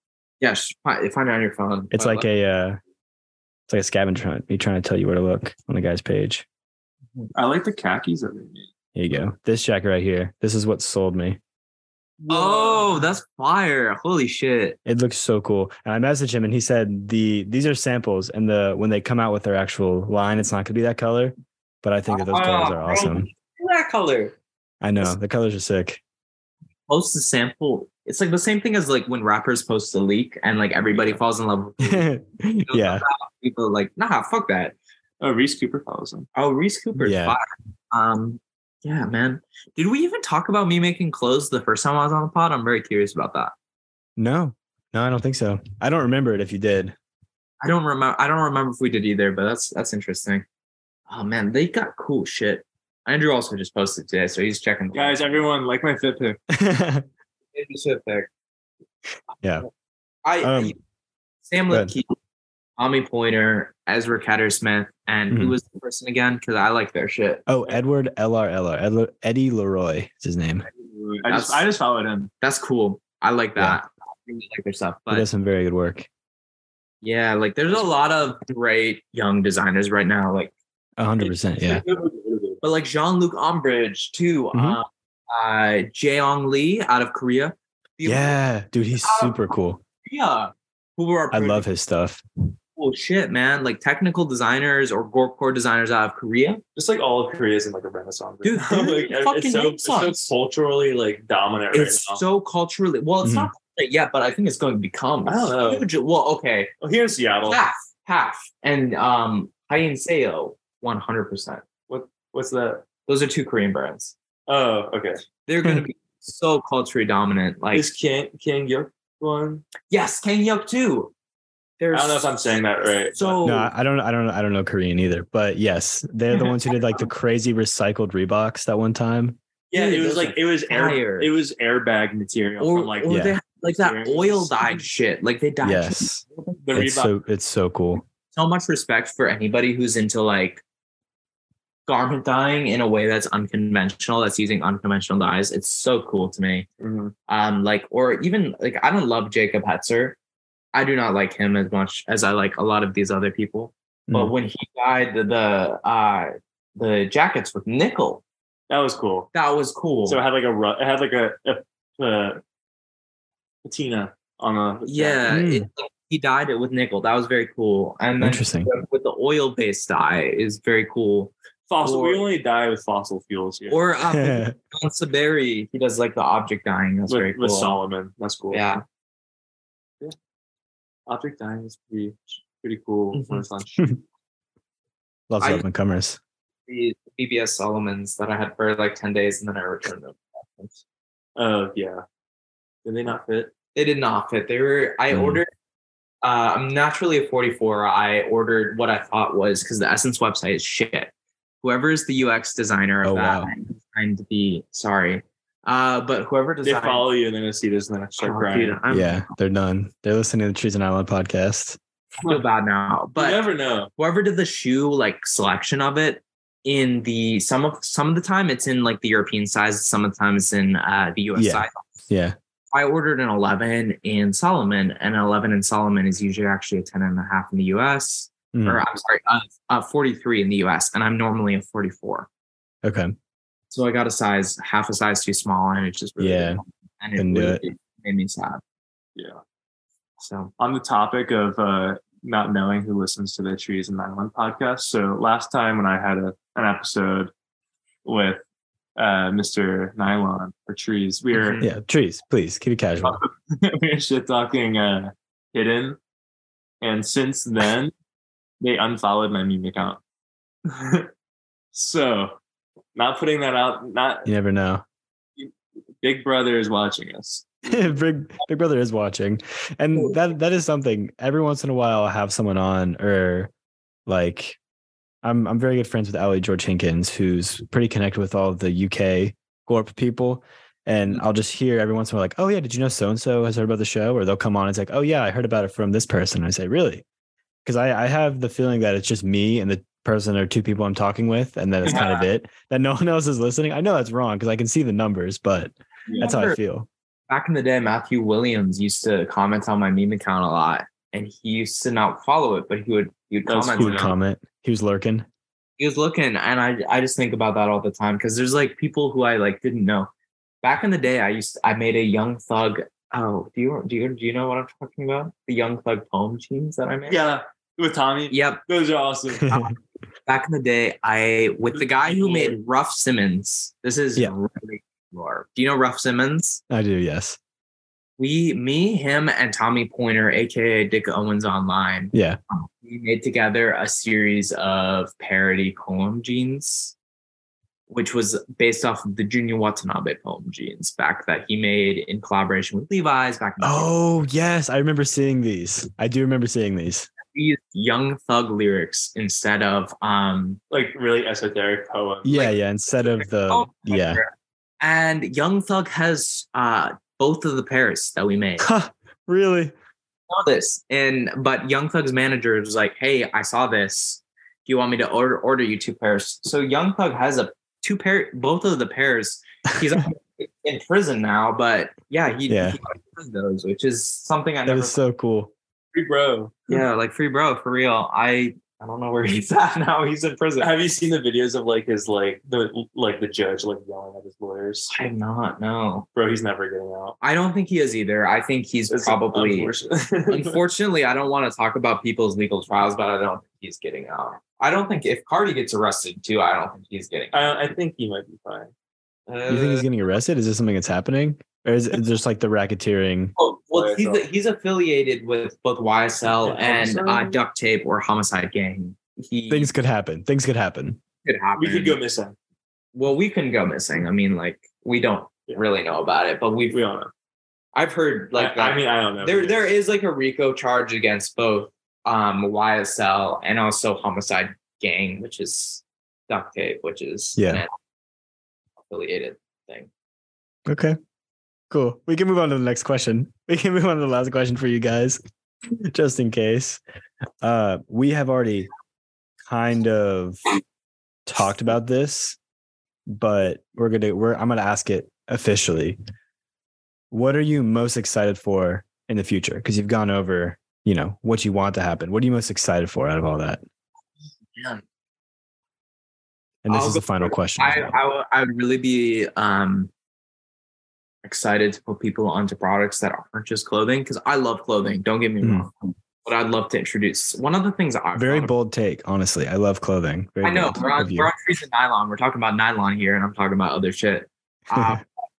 Speaker 2: Yeah, sh- find, find it on your phone.
Speaker 1: it's like a uh it's like a scavenger hunt me trying to tell you where to look on the guy's page
Speaker 3: I like the khakis that they made.
Speaker 1: here you go this jacket right here this is what sold me
Speaker 2: oh, that's fire! Holy shit!
Speaker 1: it looks so cool and i messaged him and he said the these are samples and the when they come out with their actual line it's not going to be that color but i think that those colors are
Speaker 2: Oh, bro,
Speaker 1: awesome
Speaker 2: look at That color.
Speaker 1: i know the colors are sick
Speaker 2: Post the sample. It's like the same thing as like when rappers post a leak and like everybody falls in love with the leak. You know,
Speaker 1: yeah,
Speaker 2: people are like nah, fuck that.
Speaker 3: Oh, Reese Cooper follows them.
Speaker 2: Oh, Reese Cooper's
Speaker 1: Yeah.
Speaker 2: fire. Um, yeah, man. Did we even talk about me making clothes the first time I was on the pod? I'm very curious about that.
Speaker 1: no, no, I don't think so. I don't remember it. If you did,
Speaker 2: I don't remember. I don't remember if we did either, but that's that's interesting. Oh man, they got cool shit. Andrew also just posted today, so he's checking.
Speaker 3: Guys, everyone like my fit pick.
Speaker 1: I Yeah.
Speaker 2: I
Speaker 1: Um,
Speaker 2: Sam
Speaker 1: go ahead.
Speaker 2: Linkey, Tommy Pointer, Ezra Catter Smith, and who
Speaker 1: Mhm.
Speaker 2: was the person again? Because I like their shit.
Speaker 1: oh Edward LRLR, Edler, Eddie Leroy is his name.
Speaker 3: I
Speaker 2: That's-
Speaker 3: just I just followed him.
Speaker 2: That's cool. I like
Speaker 1: Yeah.
Speaker 2: that. I really like their stuff.
Speaker 1: he
Speaker 2: But
Speaker 1: does some very good work.
Speaker 2: yeah, like there's a lot of great young designers right now. Like
Speaker 1: A hundred percent. Yeah.
Speaker 2: but like Jean Luc Ombridge too.
Speaker 1: Mhm.
Speaker 2: Um, uh, Jaeong Lee out of Korea. The-
Speaker 1: Yeah, dude, he's super cool.
Speaker 2: Korea. Who were our
Speaker 1: I love his stuff.
Speaker 2: cool shit, man. Like technical designers or gorkcore designers out of Korea.
Speaker 3: Just like all of Korea is in like a renaissance.
Speaker 2: Dude,
Speaker 3: right
Speaker 2: they're
Speaker 3: now.
Speaker 2: in
Speaker 3: like,
Speaker 2: fucking
Speaker 3: it's, so, it's
Speaker 2: renaissance.
Speaker 3: so culturally like dominant
Speaker 2: It's
Speaker 3: right now.
Speaker 2: so culturally well, it's
Speaker 1: Mhm.
Speaker 2: not culturally yet, but I think it's going to become
Speaker 3: I don't know.
Speaker 2: huge. Well, okay.
Speaker 3: Well, here Oh, in Seattle,
Speaker 2: Half, half. And um Hayin Seo, one hundred percent.
Speaker 3: what's that?
Speaker 2: Those are two Korean brands.
Speaker 3: Oh, okay.
Speaker 2: They're gonna
Speaker 1: Hmm.
Speaker 2: be so culturally dominant. Like
Speaker 3: is King King Yuk one?
Speaker 2: yes, Kang Hyuk too.
Speaker 3: I
Speaker 2: They're
Speaker 3: don't know if I'm saying that right.
Speaker 2: so
Speaker 1: No, I I don't, I don't, I don't know Korean either. But yes, they're the ones who did like the crazy recycled Reeboks that one time.
Speaker 3: yeah, it
Speaker 2: Dude,
Speaker 3: was
Speaker 2: those
Speaker 3: like it was
Speaker 2: fire.
Speaker 3: air, it was airbag material
Speaker 2: or,
Speaker 3: from like
Speaker 2: or
Speaker 1: Yeah.
Speaker 2: they have, like that
Speaker 3: Experience.
Speaker 2: oil dyed shit. Like they dyed shit.
Speaker 1: Yes,
Speaker 3: the
Speaker 1: it's
Speaker 3: Reebok.
Speaker 1: so it's so cool.
Speaker 2: so much respect for anybody who's into like garment dyeing in a way that's unconventional, that's using unconventional dyes. It's so cool to me.
Speaker 3: Mhm.
Speaker 2: Um, like, or even like I don't love Jacob Hetzer. I do not like him as much as I like a lot of these other people.
Speaker 1: Mm.
Speaker 2: But when he dyed the the, uh, the jackets with nickel,
Speaker 3: That was cool.
Speaker 2: that was cool.
Speaker 3: So it had like a ru- it had like a, a, a patina on the
Speaker 2: yeah,
Speaker 1: Mm.
Speaker 2: it- he dyed it with nickel. That was very cool. And then
Speaker 1: Interesting.
Speaker 2: with the oil based dye is very cool.
Speaker 3: fossil.
Speaker 2: Or-
Speaker 3: we only die with fossil fuels here.
Speaker 2: Or um, John Saberi, he does like the object dyeing. That's
Speaker 3: with,
Speaker 2: very cool.
Speaker 3: with Solomon. That's cool.
Speaker 2: Yeah,
Speaker 3: Object dying is pretty pretty cool
Speaker 2: Mm-hmm.
Speaker 3: when it's on
Speaker 1: Lots
Speaker 2: I-
Speaker 1: of up and comers.
Speaker 2: the BBS Solomons that I had for like ten days and then I returned them.
Speaker 3: Uh, yeah. Did they not fit?
Speaker 2: They did not fit. They were. I
Speaker 1: Mm.
Speaker 2: ordered. Uh, I'm naturally a 44. I ordered what I thought was because the Essence website is shit. Whoever is the UX designer of
Speaker 1: Oh,
Speaker 2: that
Speaker 1: wow.
Speaker 2: designed the sorry, uh, but whoever
Speaker 3: They
Speaker 2: designed
Speaker 3: follow you and they're gonna see this and then I start
Speaker 2: Oh,
Speaker 3: crying.
Speaker 2: dude, I'm
Speaker 1: yeah, they're done. They're listening to the Trees and Island podcast.
Speaker 2: I feel bad now.
Speaker 3: you
Speaker 2: But
Speaker 3: never know.
Speaker 2: whoever did the shoe like selection of it in the some of some of the time it's in like the European size, some of the time it's in uh, the US
Speaker 1: Yeah.
Speaker 2: size.
Speaker 1: Yeah.
Speaker 2: I ordered an 11 in Solomon, and an 11 in Solomon is usually actually a 10 and a half in the US,
Speaker 1: Mm,
Speaker 2: or I'm sorry, a, a 43 in the US, and I'm normally a 44.
Speaker 1: Okay.
Speaker 2: So I got a size, half a size too small, and it's just really,
Speaker 1: Yeah.
Speaker 2: and it,
Speaker 1: Couldn't do
Speaker 2: really made me sad.
Speaker 3: Yeah.
Speaker 2: So
Speaker 3: on the topic of uh, not knowing who listens to the Trees and Island podcast. So last time when I had a, an episode with uh, Mr. Nylon or Trees, we were,
Speaker 1: Yeah. Trees, please keep it casual.
Speaker 3: we were shit talking uh, Hidden. And since then, they unfollowed my meme account. so not putting that out, not
Speaker 1: You never know.
Speaker 3: Big Brother is watching us.
Speaker 1: Big Big Brother is watching, and that that is something. Every once in a while, I'll have someone on, or like, I'm I'm very good friends with Ali George Hinkins, who's pretty connected with all the UK Gorp people, and I'll just hear every once in a while, like, oh yeah, did you know so and so has heard about the show? Or they'll come on, and it's like, oh yeah, I heard about it from this person. I say, really? Because I I have the feeling that it's just me and the person or two people I'm talking with, and that it's kind of it. That no one else is listening. I know that's wrong because I can see the numbers, but that's how I feel.
Speaker 2: back in the day, Matthew Williams used to comment on my meme account a lot, and he used to not follow it, but he would he would
Speaker 3: That's
Speaker 2: comment.
Speaker 1: He
Speaker 3: cool.
Speaker 2: on
Speaker 1: would
Speaker 2: it.
Speaker 1: comment. He was lurking.
Speaker 2: he was looking and I I just think about that all the time because there's like people who I like didn't know. Back in the day, I used I made a Young Thug. Oh, do you do you do you know what I'm talking about? The Young Thug poem jeans that I made.
Speaker 3: Yeah, with Tommy.
Speaker 2: Yep.
Speaker 3: Those are awesome.
Speaker 1: Ah.
Speaker 2: Back in the day, I with the guy who made Ruff Simmons. This is
Speaker 1: Yeah.
Speaker 2: really lore. Do you know Ruff Simmons?
Speaker 1: I do, yes.
Speaker 2: We, me, him, and Tommy Pointer, aka Dick Owens Online,
Speaker 1: Yeah.
Speaker 2: we made together a series of parody poem genes, which was based off of the Junior Watanabe poem genes back that he made in collaboration with Levi's back in the day.
Speaker 1: Oh, yes. I remember seeing these. I do remember seeing these.
Speaker 2: We used Young Thug lyrics instead of um
Speaker 3: like really esoteric poem.
Speaker 1: Yeah,
Speaker 2: Like-
Speaker 1: yeah. Instead of the
Speaker 2: oh,
Speaker 1: yeah.
Speaker 2: and Young Thug has uh both of the pairs that we made.
Speaker 1: Huh, really?
Speaker 2: saw this and but young thug's manager was like hey i saw this do you want me to order order you two pairs so young thug has a two pair both of the pairs he's in prison now but yeah he,
Speaker 1: Yeah.
Speaker 2: he has those which is something i
Speaker 1: That
Speaker 2: never
Speaker 1: was so cool.
Speaker 3: Free bro.
Speaker 2: yeah like free bro for real i i don't know where he's at now he's in prison
Speaker 3: Have you seen the videos of like his like the like the judge like yelling at his lawyers?
Speaker 2: i'm not no
Speaker 3: Bro, he's never getting out.
Speaker 2: i don't think he is either i think he's
Speaker 3: It's
Speaker 2: probably
Speaker 3: unfortunate.
Speaker 2: Unfortunately, I don't want to talk about people's legal trials, but I don't think he's getting out. I don't think if Cardi gets arrested too, I don't think he's getting.
Speaker 3: I, I think he might be fine.
Speaker 1: You think he's
Speaker 3: Uh,
Speaker 1: getting arrested? Is this something that's happening? Or is it just like the racketeering?
Speaker 2: well, well, he's
Speaker 3: YSL.
Speaker 2: he's affiliated with both YSL and
Speaker 3: Homicide?
Speaker 2: uh, Duct Tape or Homicide Gang. He
Speaker 1: Things could happen. Things could happen.
Speaker 2: could happen.
Speaker 3: We could go missing.
Speaker 2: Well, we couldn't go missing. I mean, like we don't
Speaker 3: Yeah.
Speaker 2: really know about it, but we've
Speaker 3: We don't know.
Speaker 2: I've heard
Speaker 3: Like
Speaker 2: like
Speaker 3: I,
Speaker 2: that-
Speaker 3: mean, I don't know.
Speaker 2: there there is like a RICO charge against both um, YSL and also Homicide Gang, which is Duct Tape, which is
Speaker 1: Yeah.
Speaker 2: an affiliated thing.
Speaker 1: Okay. Cool. We can move on to the next question. We can move on to the last question for you guys, just in case. Uh, we have already kind of talked about this, but we're gonna we're I'm gonna ask it officially. What are you most excited for in the future? Because you've gone over, you know, what you want to happen. What are you most excited for out of all that?
Speaker 2: man.
Speaker 1: And this
Speaker 2: I'll
Speaker 1: is the
Speaker 2: go
Speaker 1: final
Speaker 2: first.
Speaker 1: question.
Speaker 2: I, I, w- I would really be um, excited to put people onto products that aren't just clothing because I love clothing. Don't get me
Speaker 1: Mm.
Speaker 2: wrong, but I'd love to introduce one of the things I
Speaker 1: Very
Speaker 2: thought of-
Speaker 1: bold take, honestly. I love clothing. Very
Speaker 2: I know
Speaker 1: bold
Speaker 2: we're on,
Speaker 1: of you.
Speaker 2: we're on trees and nylon. We're talking about nylon here, and I'm talking about other shit.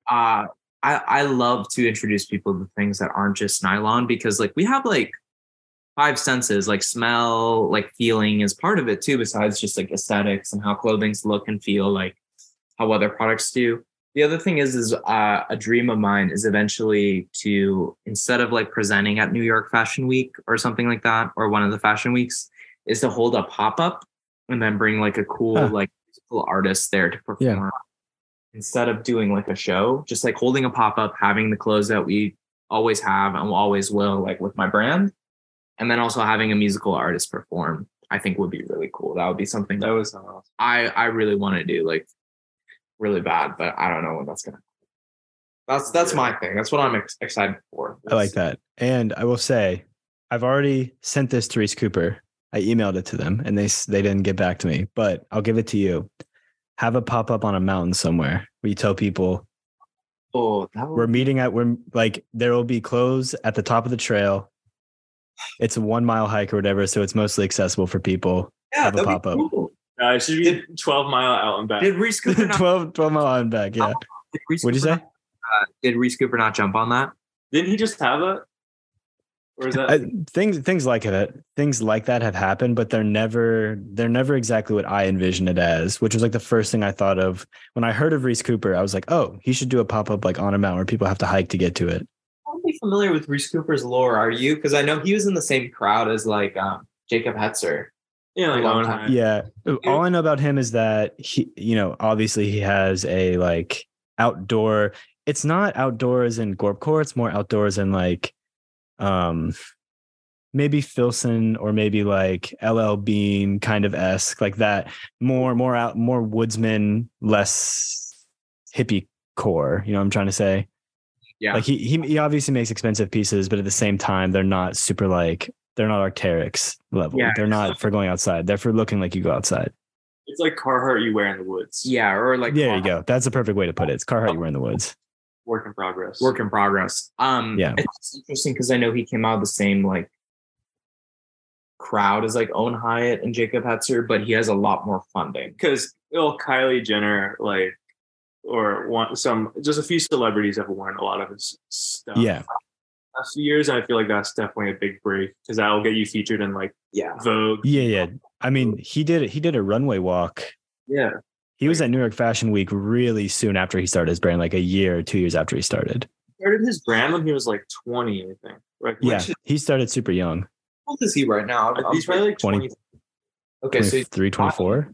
Speaker 2: Uh, uh, I I love to introduce people to things that aren't just nylon because like we have like five senses like smell like feeling is part of it too besides just like aesthetics and how clothings look and feel like how other products do the other thing is is uh, a dream of mine is eventually to instead of like presenting at new york fashion week or something like that or one of the fashion weeks is to hold a pop-up and then bring like a cool
Speaker 1: Huh.
Speaker 2: like musical artist there to perform instead of doing like a show just like holding a pop-up having the clothes that we always have and always will like with my brand and then also having a musical artist perform i think would be really cool that would be something
Speaker 3: That
Speaker 2: that
Speaker 3: was awesome.
Speaker 2: i i really want to do like really bad but i don't know when that's gonna that's that's my thing that's what i'm ex- excited for
Speaker 1: I like that. And I will say, I've already sent this to Reese Cooper. I emailed it to them, and they s- they didn't get back to me. But I'll give it to you. Have a pop up on a mountain somewhere where you tell people
Speaker 2: oh that
Speaker 1: we're
Speaker 2: would,
Speaker 1: meeting at we're like there will be clothes at the top of the trail. It's a one mile hike or whatever, so it's mostly accessible for people.
Speaker 2: yeah,
Speaker 1: have a
Speaker 2: that'd be
Speaker 1: pop-up.
Speaker 2: cool.
Speaker 3: Uh, it should be 12 mile out and back.
Speaker 2: did reese cooper not,
Speaker 1: 12, 12 mile on back. Yeah.
Speaker 2: did reese
Speaker 1: What'd you
Speaker 2: Cooper
Speaker 1: say?
Speaker 2: not- uh, did reese cooper not jump on that
Speaker 3: Didn't he just have a? Or is that?
Speaker 1: I, things things like that things like that have happened, but they're never they're never exactly what I envisioned it as, which was like the first thing I thought of when I heard of Reese Cooper. I was like, oh, he should do a pop up like on a mountain where people have to hike to get to it.
Speaker 2: I'm not familiar with Reese Cooper's lore, are you? Because I know he was in the same crowd as like um, Jacob Hetzer.
Speaker 3: yeah, like
Speaker 2: long
Speaker 3: Owen
Speaker 2: time.
Speaker 3: Hyatt.
Speaker 1: Yeah, all I know about him is that he, you know, obviously he has a like outdoor. It's not outdoors in Gorpcore. It's more outdoors in like, um, maybe Filson or maybe like LL Bean kind of esque like that. More, more out, more woodsman, less hippie core. You know what I'm trying to say?
Speaker 2: Yeah.
Speaker 1: Like he he he obviously makes expensive pieces, but at the same time, they're not super like they're not Arcteryx level.
Speaker 2: Yeah.
Speaker 1: They're not for going outside. They're for looking like you go outside.
Speaker 3: It's like Carhartt you wear in the woods.
Speaker 2: Yeah, or like
Speaker 1: there you go. That's the perfect way to put it. It's Carhartt you were in the woods.
Speaker 3: Work in progress.
Speaker 2: work in progress. Um,
Speaker 1: Yeah.
Speaker 2: it's just interesting because I know he came out of the same like crowd as like Owen Hyatt and Jacob Hetzer, but he has a lot more funding.
Speaker 3: because well, Kylie Jenner, like, or one some just a few celebrities have worn a lot of his stuff.
Speaker 1: Yeah.
Speaker 3: Last few years, I feel like that's definitely a big break because that will get you featured in like
Speaker 2: Yeah,
Speaker 3: Vogue.
Speaker 1: Yeah, yeah. I mean, he did it. He did a runway walk.
Speaker 3: Yeah,
Speaker 1: He was at New York Fashion Week really soon after he started his brand, like a year or two years after he started.
Speaker 3: started his brand when he was like twenty, I think. Like,
Speaker 1: Yeah,
Speaker 3: which is-
Speaker 1: he started super young,
Speaker 2: how old is he right now? I'm-
Speaker 3: he's probably like
Speaker 1: 20.
Speaker 3: twenty.
Speaker 2: okay, so
Speaker 1: 23, 24.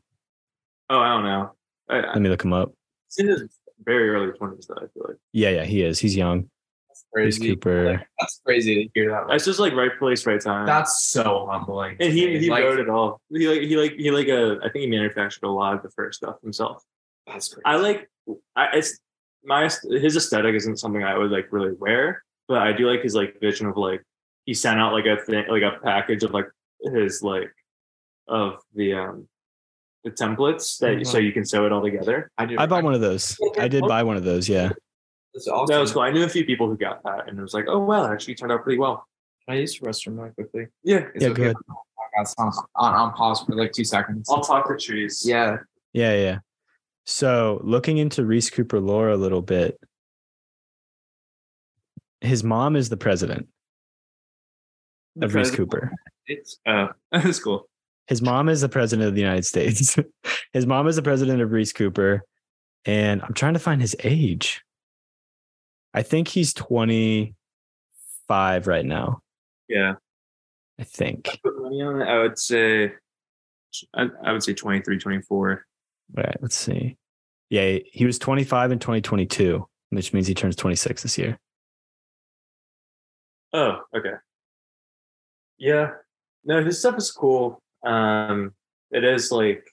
Speaker 3: Oh, I don't know. I, I,
Speaker 1: Let me look him up.
Speaker 3: it's in his very early twenties though. I feel like
Speaker 1: Yeah, yeah, he is. He's young.
Speaker 2: that's
Speaker 1: Reese
Speaker 2: crazy.
Speaker 1: Cooper.
Speaker 2: That's crazy to hear that.
Speaker 3: that's just like right place, right time.
Speaker 2: that's so humbling.
Speaker 3: and he
Speaker 2: to me.
Speaker 3: he
Speaker 2: Like,
Speaker 3: wrote it all. He like he like he like uh, I think he manufactured a lot of the first stuff himself.
Speaker 2: That's crazy.
Speaker 3: I like I, it's my his aesthetic isn't something I would like really wear, but I do like his like vision of like he sent out like a thing like a package of like his like of the um the templates that so you can sew it all together.
Speaker 2: I did.
Speaker 1: I bought one of those. I did buy one of those. Yeah.
Speaker 2: That's awesome.
Speaker 3: That was cool. I knew a few people who got that and it was like, oh well, it actually turned out pretty well.
Speaker 2: Can I use the restroom really quickly?
Speaker 3: Yeah.
Speaker 2: It's
Speaker 1: Yeah,
Speaker 2: okay
Speaker 1: go ahead.
Speaker 2: if I'm on, podcast on, on pause for like two seconds.
Speaker 3: I'll talk to trees.
Speaker 2: Yeah.
Speaker 1: Yeah, yeah. So looking into Reese Cooper lore a little bit, his mom is the president of Reese Cooper.
Speaker 3: It's uh that's cool.
Speaker 1: His mom is the president of the United States. his mom is the president of Reese Cooper. And I'm trying to find his age. I think he's 25 right now.
Speaker 3: Yeah.
Speaker 1: I think.
Speaker 3: Put money on it, I would say I, I would say 23, 24.
Speaker 1: All right, let's see. Yeah, he was 25 in 2022, which means he turns 26 this year.
Speaker 3: Oh, okay. Yeah. No, his stuff is cool. Um, it is like,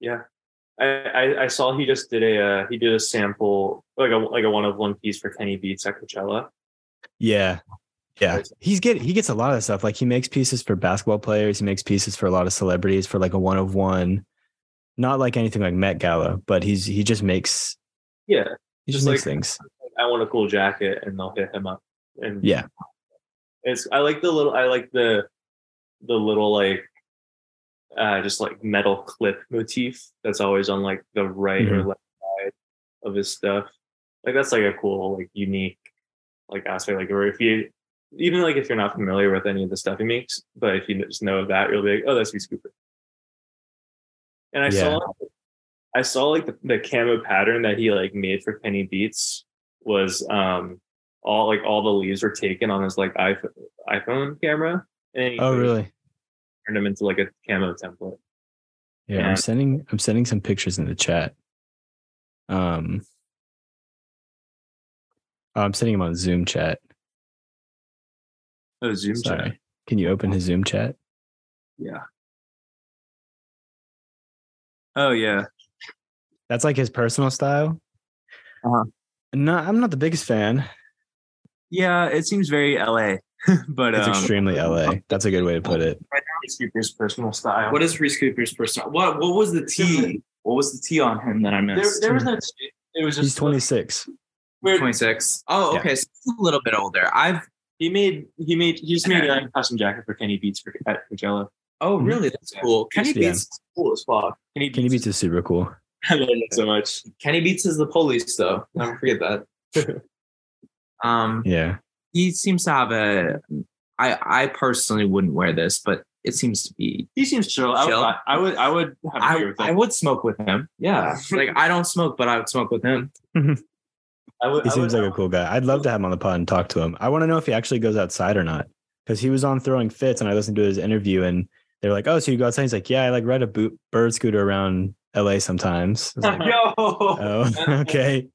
Speaker 3: yeah. I, I, I saw he just did a uh, he did a sample like a like a one of one piece for Kenny Beats at Coachella.
Speaker 1: Yeah. Yeah, he's get he gets a lot of that stuff. Like he makes pieces for basketball players. He makes pieces for a lot of celebrities for like a one of one, not like anything like Met Gala, but he's he just makes
Speaker 3: Yeah.
Speaker 1: he just,
Speaker 3: Just
Speaker 1: makes
Speaker 3: like-
Speaker 1: things. Oh,
Speaker 3: I want a cool jacket and they'll hit him up. And
Speaker 1: Yeah,
Speaker 3: It's I like the little I like the the little like uh just like metal clip motif that's always on like the right or left side of his stuff. Like that's like a cool, like unique like aspect. Like or if you even like if you're not familiar with any of the stuff he makes, but if you just know that, you'll be like, oh that's V Scooper. And I
Speaker 1: Yeah.
Speaker 3: saw I saw like the, the camo pattern that he like made for Penny Beats was um all like all the leaves were taken on his like iPhone iPhone camera. And he
Speaker 1: Oh really?
Speaker 3: Turned them into like a camo template.
Speaker 1: Yeah,
Speaker 3: Yeah.
Speaker 1: I'm sending I'm sending some pictures in the chat. Um oh, I'm sending him on Zoom chat.
Speaker 3: Oh, Zoom Oh.
Speaker 1: Sorry. Can you open his Zoom chat?
Speaker 3: Yeah. Oh yeah.
Speaker 1: That's like his personal style.
Speaker 3: Uh-huh.
Speaker 1: No, I'm not the biggest fan.
Speaker 3: Yeah, it seems very uh, LA. but um,
Speaker 1: It's extremely LA. That's a good way to put it.
Speaker 3: Scooper's personal style.
Speaker 2: What is Reese Cooper's personal? What What was the T? What was the T on him that I
Speaker 3: there,
Speaker 2: missed?
Speaker 3: there was no it was just
Speaker 1: He's 26.
Speaker 3: weird-
Speaker 2: Twenty six. Oh,
Speaker 1: Yeah.
Speaker 2: okay, so he's a little bit older. I've.
Speaker 3: He made he made he just made a custom jacket for Kenny Beats for at Coachella.
Speaker 2: Oh,
Speaker 1: Mhm.
Speaker 2: really? That's cool. Kenny
Speaker 1: Yeah.
Speaker 2: Beats.
Speaker 3: Cool as fuck. Kenny
Speaker 1: Can you beat this super cool?
Speaker 3: I love it so much.
Speaker 2: Kenny Beats is the police, though. Never forget that. um,
Speaker 1: Yeah.
Speaker 2: he seems to have a. I I personally wouldn't wear this, but it seems to be.
Speaker 3: He seems chill. I would,
Speaker 2: Chill.
Speaker 3: I, I would I would have a
Speaker 2: I,
Speaker 3: beer with him.
Speaker 2: I would smoke with him. Yeah, like I don't smoke, but I would smoke with him.
Speaker 3: I would,
Speaker 1: He
Speaker 3: I
Speaker 1: seems
Speaker 3: would-
Speaker 1: like a cool guy. I'd love to have him on the pod and talk to him. I want to know if he actually goes outside or not. Because he was on throwing fits and I listened to his interview and they were like, Oh, so you go outside? He's like, Yeah, I like ride a boot, bird scooter around LA sometimes. I was like,
Speaker 3: Yo,
Speaker 1: oh, okay.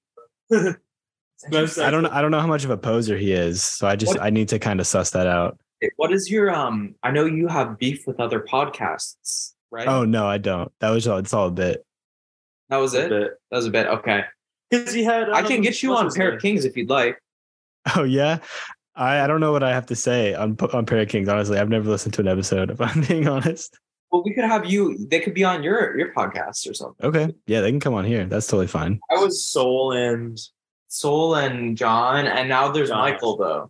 Speaker 3: That's-
Speaker 1: I don't know. I don't know how much of a poser he is. So I just
Speaker 2: What-
Speaker 1: I need to kind of suss that out.
Speaker 2: What is your um? I know you have beef with other podcasts, right?
Speaker 1: Oh no, I don't. That was all it's all a bit.
Speaker 2: that was it. That was a bit. Okay,
Speaker 3: Because he had. um,
Speaker 2: I can get you on Pair of Kings if you'd like.
Speaker 1: Oh yeah. I, I don't know what I have to say on P- on Parrot Kings, honestly. I've never listened to an episode if I'm being honest.
Speaker 2: Well, we could have you. They could be on your your podcast or something.
Speaker 1: Okay. Yeah, they can come on here. That's totally fine.
Speaker 3: I was Soul and
Speaker 2: Soul and John, and now there's
Speaker 3: John.
Speaker 2: Michael though.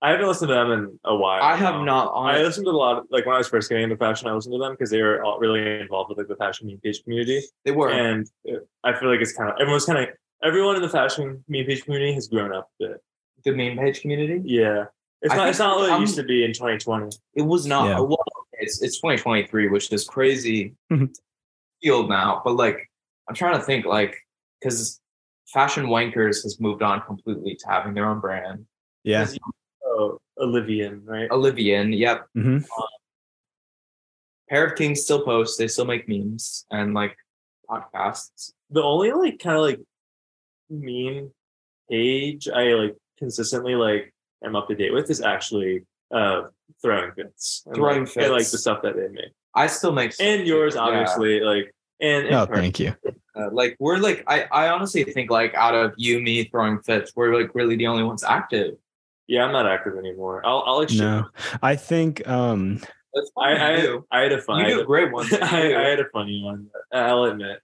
Speaker 3: I haven't listened to them in a while.
Speaker 2: I have
Speaker 3: now.
Speaker 2: not on.
Speaker 3: I listened to a lot. Of, like when I was first getting into fashion, I listened to them because they were all really involved with like the fashion meme page community,
Speaker 2: they were.
Speaker 3: and uh, I feel like it's kind of everyone's kind of everyone in the fashion meme page community has grown up. A bit.
Speaker 2: the meme page community.
Speaker 3: Yeah, it's
Speaker 2: I
Speaker 3: not.
Speaker 2: think
Speaker 3: It's not what it
Speaker 2: I'm-
Speaker 3: used to be in 2020.
Speaker 2: It was not.
Speaker 1: Yeah.
Speaker 2: Well, it's it's 2023, which is crazy
Speaker 1: Mhm.
Speaker 2: field now. But like, I'm trying to think like because fashion wankers has moved on completely to having their own brand.
Speaker 1: Yeah.
Speaker 3: Because you- Oh, Olivian, right?
Speaker 2: Oh. Olivian, yep. Um,
Speaker 1: Mhm.
Speaker 2: Pair of Kings still posts. They still make memes and like podcasts.
Speaker 3: the only like kind of like meme page I like consistently like am up to date with is actually uh throwing fits. And,
Speaker 2: Throwing
Speaker 3: like, and, like
Speaker 2: Fits.
Speaker 3: the stuff that they make.
Speaker 2: I still make stuff
Speaker 3: And yours
Speaker 2: too,
Speaker 3: obviously like and, and
Speaker 1: No,
Speaker 3: her.
Speaker 1: thank you.
Speaker 2: yeah. Uh, like we're like I I honestly think like out of you me throwing fits, we're like really the only ones active.
Speaker 3: yeah, I'm not active anymore. I'll I'll like shit.
Speaker 1: No. I think um
Speaker 2: That's
Speaker 3: I
Speaker 2: fine.
Speaker 3: I,
Speaker 2: you
Speaker 3: I had a fun
Speaker 2: do.
Speaker 3: I,
Speaker 2: You
Speaker 3: had
Speaker 2: do
Speaker 3: a-
Speaker 2: great ones. You
Speaker 3: I,
Speaker 2: do.
Speaker 3: I had a funny one. uh, I'll admit.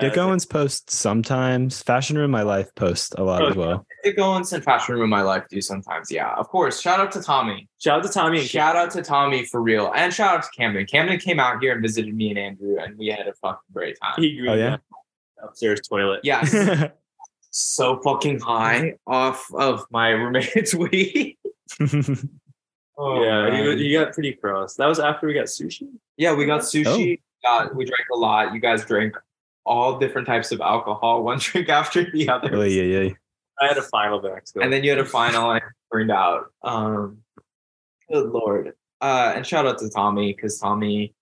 Speaker 1: Dick
Speaker 3: Uh,
Speaker 1: Owens posts sometimes. Fashion Room My Life posts a lot
Speaker 3: Oh,
Speaker 1: as well.
Speaker 2: Dick Owens and Fashion Room My Life do sometimes. Yeah, of course. Shout out to Tommy.
Speaker 3: Shout out to Tommy and
Speaker 2: shout out to Tommy for real. And shout out to Camden. Camden came out here and visited me and Andrew, and we had a fucking great time.
Speaker 3: he greened
Speaker 1: Oh, yeah?
Speaker 3: up upstairs toilet.
Speaker 2: Yes.
Speaker 1: yeah,
Speaker 2: so fucking high off of my roommate's weed.
Speaker 3: yeah,
Speaker 2: man.
Speaker 3: he, he got pretty cross. That was after we got sushi.
Speaker 2: yeah, we got sushi. Got, we drank a lot. You guys drank all different types of alcohol, one drink after the other.
Speaker 1: yeah, yeah.
Speaker 3: I had a final the next day.
Speaker 2: and then you had a final and it turned out um good lord uh and shout out to tommy because tommy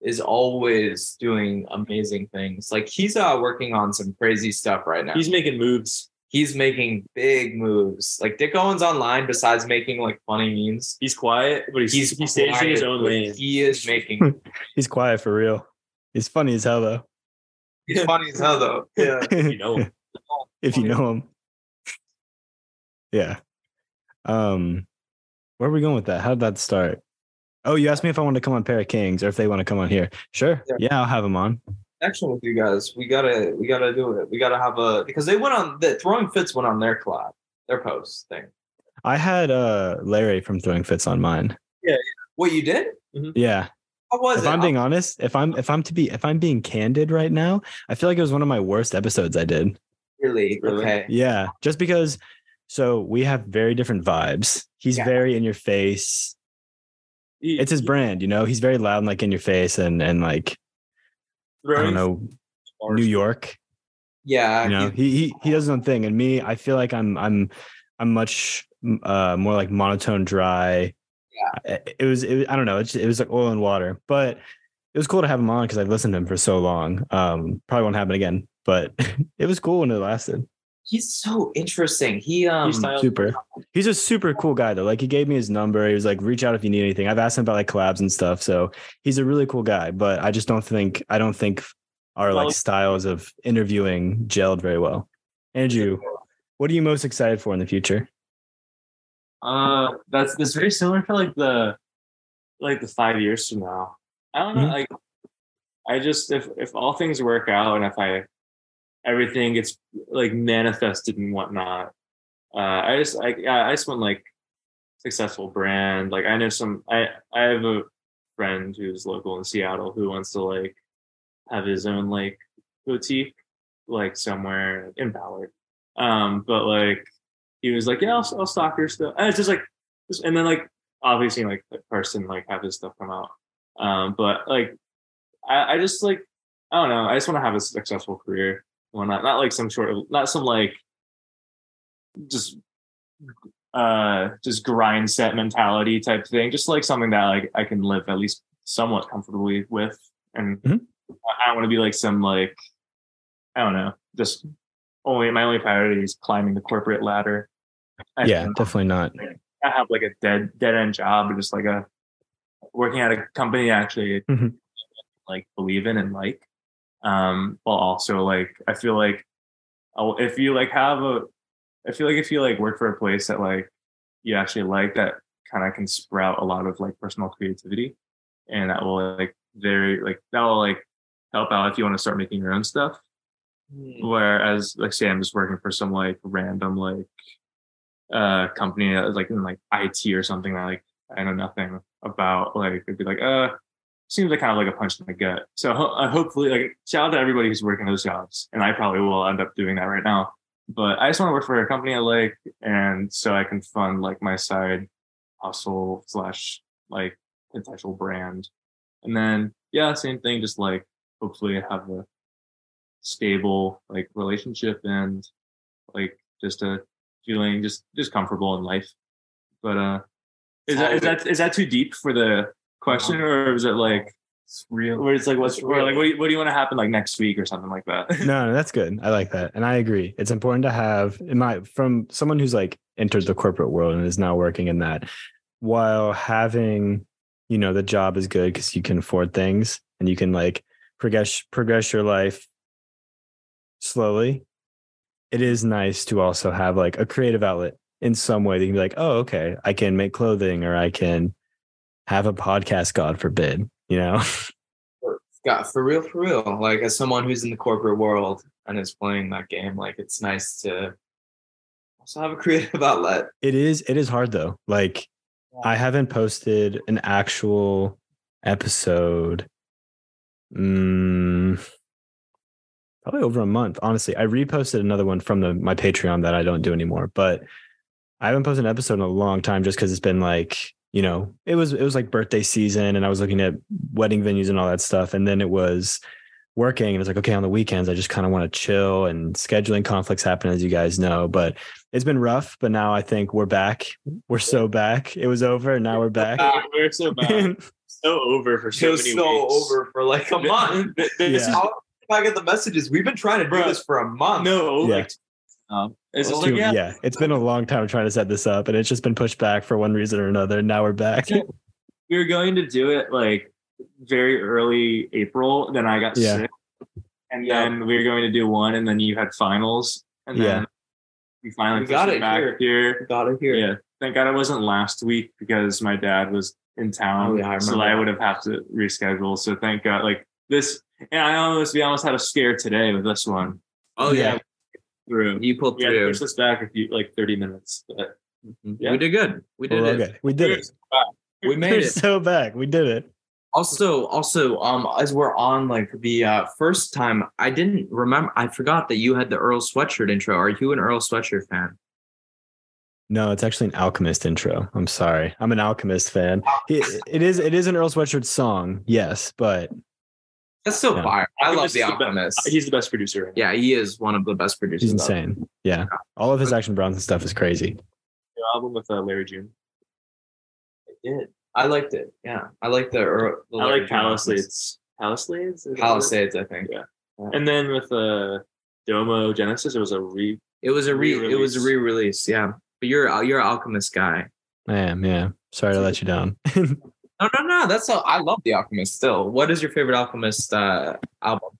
Speaker 2: is always doing amazing things like he's uh working on some crazy stuff right now
Speaker 3: he's
Speaker 2: he's,
Speaker 3: making moves.
Speaker 2: making big moves like dick owens online besides making like funny memes
Speaker 3: He's quiet, but he's he's, he's staging his
Speaker 2: quiet,
Speaker 3: own
Speaker 2: but
Speaker 3: lane.
Speaker 2: he is making
Speaker 1: He's quiet for real. He's funny as hell though.
Speaker 2: he's funny as hell though yeah
Speaker 3: You know, him.
Speaker 1: if you know him. Yeah. Um Where are we going with that? How did that start? Oh, you asked me if I wanted to come on Pair of Kings or if they want to come on here. Sure.
Speaker 4: Yeah.
Speaker 1: Yeah, I'll have them on.
Speaker 4: Action with you guys. We gotta we gotta do it. We gotta have a because they went on the throwing fits went on their collab, their post thing.
Speaker 1: I had uh Larry from Throwing Fits on mine.
Speaker 4: What you did?
Speaker 3: Mm-hmm.
Speaker 1: Yeah.
Speaker 4: How was
Speaker 1: if
Speaker 4: it?
Speaker 1: I'm being honest, if I'm if I'm to be if I'm being candid right now, I feel like it was one of my worst episodes I did.
Speaker 4: really
Speaker 3: Really?
Speaker 4: okay.
Speaker 1: Yeah, just because. So we have very different vibes. He's
Speaker 4: Yeah.
Speaker 1: very in your face. It's his brand, you know. He's very loud and like in your face, and and like I don't know New York.
Speaker 4: Yeah,
Speaker 1: You know,
Speaker 4: you-
Speaker 1: he he he does his own thing, and me, I feel like I'm I'm I'm much uh more like monotone, dry. Yeah, it was it, was- I don't know. It's it was like oil and water, but it was cool to have him on because I've listened to him for so long. Um, probably won't happen again, but it was cool when it lasted.
Speaker 4: he's so interesting. He um
Speaker 1: super. He's a super cool guy though. Like he gave me his number. He was like, reach out if you need anything. I've asked him about like collabs and stuff. So he's a really cool guy. But I just don't think I don't think our
Speaker 3: Well-
Speaker 1: like styles of interviewing gelled very well. Andrew, what are you most excited for in the future?
Speaker 3: Uh, that's that's very similar for like the like the five years from now. I don't know.
Speaker 1: Mhm.
Speaker 3: Like, I just if if all things work out and if I everything gets like manifested and whatnot, uh, I just I yeah, I just want like successful brand. Like I know some I I have a friend who's local in Seattle who wants to like have his own like boutique like somewhere in Ballard. Um, but like he was like, yeah, I'll, I'll stock your stuff. And it's just like, just- and then like obviously like the person like have his stuff come out. Um, but like, I, I just like, I don't know. I just want to have a successful career. Why not? Not like some sort of, not some like, just, uh, just grind set mentality type thing. Just like something that like I can live at least somewhat comfortably with. And
Speaker 1: Mhm.
Speaker 3: I- I don't want to be like some like, I don't know, just only my only priority is climbing the corporate ladder. I
Speaker 1: yeah,
Speaker 3: think
Speaker 1: definitely not.
Speaker 3: I have like a dead dead end job or just like a working at a company I actually
Speaker 1: Mhm.
Speaker 3: like believe in and like. Um, while also like I feel like oh, if you like have a, I feel like if you like work for a place that like you actually like that kind of can sprout a lot of like personal creativity, and that will like very like that will like help out if you want to start making your own stuff.
Speaker 4: Hmm.
Speaker 3: Whereas like say I'm just working for some like random like uh company that is like in like IT or something that like I know nothing about, like it'd be like, uh seems like kind of like a punch in the gut. So ho- uh, hopefully like shout out to everybody who's working those jobs. And I probably will end up doing that right now. But I just want to work for a company I like and so I can fund like my side hustle slash like potential brand. And then yeah, same thing, just like hopefully have a stable like relationship and like just a feeling just just comfortable in life but uh is that is that is that too deep for the question or is it like
Speaker 4: It's real.
Speaker 3: where Uh-huh. it's like what's or like what do you, what do you want to happen like next week or something like that
Speaker 1: no, no, that's good. I like that. And I agree. It's important to have in my from someone who's like entered the corporate world and is now working in that while having, you know, the job is good because you can afford things and you can like progress progress your life slowly. It is nice to also have like a creative outlet in some way that you can be like, oh, okay, I can make clothing or I can have a podcast, God forbid, you know?
Speaker 4: God, for real, for real. Like as someone who's in the corporate world and is playing that game, like it's nice to also have a creative outlet.
Speaker 1: it is it is hard though like i haven't posted an actual episode mm, probably over a month honestly i reposted another one from the my patreon that i don't do anymore but i haven't posted an episode in a long time just because it's been like you know it was it was like birthday season and i was looking at wedding venues and all that stuff and then it was working and it was like okay on the weekends i just kind of want to chill and scheduling conflicts happen as you guys know but it's been rough, but now I think we're back. We're so back. It was over, and now we're back.
Speaker 3: Ah, we're so bad so over for
Speaker 4: It
Speaker 3: so
Speaker 4: was
Speaker 3: many
Speaker 4: so
Speaker 3: weeks.
Speaker 4: over for like a month.
Speaker 3: Th- th- this
Speaker 1: Yeah.
Speaker 3: is
Speaker 4: How if I get the messages? We've been trying to do
Speaker 3: Bruh.
Speaker 4: this for a month.
Speaker 3: no
Speaker 1: Yeah.
Speaker 3: like um, it's just
Speaker 1: Dude,
Speaker 3: like
Speaker 1: yeah.
Speaker 3: yeah
Speaker 1: it's been a long time trying to set this up, and it's just been pushed back for one reason or another. Now we're back.
Speaker 3: we were going to do it like very early April. Then I got
Speaker 1: Yeah.
Speaker 3: sick, and
Speaker 4: Yeah.
Speaker 3: then we were going to do one, and then you had finals, and
Speaker 1: Yeah.
Speaker 3: then we finally
Speaker 4: We got
Speaker 3: pushed
Speaker 4: it
Speaker 3: back
Speaker 4: here.
Speaker 3: here.
Speaker 4: Got it here.
Speaker 3: Yeah, Thank God I wasn't last week because my dad was in town,
Speaker 2: Oh, yeah, I
Speaker 3: so
Speaker 2: remember
Speaker 3: I
Speaker 2: that.
Speaker 3: would have had to reschedule. So thank God, like this, and I almost we almost had a scare today with this one.
Speaker 5: Oh yeah,
Speaker 3: Through,
Speaker 5: you pulled
Speaker 3: yeah,
Speaker 5: through. Mm-hmm.
Speaker 3: push this back a few like thirty minutes. But yeah.
Speaker 5: We did good. We did
Speaker 1: We're all
Speaker 5: it.
Speaker 1: good. We did it.
Speaker 2: We
Speaker 1: We're
Speaker 2: made it.
Speaker 1: so back. We did it.
Speaker 2: Also, also, um, as we're on like the uh, first time, I didn't remember. I forgot that you had the Earl Sweatshirt intro. Are you an Earl Sweatshirt fan?
Speaker 1: No, it's actually an Alchemist intro. I'm sorry. I'm an Alchemist fan. It, it is it is an Earl Sweatshirt song, yes, but
Speaker 2: That's so
Speaker 1: Yeah.
Speaker 2: fire. I love
Speaker 3: He's
Speaker 2: the
Speaker 3: the best.
Speaker 2: Alchemist.
Speaker 3: He's the best producer. Right now.
Speaker 2: yeah, he is one of the best producers.
Speaker 1: he's
Speaker 2: out there.
Speaker 1: insane. Yeah. All of his action Bronson stuff is crazy.
Speaker 3: The album with uh, Larry June.
Speaker 2: did. I liked it. Yeah, I like the. Or, the
Speaker 3: I like
Speaker 2: Larry
Speaker 3: Palisades. Palisades. Is that
Speaker 2: Palisades, I think.
Speaker 3: Yeah. it? And then with uh, Domo Genesis, it was a re.
Speaker 2: It was a re. It was a
Speaker 3: Re-release.
Speaker 2: re-release. Yeah, but you're uh, you're an Alchemist guy.
Speaker 1: I am, yeah. Sorry to let you down.
Speaker 2: No, no, no. That's all. I love the Alchemist still. What is your favorite Alchemist uh, album?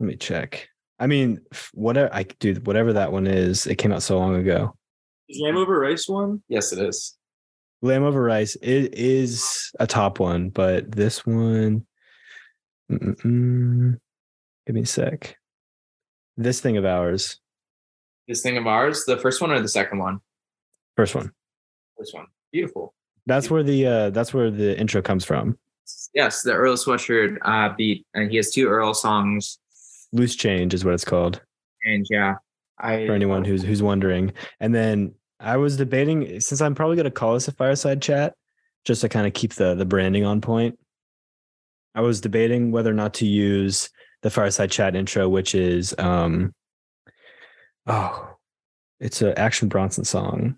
Speaker 1: Let me check. I mean, whatever I dude, whatever that one is, it came out so long ago.
Speaker 3: Is Lamb Over Rice one?
Speaker 2: Yes, it is.
Speaker 1: Lamb over rice it is a top one, but this one Mm-mm-mm. give me a sec. This thing of ours,
Speaker 2: This thing of ours, the first one or the second one?
Speaker 1: first one.
Speaker 2: First one. Beautiful.
Speaker 1: That's where the uh that's where the intro comes from.
Speaker 2: Yes, the Earl Sweatshirt uh, beat, and he has two Earl songs.
Speaker 1: Loose change is what it's called
Speaker 2: And yeah, I
Speaker 1: for anyone who's who's wondering. And then I was debating since I'm probably gonna call this a fireside chat, just to kind of keep the the branding on point. I was debating whether or not to use the fireside chat intro, which is um oh it's an action Bronson song.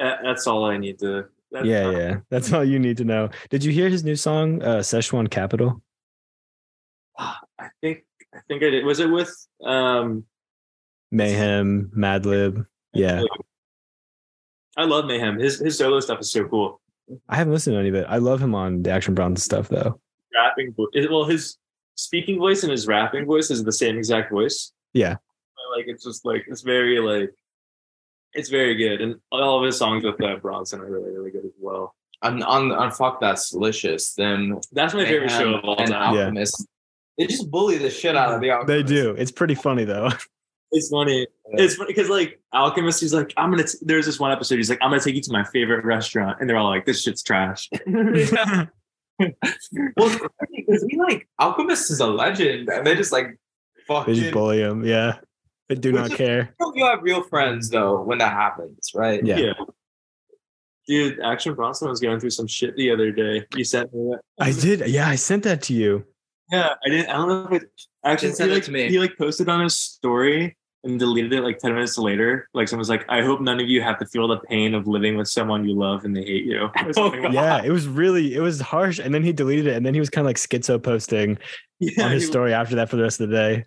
Speaker 3: Uh, that's all I need to. That's
Speaker 1: yeah, yeah. That's all you need to know. Did you hear his new song, uh Szechuan Capital?
Speaker 3: I think I think I did. Was it with um
Speaker 1: Mayhem, Madlib. Yeah.
Speaker 3: I love Mayhem. His his solo stuff is so cool.
Speaker 1: I haven't listened to any of it. I love him on the Action Bronson stuff though.
Speaker 3: Rapping vo- it- well, his speaking voice and his rapping voice is the same exact voice.
Speaker 1: Yeah.
Speaker 3: But, like it's just like it's very like it's very good. And all of his songs with uh, Bronson are really, really good as well.
Speaker 2: on on on fuck that's delicious. Then
Speaker 3: That's my favorite
Speaker 2: Mayhem
Speaker 3: show of all
Speaker 2: and
Speaker 3: time.
Speaker 1: Yeah.
Speaker 2: Alchemist. They just bully the shit out of the
Speaker 1: They
Speaker 2: Alchemist.
Speaker 1: do. It's pretty funny though.
Speaker 3: It's funny. It's funny because like Alchemist, he's like, I'm gonna. T-, there's this one episode. He's like, I'm gonna take you to my favorite restaurant, and they're all like, this shit's trash.
Speaker 2: Well, because we like Alchemist is a legend, and they just like
Speaker 1: They
Speaker 2: fucking.
Speaker 1: just bully him. Yeah. They do not care.
Speaker 2: you have real friends though when that happens, right?
Speaker 1: Yeah.
Speaker 3: Dude, Action Bronson was going through some shit the other day. You sent me that.
Speaker 1: I did. Yeah, I sent that to you.
Speaker 3: Yeah, I didn't. I don't know if it actually
Speaker 2: Didn't send
Speaker 3: he,
Speaker 2: it
Speaker 3: like,
Speaker 2: to me.
Speaker 3: He like posted on his story and deleted it like ten minutes later. Like someone's like, I hope none of you have to feel the pain of living with someone you love and they hate you. Or something like
Speaker 1: Yeah, it was really it was harsh. And then he deleted it. And then he was kind of like schizo posting
Speaker 3: that.
Speaker 1: on
Speaker 3: Yeah,
Speaker 1: his
Speaker 3: he-
Speaker 1: story after that for the rest of the day.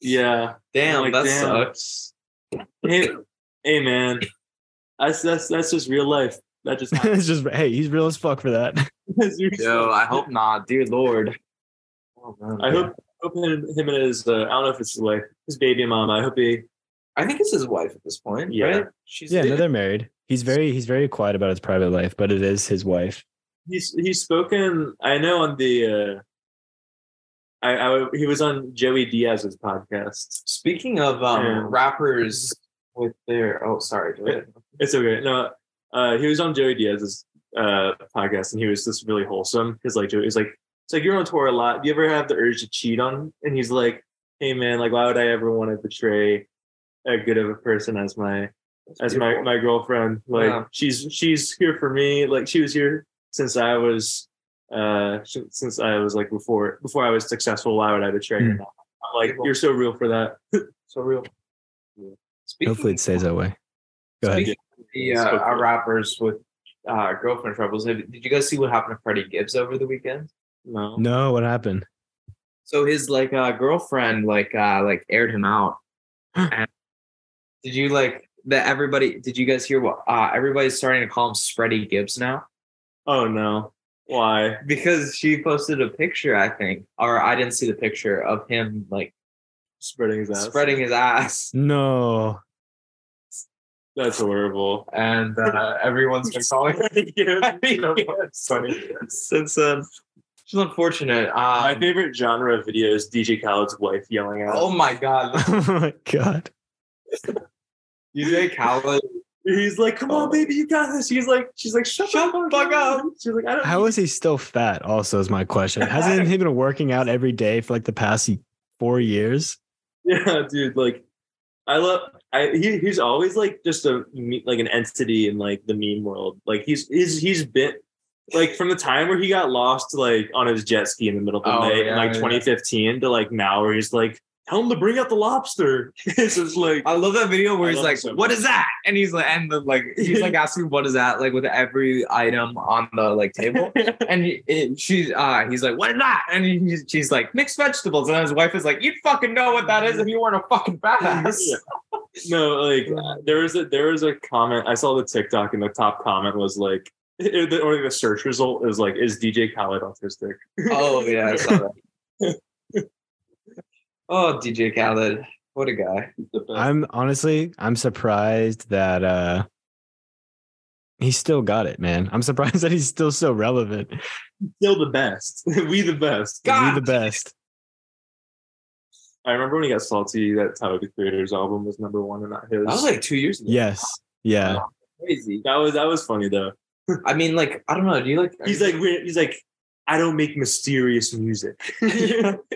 Speaker 3: yeah.
Speaker 2: Damn,
Speaker 3: Like,
Speaker 2: that
Speaker 3: damn.
Speaker 2: sucks.
Speaker 3: Hey, hey, man. That's that's that's just real life. That just happens.
Speaker 1: it's just hey, he's real as fuck for that.
Speaker 2: Yo, I hope not, dear lord. Oh, man.
Speaker 3: I hope I hope him, him and his uh, I don't know if it's like his baby mama. I hope he
Speaker 2: I think it's his wife at this point,
Speaker 3: Yeah.
Speaker 2: right? She's
Speaker 1: Yeah, no, they're married. He's very he's very quiet about his private life, but it is his wife.
Speaker 3: he's he's spoken. I know on the uh, I, I he was on Joey Diaz's podcast.
Speaker 2: Speaking of um,
Speaker 3: Yeah.
Speaker 2: rappers with their oh, sorry, go ahead.
Speaker 3: It's okay. No, uh, he was on Joey Diaz's uh, podcast, and he was just really wholesome. Because like Joey, he's like, it's like you're on tour a lot. Do you ever have the urge to cheat on? And he's like, hey man, like why would I ever want to betray a good of a person as my as my my girlfriend? Like
Speaker 2: Yeah.
Speaker 3: she's she's here for me. Like she was here since I was uh since- since I was like before before I was successful. Why would I betray her?
Speaker 1: Hmm.
Speaker 3: now? I'm like you're so real for that.
Speaker 2: so real. Speaking
Speaker 1: Hopefully it stays that way. Go ahead.
Speaker 2: Speaking of the uh, our rappers with uh, girlfriend troubles, have- did you guys see what happened to Freddie Gibbs over the weekend?
Speaker 3: No.
Speaker 1: No, what happened?
Speaker 2: So his like uh, girlfriend like uh, like aired him out. and did you like that? Everybody, did you guys hear what? Uh, everybody's starting to call him Freddie Gibbs now
Speaker 3: Oh no. Why?
Speaker 2: because she posted a picture, I think, or I didn't see the picture of him like
Speaker 3: Spreading his ass.
Speaker 2: spreading his ass.
Speaker 1: No.
Speaker 3: That's horrible.
Speaker 2: and uh, everyone's been calling her
Speaker 3: That's funny.
Speaker 2: since then. She's unfortunate.
Speaker 3: My
Speaker 2: Um,
Speaker 3: favorite genre of video is DJ Khaled's wife yelling at
Speaker 2: oh
Speaker 3: him.
Speaker 2: my god,
Speaker 1: oh my god.
Speaker 2: DJ Khaled. Oh.
Speaker 3: He's like, "Come on, baby, you got this." He's like, "She's like, shut,
Speaker 2: Shut
Speaker 3: the
Speaker 2: the fuck
Speaker 3: She's like, "I don't."
Speaker 1: How is he still fat? Also, is my question. Hasn't he been working out every day for like the past four years?
Speaker 3: Yeah, dude. Like, I love. I he, he's always like just a me- like an entity in like the meme world. Like he's he's he's been like from the time where he got lost like on his jet ski in the middle of the
Speaker 2: Oh,
Speaker 3: night in
Speaker 2: yeah,
Speaker 3: like
Speaker 2: yeah.
Speaker 3: 2015 to like now where he's like, tell him to bring out the lobster. it's just like.
Speaker 2: I love that video where
Speaker 3: I
Speaker 2: he's
Speaker 3: love
Speaker 2: like,
Speaker 3: it so
Speaker 2: "What
Speaker 3: much.
Speaker 2: is that?" And he's like, and the, like he's like asking, "What is that?" Like with every item on the like table, and he, it, she's uh, he's like, "What is that?" And he, he's- she's like, "Mixed vegetables." And his wife is like, "You'd fucking know what that is if you weren't a fucking badass."
Speaker 3: Yeah. No, like there was a there was a comment I saw the TikTok and the top comment was like it, the- or the search result is like is DJ Khaled autistic?
Speaker 2: Oh yeah, I saw that. oh, DJ Khaled, what a guy!
Speaker 3: The best.
Speaker 1: I'm honestly, I'm surprised that uh he still got it, man. I'm surprised that he's still so relevant.
Speaker 3: still the best. we the best.
Speaker 1: Be the best.
Speaker 3: I remember when he got salty. That Tyler the Creator's album was number one, and not his.
Speaker 2: That was like two years ago.
Speaker 1: Yes. Yeah.
Speaker 2: crazy.
Speaker 3: that was that was funny though.
Speaker 2: I mean, like, I don't know. Do you like?
Speaker 3: He's like we're- he's like I don't make mysterious music, and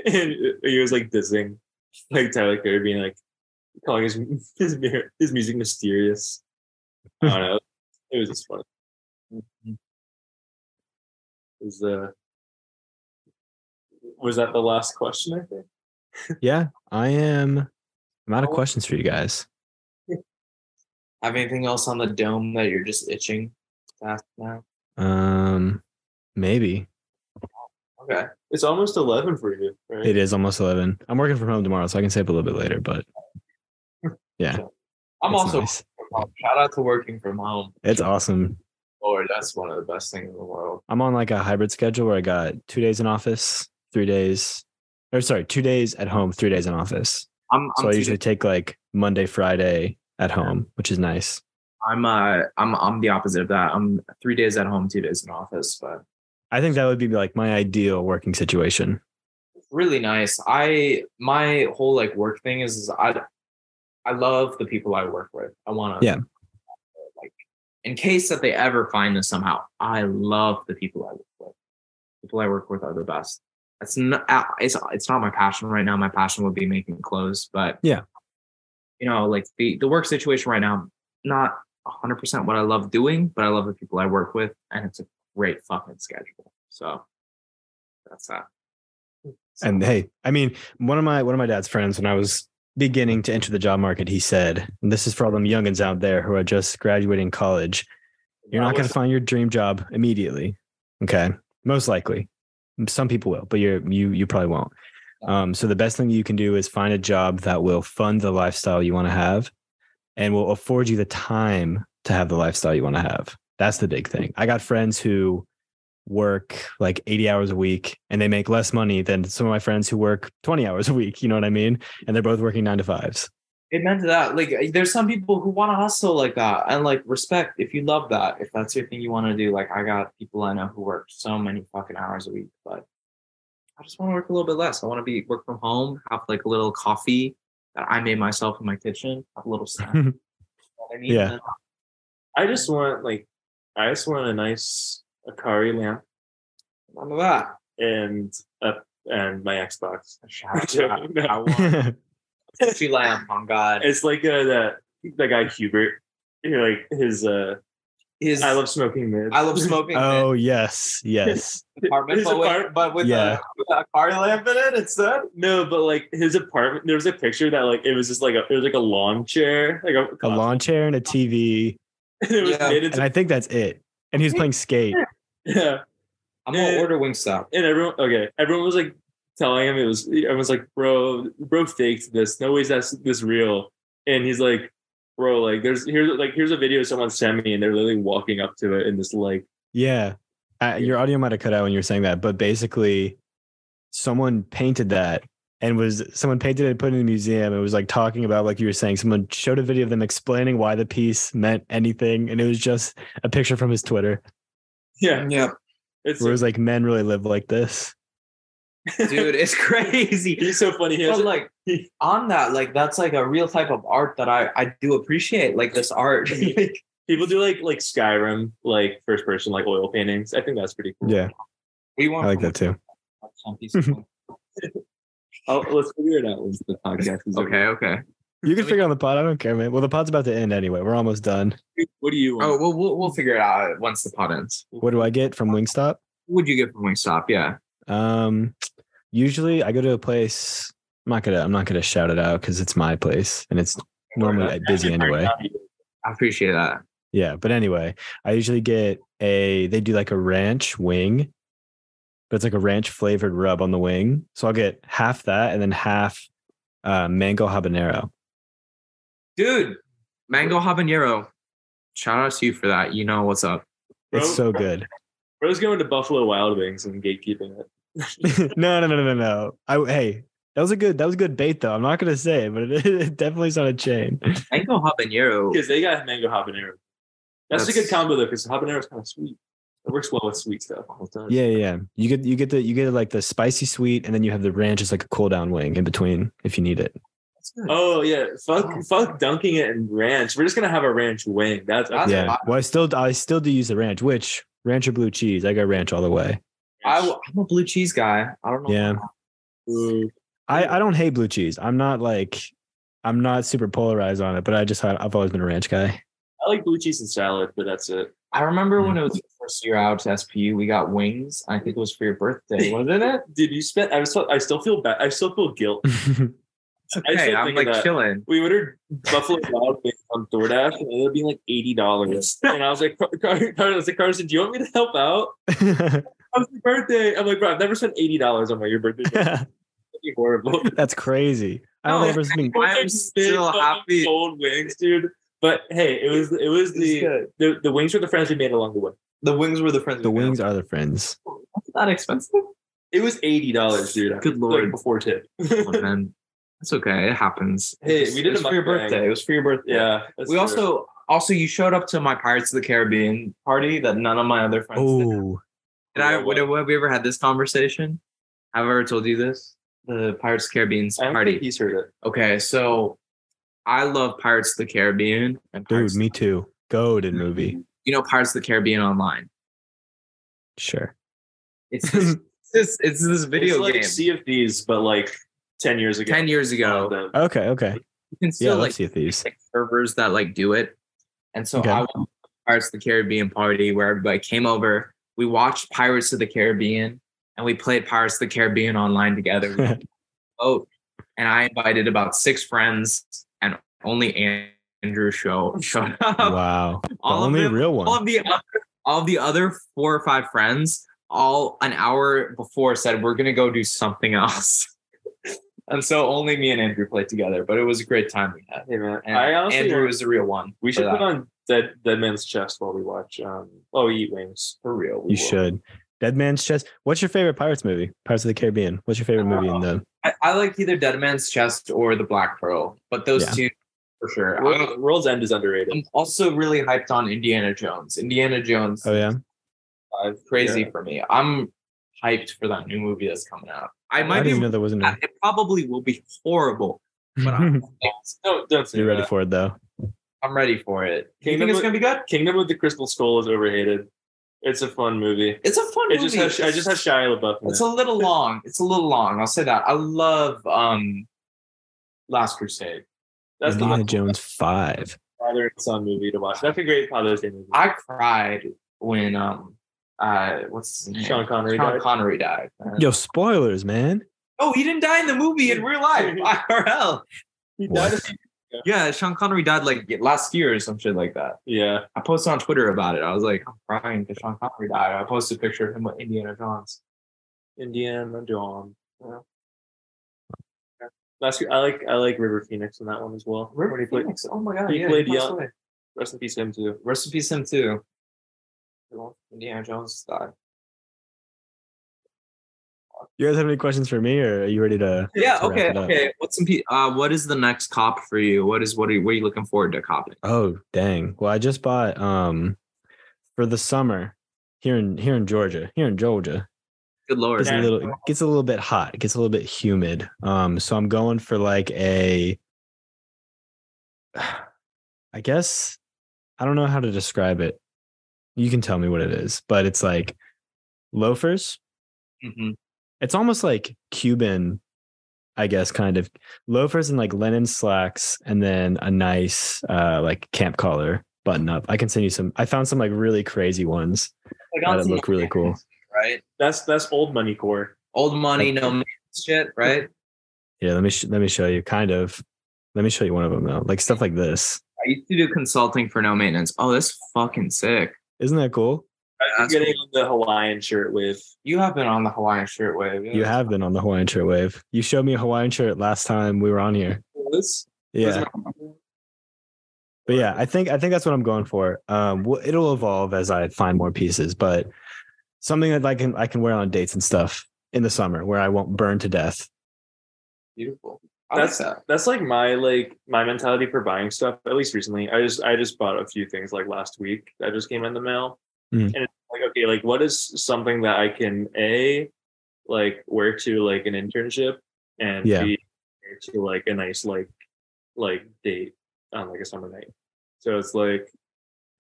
Speaker 3: he was like dissing like Tyler the Creator being like calling his his mu- his music mysterious. I don't know. It was just funny. Is uh was that the last question? I think.
Speaker 1: Yeah. I am I'm
Speaker 2: Oh.
Speaker 1: out of questions for you guys.
Speaker 2: have anything else on the dome that you're just itching to ask now?
Speaker 1: Um maybe.
Speaker 2: Okay.
Speaker 3: It's almost eleven for you, right?
Speaker 1: It is almost eleven. I'm working from home tomorrow, so I can stay up a little bit later, but
Speaker 2: I'm
Speaker 1: it's
Speaker 2: also
Speaker 1: nice.
Speaker 2: from home. shout out to working from home.
Speaker 1: it's awesome.
Speaker 2: Lord, that's one of the best things in the world.
Speaker 1: I'm on like a hybrid schedule where I got two days in office, three days, or sorry, two days at home, three days in office.
Speaker 2: I'm
Speaker 1: So
Speaker 2: I'm,
Speaker 1: I
Speaker 2: two-
Speaker 1: usually take like Monday, Friday at home, which is nice.
Speaker 2: I'm uh I'm I'm the opposite of that. I'm three days at home, two days in office, but
Speaker 1: I think that would be like my ideal working situation.
Speaker 2: really nice. I my whole like work thing is, is I I love the people I work with. I want to
Speaker 1: Yeah.
Speaker 2: like in case that they ever find this somehow. I love the people I work with. People I work with are the best. That's not it's it's not my passion right now. My passion would be making clothes, but
Speaker 1: Yeah.
Speaker 2: you know, like the the work situation right now, not hundred percent what I love doing, but I love the people I work with, and it's a great fucking schedule. So that's that.
Speaker 1: And hey, I mean, one of my one of my dad's friends when I was beginning to enter the job market, he said, and this is for all them youngins out there who are just graduating college, you're not going to find your dream job immediately. Okay. Most likely. Some people will, but you're you you probably won't. Um, so the best thing you can do is find a job that will fund the lifestyle you want to have and will afford you the time to have the lifestyle you want to have. That's the big thing. I got friends who work like 80 hours a week and they make less money than some of my friends who work 20 hours a week. You know what I mean? And they're both working nine to fives.
Speaker 2: Amen to that. Like, there's some people who want to hustle like that, and like respect if you love that, if that's your thing you want to do. Like, I got people I know who work so many fucking hours a week, but I just want to work a little bit less. I want to be work from home, have like a little coffee that I made myself in my kitchen, have a little snack. that I need,
Speaker 1: Yeah.
Speaker 2: and then-
Speaker 3: I just want like I just want a nice Akari lamp
Speaker 2: None of that.
Speaker 3: and a, and my Xbox.
Speaker 2: Shout out to
Speaker 3: No.
Speaker 2: I want she lamb on God.
Speaker 3: It's like uh, that that guy Hubert. You know, like his uh,
Speaker 2: His
Speaker 3: I love smoking mids.
Speaker 2: I love smoking.
Speaker 1: oh yes, yes.
Speaker 2: apartment,
Speaker 3: his
Speaker 2: but with,
Speaker 3: apart-
Speaker 2: but with
Speaker 1: Yeah.
Speaker 2: a, with a car lamp in it instead.
Speaker 3: no, but like his apartment. There was a picture that like it was just like a it was like a lawn chair, like a,
Speaker 1: A lawn chair and a TV.
Speaker 3: it was
Speaker 2: Yeah.
Speaker 3: made
Speaker 1: And
Speaker 3: into
Speaker 1: I think that's it. And he was playing skate.
Speaker 3: yeah.
Speaker 2: I'm gonna
Speaker 3: Eh.
Speaker 2: order Wingstop.
Speaker 3: and everyone okay everyone was like telling him it was i was like bro bro faked this no ways that's this real and he's like bro like there's here's like here's a video someone sent me and they're literally walking up to it in this like
Speaker 1: Yeah. Uh, your audio might have cut out when you were saying that, but basically, someone painted that and was someone painted it and put it in a museum. It was like talking about like you were saying, someone showed a video of them explaining why the piece meant anything, and it was just a picture from his Twitter
Speaker 3: Yeah,
Speaker 4: Yeah.
Speaker 3: it's
Speaker 1: where it was like men really live like this.
Speaker 4: Dude, it's crazy.
Speaker 3: he's so funny. He has
Speaker 4: But like on that, like that's like a real type of art that I I do appreciate. Like this art. Like,
Speaker 3: people do like like Skyrim, like first person, like oil paintings. I think that's pretty cool.
Speaker 1: Yeah,
Speaker 4: we want
Speaker 1: I like that too.
Speaker 4: some piece of
Speaker 3: Oh, let's figure it out once the podcast is over.
Speaker 2: Okay, okay.
Speaker 1: You can figure it on the pod. I don't care, man. Well, the pod's about to end anyway. We're almost done.
Speaker 3: What do you want?
Speaker 2: Oh, well, we'll we'll figure it out once the pod ends.
Speaker 1: What do I get from Wingstop?
Speaker 2: What would you get from Wingstop? Yeah.
Speaker 1: Um, usually I go to a place. I'm not gonna. I'm not gonna shout it out because it's my place and it's normally busy anyway.
Speaker 2: I appreciate that.
Speaker 1: Yeah, but anyway, I usually get a they do like a ranch wing, but it's like a ranch flavored rub on the wing. So I'll get half that and then half uh, mango habanero.
Speaker 2: Dude, Mango Habanero. Shout out to you for that. You know what's up.
Speaker 1: It's so good.
Speaker 3: Bro's going to Buffalo Wild Wings and gatekeeping it.
Speaker 1: no, no, no, no, no, no. I hey, that was a good that was a good bait though. I'm not gonna say it, but it, it definitely is on a chain.
Speaker 2: Mango Habanero.
Speaker 3: Because they got mango habanero. That's, a
Speaker 2: That's-
Speaker 3: good combo though, because habanero is kind of sweet. It works well with sweet stuff. All the time.
Speaker 1: Yeah, yeah. You get you get the you get like the spicy sweet, and then you have the ranch as like a cool down wing in between if you need it.
Speaker 3: Oh yeah. Fuck fuck dunking it in ranch. We're just gonna have a ranch wing. That's
Speaker 4: That's-
Speaker 1: yeah. Well, I still I still do use the ranch, which ranch or blue cheese. I go ranch all the way.
Speaker 4: I, am a blue cheese guy. I don't know.
Speaker 1: Yeah. I I don't hate blue cheese. I'm not like I'm not super polarized on it, but I just I've always been a ranch guy.
Speaker 3: I like blue cheese and salad, but that's it.
Speaker 4: I remember
Speaker 1: Mm.
Speaker 4: when it was the first year out to SPU, we got wings. I think it was for your birthday, wasn't it?
Speaker 3: Dude, you spent I was so, I still feel bad. I still feel guilt. I
Speaker 2: Hey,
Speaker 3: still
Speaker 2: I'm
Speaker 3: think
Speaker 2: like
Speaker 3: of that.
Speaker 2: chilling.
Speaker 3: we ordered Buffalo Wild Wings on DoorDash and it ended up being like eighty dollars. And I was like, Car- Car- Car- I was like, Carson, do you want me to help out? How's your birthday? I'm like, bro, I've never spent eighty dollars on my your birthday. That'd be horrible.
Speaker 1: That's crazy. I don't
Speaker 2: No,
Speaker 1: know if it's been
Speaker 2: I'm still happy.
Speaker 3: Old wings, dude. But hey, it was it was the the, the wings were the friends we made along the way.
Speaker 4: The wings were the friends.
Speaker 1: the
Speaker 4: we made.
Speaker 1: wings are the friends.
Speaker 4: That's not expensive.
Speaker 3: It was eighty dollars, dude.
Speaker 2: Good
Speaker 3: Like,
Speaker 2: lord.
Speaker 3: before tip.
Speaker 2: Oh, man. That's okay. It happens.
Speaker 3: Hey,
Speaker 4: It
Speaker 3: we did
Speaker 4: was
Speaker 3: a
Speaker 4: for your
Speaker 3: mukbang.
Speaker 4: birthday. It was for your birthday.
Speaker 3: Yeah, that's
Speaker 4: We
Speaker 3: true.
Speaker 4: also also you showed up to my Pirates of the Caribbean party that none of my other friends did.
Speaker 1: Oh,
Speaker 2: Did I? Would, have we ever had this conversation? Have I ever told you this? The Pirates of the Caribbean's
Speaker 3: I don't think
Speaker 2: party.
Speaker 3: he's heard it.
Speaker 2: Okay, so I love Pirates of the Caribbean and
Speaker 1: dude,
Speaker 2: Pirates,
Speaker 1: me too. Goaded movie.
Speaker 2: you know Pirates of the Caribbean online.
Speaker 1: Sure.
Speaker 2: It's this, this it's this video
Speaker 3: it's like
Speaker 2: game
Speaker 3: Sea of Thieves, but like ten years ago.
Speaker 2: ten years ago.
Speaker 3: The-
Speaker 1: Okay, okay.
Speaker 2: You can
Speaker 1: Yeah,
Speaker 2: still
Speaker 1: let's
Speaker 2: like
Speaker 1: see thieves.
Speaker 2: pick servers that like do it. And so
Speaker 1: Okay.
Speaker 2: I went to Pirates of the Caribbean party where everybody came over. We watched Pirates of the Caribbean and we played Pirates of the Caribbean online together. We had a boat, and I invited about six friends, and only An- Andrew show showed up.
Speaker 1: Wow. The
Speaker 2: all of
Speaker 1: only
Speaker 2: them,
Speaker 1: real
Speaker 2: all of
Speaker 1: one.
Speaker 2: the other, all of the other four or five friends, all an hour before said we're gonna go do something else. And so only me and Andrew played together, but it was a great time we had.
Speaker 3: Hey man,
Speaker 2: And
Speaker 3: I honestly
Speaker 2: Andrew
Speaker 3: want-
Speaker 2: was the real one.
Speaker 3: we should
Speaker 2: for
Speaker 3: put
Speaker 2: that.
Speaker 3: on Dead Dead Man's Chest while we watch. Um, oh, we eat wings for real. we
Speaker 1: You
Speaker 3: will.
Speaker 1: should. Dead Man's Chest. What's your favorite Pirates movie? Pirates of the Caribbean. What's your favorite movie
Speaker 2: Uh,
Speaker 1: in the?
Speaker 2: I, I like either Dead Man's Chest or The Black Pearl, but those
Speaker 1: Yeah.
Speaker 2: two for sure.
Speaker 3: World-
Speaker 2: I'm,
Speaker 3: World's End is underrated.
Speaker 2: I'm also really hyped on Indiana Jones. Indiana Jones uh,
Speaker 1: Oh yeah.
Speaker 2: is
Speaker 3: Five.
Speaker 2: crazy
Speaker 3: Yeah.
Speaker 2: for me. I'm hyped for that new movie that's coming out. I
Speaker 1: I
Speaker 2: might
Speaker 1: didn't
Speaker 2: be.
Speaker 1: even know there wasn't. A...
Speaker 2: It probably will be horrible, but I'm,
Speaker 3: No, don't say
Speaker 1: You're ready
Speaker 3: that.
Speaker 1: for it though.
Speaker 2: I'm ready for it. Do you
Speaker 3: Kingdom
Speaker 2: think it's
Speaker 3: of-
Speaker 2: gonna be good?
Speaker 3: Kingdom of the Crystal Skull is overhated. It's a fun movie.
Speaker 2: It's a fun
Speaker 3: It
Speaker 2: movie.
Speaker 3: just has I just had Shia LaBeouf. In
Speaker 2: It's
Speaker 3: it.
Speaker 2: a little long. It's a little long. I'll say that. I love um, Last Crusade.
Speaker 3: That's the
Speaker 1: Indiana
Speaker 3: best
Speaker 1: Jones Five.
Speaker 3: father and son movie to watch. That's a great Father's Day movie.
Speaker 2: I cried when um, uh, what's his name?
Speaker 3: Sean Connery.
Speaker 2: Sean
Speaker 3: died.
Speaker 2: Connery died. man.
Speaker 1: Yo, spoilers, man.
Speaker 2: Oh, he didn't die in the movie in real life, IRL.
Speaker 3: He
Speaker 1: What?
Speaker 3: died a few-
Speaker 2: Yeah, Sean Connery died like last year or some shit like that.
Speaker 3: yeah.
Speaker 2: I posted on Twitter about it. I was like, I'm crying because Sean Connery died. I posted a picture of him with Indiana Jones.
Speaker 3: Indiana Jones. Yeah. Last year, I like I like River Phoenix in that one as well. When he played-
Speaker 2: Phoenix. Oh my god,
Speaker 3: he
Speaker 2: yeah,
Speaker 3: played
Speaker 2: passed
Speaker 3: young-
Speaker 2: away.
Speaker 3: Rest in peace, him too.
Speaker 2: Rest in peace, him too. Indiana Jones died.
Speaker 1: You guys have any questions for me, or are you ready to?
Speaker 4: Yeah.
Speaker 1: to wrap
Speaker 4: Okay.
Speaker 1: it up?
Speaker 4: Okay.
Speaker 2: What's some? pe- Uh, what is the next cop for you? What is what are you, what are you looking forward to copping?
Speaker 1: Oh dang! Well, I just bought um for the summer here in here in Georgia. Here in Georgia,
Speaker 2: Good lord.
Speaker 1: gets a little it gets a little bit hot. It gets a little bit humid. Um, so I'm going for like a, I guess I don't know how to describe it. You can tell me what it is, but it's like loafers.
Speaker 2: Mm-hmm.
Speaker 4: Mhm.
Speaker 1: It's almost like Cuban, I guess, kind of loafers and like linen slacks, and then a nice uh like camp collar button up. I can send you some. I found some like really crazy ones
Speaker 4: Like, on
Speaker 1: that
Speaker 4: some
Speaker 1: look really cool.
Speaker 4: Right.
Speaker 3: That's that's old money core.
Speaker 4: Old money, no man shit. Right.
Speaker 1: Yeah, let me sh- let me show you. Kind of. Let me show you one of them though. Like stuff like this.
Speaker 2: I used to do consulting for no maintenance. Oh, that's fucking sick.
Speaker 1: Isn't that cool?
Speaker 3: I'm
Speaker 2: That's
Speaker 3: getting on the Hawaiian shirt with
Speaker 4: You have been on the Hawaiian shirt wave.
Speaker 1: You have been on the Hawaiian shirt wave. You showed me a Hawaiian shirt last time we were on here.
Speaker 3: this.
Speaker 1: Yeah, but yeah, I think I think that's what I'm going for. Um, well, it'll evolve as I find more pieces, but something that I can I can wear on dates and stuff in the summer where I won't burn to death.
Speaker 4: beautiful. I like
Speaker 3: That's
Speaker 4: that.
Speaker 3: that's like my like my mentality for buying stuff. At least recently, I just I just bought a few things like last week that just came in the mail,
Speaker 1: Mm.
Speaker 3: and it's like okay, like what is something that I can a like wear to like an internship and
Speaker 1: Yeah.
Speaker 3: b wear to like a nice like like date on like a summer night. So it's like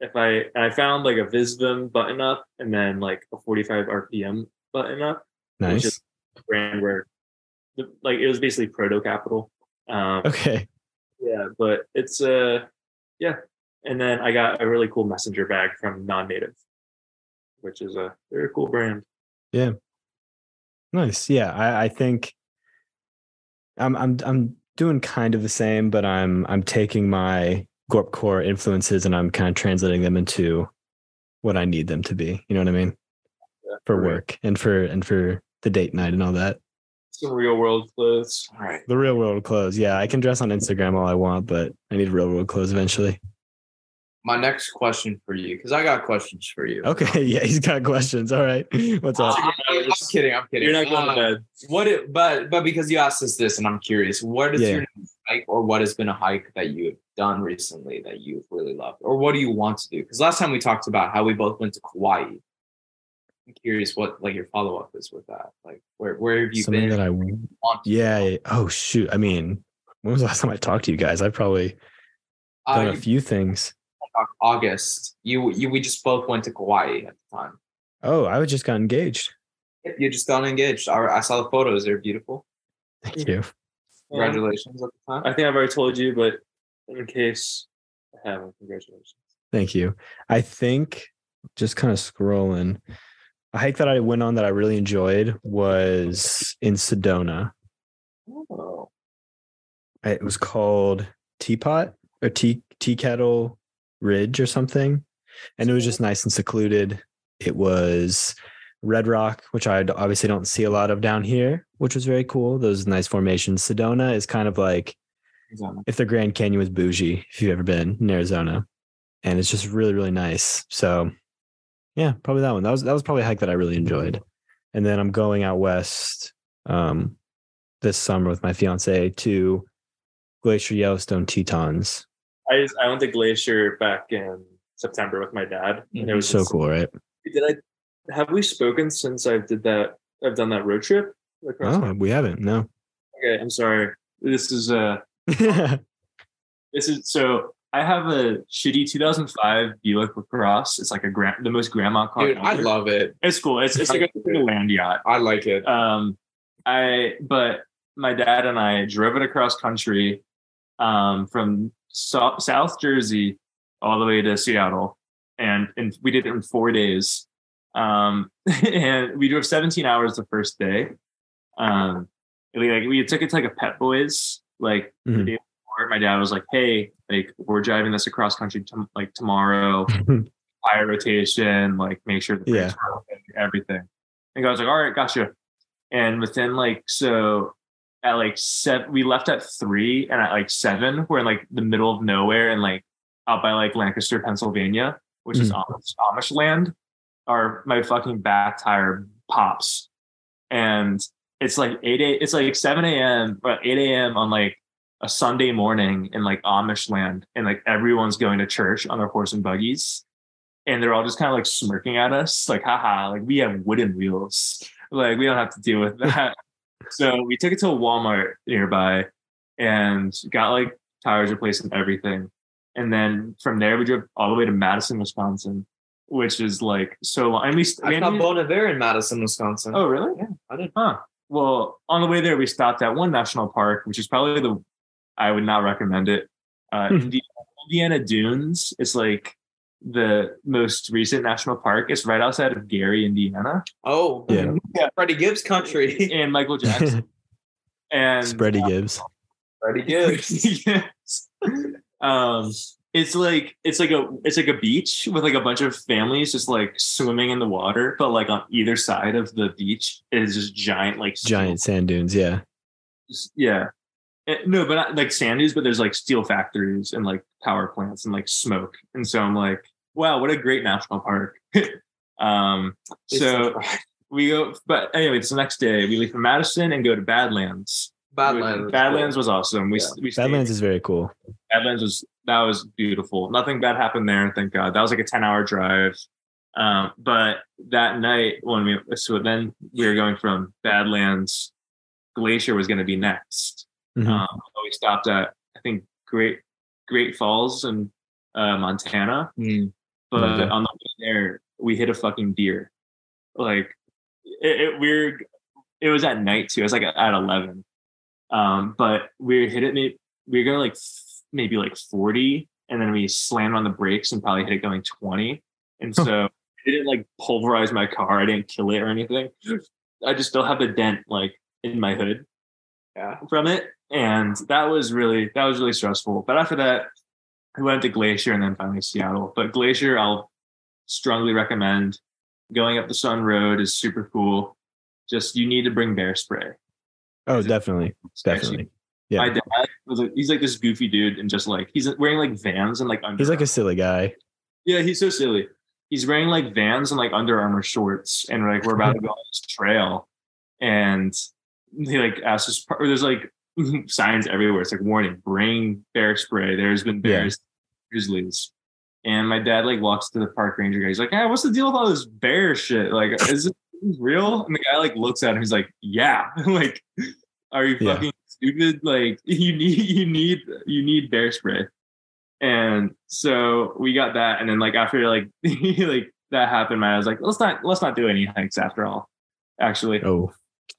Speaker 3: if I and I found like a Visvim button up and then like a 45 RPM button up
Speaker 1: Nice.
Speaker 3: Which is- brand where the, like it was basically proto capital. Um,
Speaker 1: okay.
Speaker 3: yeah, but it's uh yeah. And then I got a really cool messenger bag from Non Native, which is a very cool brand.
Speaker 1: Nice. Yeah, I, I think I'm I'm I'm doing kind of the same, but I'm I'm taking my Gorp core influences and I'm kind of translating them into what I need them to be. You know what I mean? For
Speaker 3: right.
Speaker 1: work and for and for the date night and all that.
Speaker 3: Some real world clothes.
Speaker 4: All right.
Speaker 1: The real world clothes. Yeah, I can dress on Instagram all I want, but I need real world clothes eventually.
Speaker 4: My next question for you, because I got questions for you.
Speaker 1: Okay, yeah, he's got questions. All right. What's
Speaker 4: Uh,
Speaker 1: up?
Speaker 4: I'm, I'm kidding. I'm kidding.
Speaker 3: You're not going
Speaker 2: Ah,
Speaker 4: Uh,
Speaker 3: to bed.
Speaker 4: What? It, but but because you asked us this, and I'm curious, what is
Speaker 1: Yeah.
Speaker 4: your next hike, or what has been a hike that you've done recently that you've really loved, or what do you want to do? Because last time we talked about how we both went to Kauai. I'm curious what like your follow up is with that. Like where where have you
Speaker 1: Something
Speaker 4: been?
Speaker 1: that I
Speaker 4: want to
Speaker 1: yeah,
Speaker 4: do?
Speaker 1: yeah. Oh shoot. I mean, when was the last time I talked to you guys? I've probably
Speaker 4: Uh,
Speaker 1: done a
Speaker 4: you-
Speaker 1: few things.
Speaker 4: August. You you we just both went to Kauai at the time.
Speaker 1: Oh, I just got engaged.
Speaker 4: Yep, you just got engaged. I, I saw the photos. They're beautiful.
Speaker 1: Thank you.
Speaker 3: Yeah.
Speaker 4: Congratulations at the time.
Speaker 3: Um, I think I've already told you, but in case I haven't, congratulations.
Speaker 1: Thank you. I think just kind of scrolling. A hike that I went on that I really enjoyed was in Sedona.
Speaker 4: Oh,
Speaker 1: It was called Teapot or Tea Tea Kettle Ridge or something. And it was just nice and secluded. It was Red Rock, which I d- obviously don't see a lot of down here, which was very cool. Those nice formations. Sedona is kind of like
Speaker 4: Arizona.
Speaker 1: if the Grand Canyon was bougie, if you've ever been in Arizona, and it's just really, really nice. So, yeah, probably that one. That was that was probably a hike that I really enjoyed. And then I'm going out west um, this summer with my fiance to Glacier Yellowstone Tetons.
Speaker 3: I just I went to Glacier back in September with my dad. And it was
Speaker 1: So cool, right?
Speaker 3: Did I have we spoken since I did that? I've done that road trip. across
Speaker 1: Oh, we haven't. No.
Speaker 3: Okay, I'm sorry. This is uh this is so I have a shitty 2005 Buick Lacrosse. It's like a grand, the most grandma car.
Speaker 4: Dude, I
Speaker 3: ever.
Speaker 4: love it.
Speaker 3: It's cool. It's it's like a, it's like a land yacht.
Speaker 4: I like it.
Speaker 3: Um, I but my dad and I drove it across country, um, from so- South Jersey all the way to Seattle, and and we did it in four days. Um, and we drove 17 hours the first day. Um, we, like we took it to like a Pet Boys like the
Speaker 1: Mhm.
Speaker 3: day before. My dad was like, "Hey, like we're driving this across country tom like tomorrow." fire rotation, like make sure the
Speaker 1: Yeah.
Speaker 3: brakes are open, everything. And I was like, all right, gotcha. And within like so at like seven we left at three and at like seven, we're in like the middle of nowhere and like out by like Lancaster, Pennsylvania, which is Amish, Amish land. Our my fucking back tire pops. and it's like eight a, it's like seven a.m. or eight a.m. on like a Sunday morning in like Amish land, and like everyone's going to church on their horse and buggies, and they're all just kind of like smirking at us, like haha, like we have wooden wheels, like we don't have to deal with that. so we took it to a Walmart nearby, and got like tires replaced and everything, and then from there we drove all the way to Madison, Wisconsin, which is like so long. And we, we
Speaker 4: I
Speaker 3: ended-
Speaker 4: thought Bon Iver in Madison, Wisconsin.
Speaker 3: oh really?
Speaker 4: yeah, I did.
Speaker 3: Huh. Well, on the way there, we stopped at one national park, which is probably the I would not recommend it. Uh,
Speaker 1: Hmm.
Speaker 3: Indiana, Indiana Dunes is like the most recent national park. It's right outside of Gary, Indiana,
Speaker 4: Oh,
Speaker 1: Yeah.
Speaker 4: Freddie Gibbs country.
Speaker 3: and Michael Jackson and
Speaker 1: Spready Gibbs.
Speaker 4: Freddie Gibbs.
Speaker 3: yes. Um, it's like it's like a it's like a beach with like a bunch of families just like swimming in the water, but like on either side of the beach is just giant like
Speaker 1: Giant sand dunes. Yeah.
Speaker 3: yeah Eh, no but not like sand dunes but there's like steel factories and like power plants and like smoke and so i'm like wow what a great national park um so we go but anyway it's the next day we leave from madison and go to badlands
Speaker 4: Badlands.
Speaker 3: badlands was awesome we,
Speaker 4: Yeah.
Speaker 3: we stayed-
Speaker 1: Badlands is very cool.
Speaker 3: badlands was that was beautiful nothing bad happened there thank god that was like a 10 hour drive um but that night when we so then we were going from badlands glacier was going to be next
Speaker 1: Mhm.
Speaker 3: um, but we stopped at I think Great Great Falls in uh, Montana.
Speaker 4: Mm.
Speaker 3: But
Speaker 1: Okay.
Speaker 3: on the way there, we hit a fucking deer. Like it, it we're it was at night too. It was like at eleven. Um, but we hit it. may- We were going like f- maybe like forty, and then we slammed on the brakes and probably hit it going twenty. And so it didn't like pulverize my car. I didn't kill it or anything. I just still have a dent like in my hood
Speaker 4: Yeah.
Speaker 3: from it and that was really that was really stressful but after that we went to glacier and then finally seattle but glacier i'll strongly recommend going up the sun road is super cool just you need to bring bear spray
Speaker 1: Oh,
Speaker 3: is it-
Speaker 1: definitely. Definitely. Yeah.
Speaker 3: my dad was like, he's like this goofy dude and just like he's wearing like vans and like under
Speaker 1: He's like a silly guy.
Speaker 3: yeah he's so silly he's wearing like vans and like under armor shorts and like we're about to go on this trail and he like asks us or there's like signs everywhere. It's like warning, bring bear spray. There's been
Speaker 1: Yeah.
Speaker 3: bears, grizzlies. And my dad like walks to the park ranger guy. He's like, "Hey, what's the deal with all this bear shit? Like, is this real?" And the guy like looks at him. He's like, "Yeah, like, are you
Speaker 1: Yeah.
Speaker 3: fucking stupid? Like, you need, you need, you need bear spray." And so we got that. And then like after like like that happened, man, I was like, "Let's not, let's not do any hikes after all." Actually,
Speaker 1: Oh,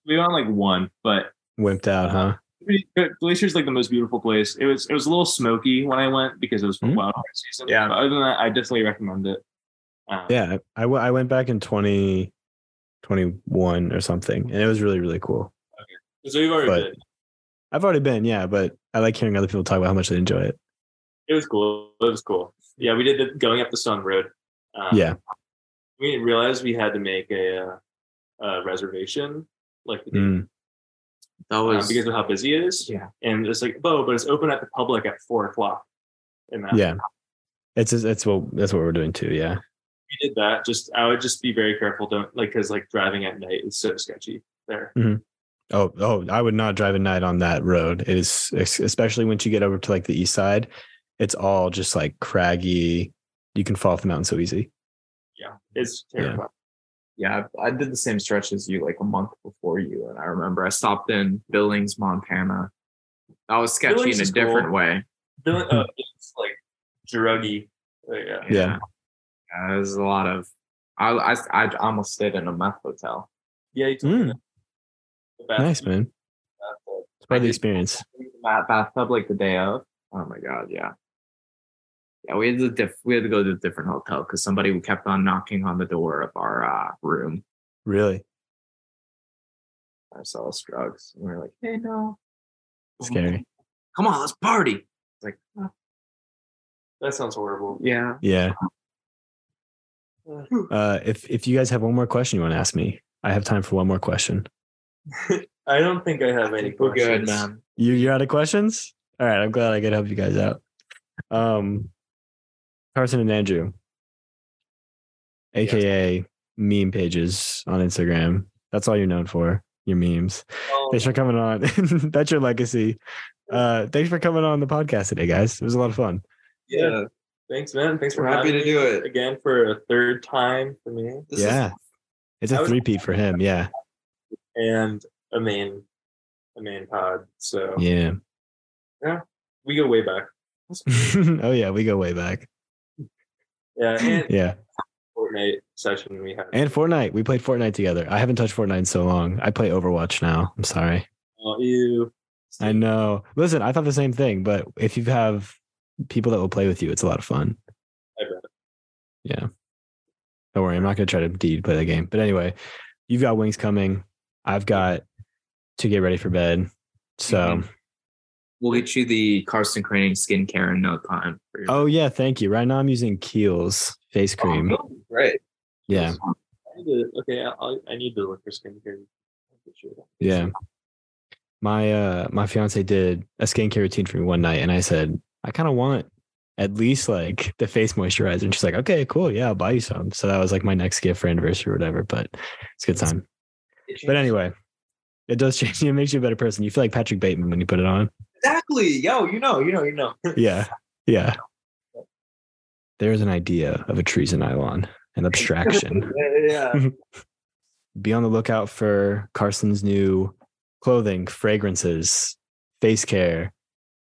Speaker 3: we went on like one, but
Speaker 1: wimped out, huh?
Speaker 3: pretty- but Glacier's like the most beautiful place. It was it was a little smoky when I went because it was
Speaker 1: Mhm.
Speaker 3: wildfire season.
Speaker 4: Yeah.
Speaker 3: But other than that, I definitely recommend it. Um,
Speaker 1: Yeah. I, w- I went back in 2021 or something, and it was really, really cool.
Speaker 3: So we've already
Speaker 1: But-
Speaker 3: been.
Speaker 1: I've already been, yeah, but I like hearing other people talk about how much they enjoy it.
Speaker 3: It was cool. It was cool. Yeah, we did the going up the Sun Road. Um,
Speaker 1: Yeah.
Speaker 3: We didn't realize we had to make a, uh, a reservation like the day
Speaker 1: Mm.
Speaker 4: That
Speaker 3: uh,
Speaker 4: was
Speaker 3: because of how busy it is.
Speaker 4: Yeah.
Speaker 3: And it's like, oh, but it's open at the public at four o'clock. And that,
Speaker 1: Yeah. It's it's what that's what we're doing too. Yeah.
Speaker 3: we did that. Just I would just be very careful. Don't like because like driving at night is so sketchy there.
Speaker 1: Oh, oh, I would not drive at night on that road. It is especially once you get over to like the east side, it's all just like craggy. You can fall off the mountain so easy.
Speaker 3: Yeah, it's
Speaker 1: Yeah.
Speaker 3: terrifying.
Speaker 4: yeah, I I did the same stretch as you like a month before you, and I remember I stopped in Billings, Montana. That was sketchy
Speaker 3: Billings
Speaker 4: in a
Speaker 3: is
Speaker 4: different
Speaker 3: cool.
Speaker 4: way.
Speaker 3: Villain, uh,
Speaker 4: Hmm.
Speaker 3: it's like druggy. Like, yeah.
Speaker 1: Yeah.
Speaker 4: Yeah, there's a lot of. I, I I almost stayed in a meth hotel.
Speaker 3: Yeah, you told me
Speaker 1: Mm.
Speaker 4: Hmm.
Speaker 3: that. The bathroom-
Speaker 1: Nice, man.
Speaker 3: bathtub.
Speaker 1: It's part of the experience.
Speaker 4: Bat bathtub like the day of. Oh my god, yeah. Yeah, we had to diff- we had to go to a different hotel because somebody kept on knocking on the door of our uh, room.
Speaker 1: Really
Speaker 4: I saw us drugs, and we were like, "Hey, no,
Speaker 1: scary.
Speaker 4: come on, let's party."
Speaker 3: That sounds horrible.
Speaker 4: Yeah,
Speaker 1: Yeah. Uh, if if you guys have one more question you want to ask me, I have time for one more question.
Speaker 3: I don't think I have any.
Speaker 4: we're good,
Speaker 3: questions.
Speaker 4: man.
Speaker 1: You you're out of questions? All right, I'm glad I could help you guys out. Um Carson and Andrew, aka meme pages on Instagram. That's all you're known for. Your memes.
Speaker 3: Oh,
Speaker 1: Thanks for coming on. That's your legacy. Uh, thanks for coming on the podcast today, guys. It was a lot of fun.
Speaker 3: Yeah. Thanks, man. Thanks for
Speaker 4: We're happy to
Speaker 3: having me
Speaker 4: do it.
Speaker 3: again for a third time for me.
Speaker 4: This
Speaker 1: yeah.
Speaker 4: is
Speaker 1: it's
Speaker 3: I
Speaker 1: a
Speaker 3: was-
Speaker 1: three peat for him. Yeah.
Speaker 3: And a main a main pod. So
Speaker 1: Yeah.
Speaker 3: we go way back.
Speaker 1: oh yeah, we go way back.
Speaker 3: Yeah. And
Speaker 1: Yeah.
Speaker 3: Fortnite session we had.
Speaker 1: And Fortnite. We played Fortnite together. I haven't touched Fortnite in so long. I play Overwatch now. I'm sorry.
Speaker 3: oh, ew.
Speaker 1: I know. Listen, I thought the same thing, but if you have people that will play with you, it's a lot of fun.
Speaker 3: I bet.
Speaker 1: Yeah. Don't worry, I'm not gonna try to deed play the game. But anyway, you've got wings coming. I've got to get ready for bed. So
Speaker 2: We'll get you the Carson Craning skincare in no time. for your-
Speaker 1: oh yeah, thank you. Right now I'm using Kiehl's face
Speaker 3: Oh,
Speaker 1: cream.
Speaker 4: great.
Speaker 1: yeah.
Speaker 3: I need to, okay, I- I'll, I need to look for skincare.
Speaker 1: Yeah. My uh my fiance did a skincare routine for me one night and I said, I kind of want at least like the face moisturizer. And she's like, Okay, cool, yeah, I'll buy you some. So that was like my next gift for anniversary or whatever, but it's a good time. But anyway, it does change you, it makes you a better person. You feel like Patrick Bateman when you put it on.
Speaker 4: Exactly. Yo, you know, you know, you know.
Speaker 1: Yeah. Yeah. There's an idea of a treason nylon, an abstraction.
Speaker 4: yeah.
Speaker 1: be on the lookout for Carson's new clothing, fragrances, face care,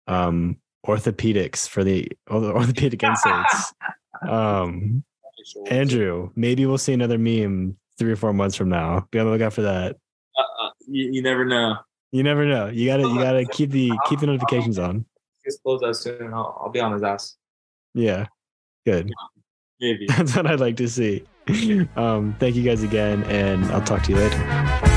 Speaker 1: um, orthopedics for the or- the orthopedic inserts. Um, Andrew, maybe we'll see another meme three or four months from now. Be on the lookout for that.
Speaker 3: Uh, you, you never know.
Speaker 1: You never know. You gotta you gotta keep the keep the notifications on.
Speaker 4: Just close out soon. and I'll, I'll be on his ass.
Speaker 1: Yeah, good.
Speaker 3: Maybe.
Speaker 1: That's what I'd like to see. Um, thank you guys again, and I'll talk to you later.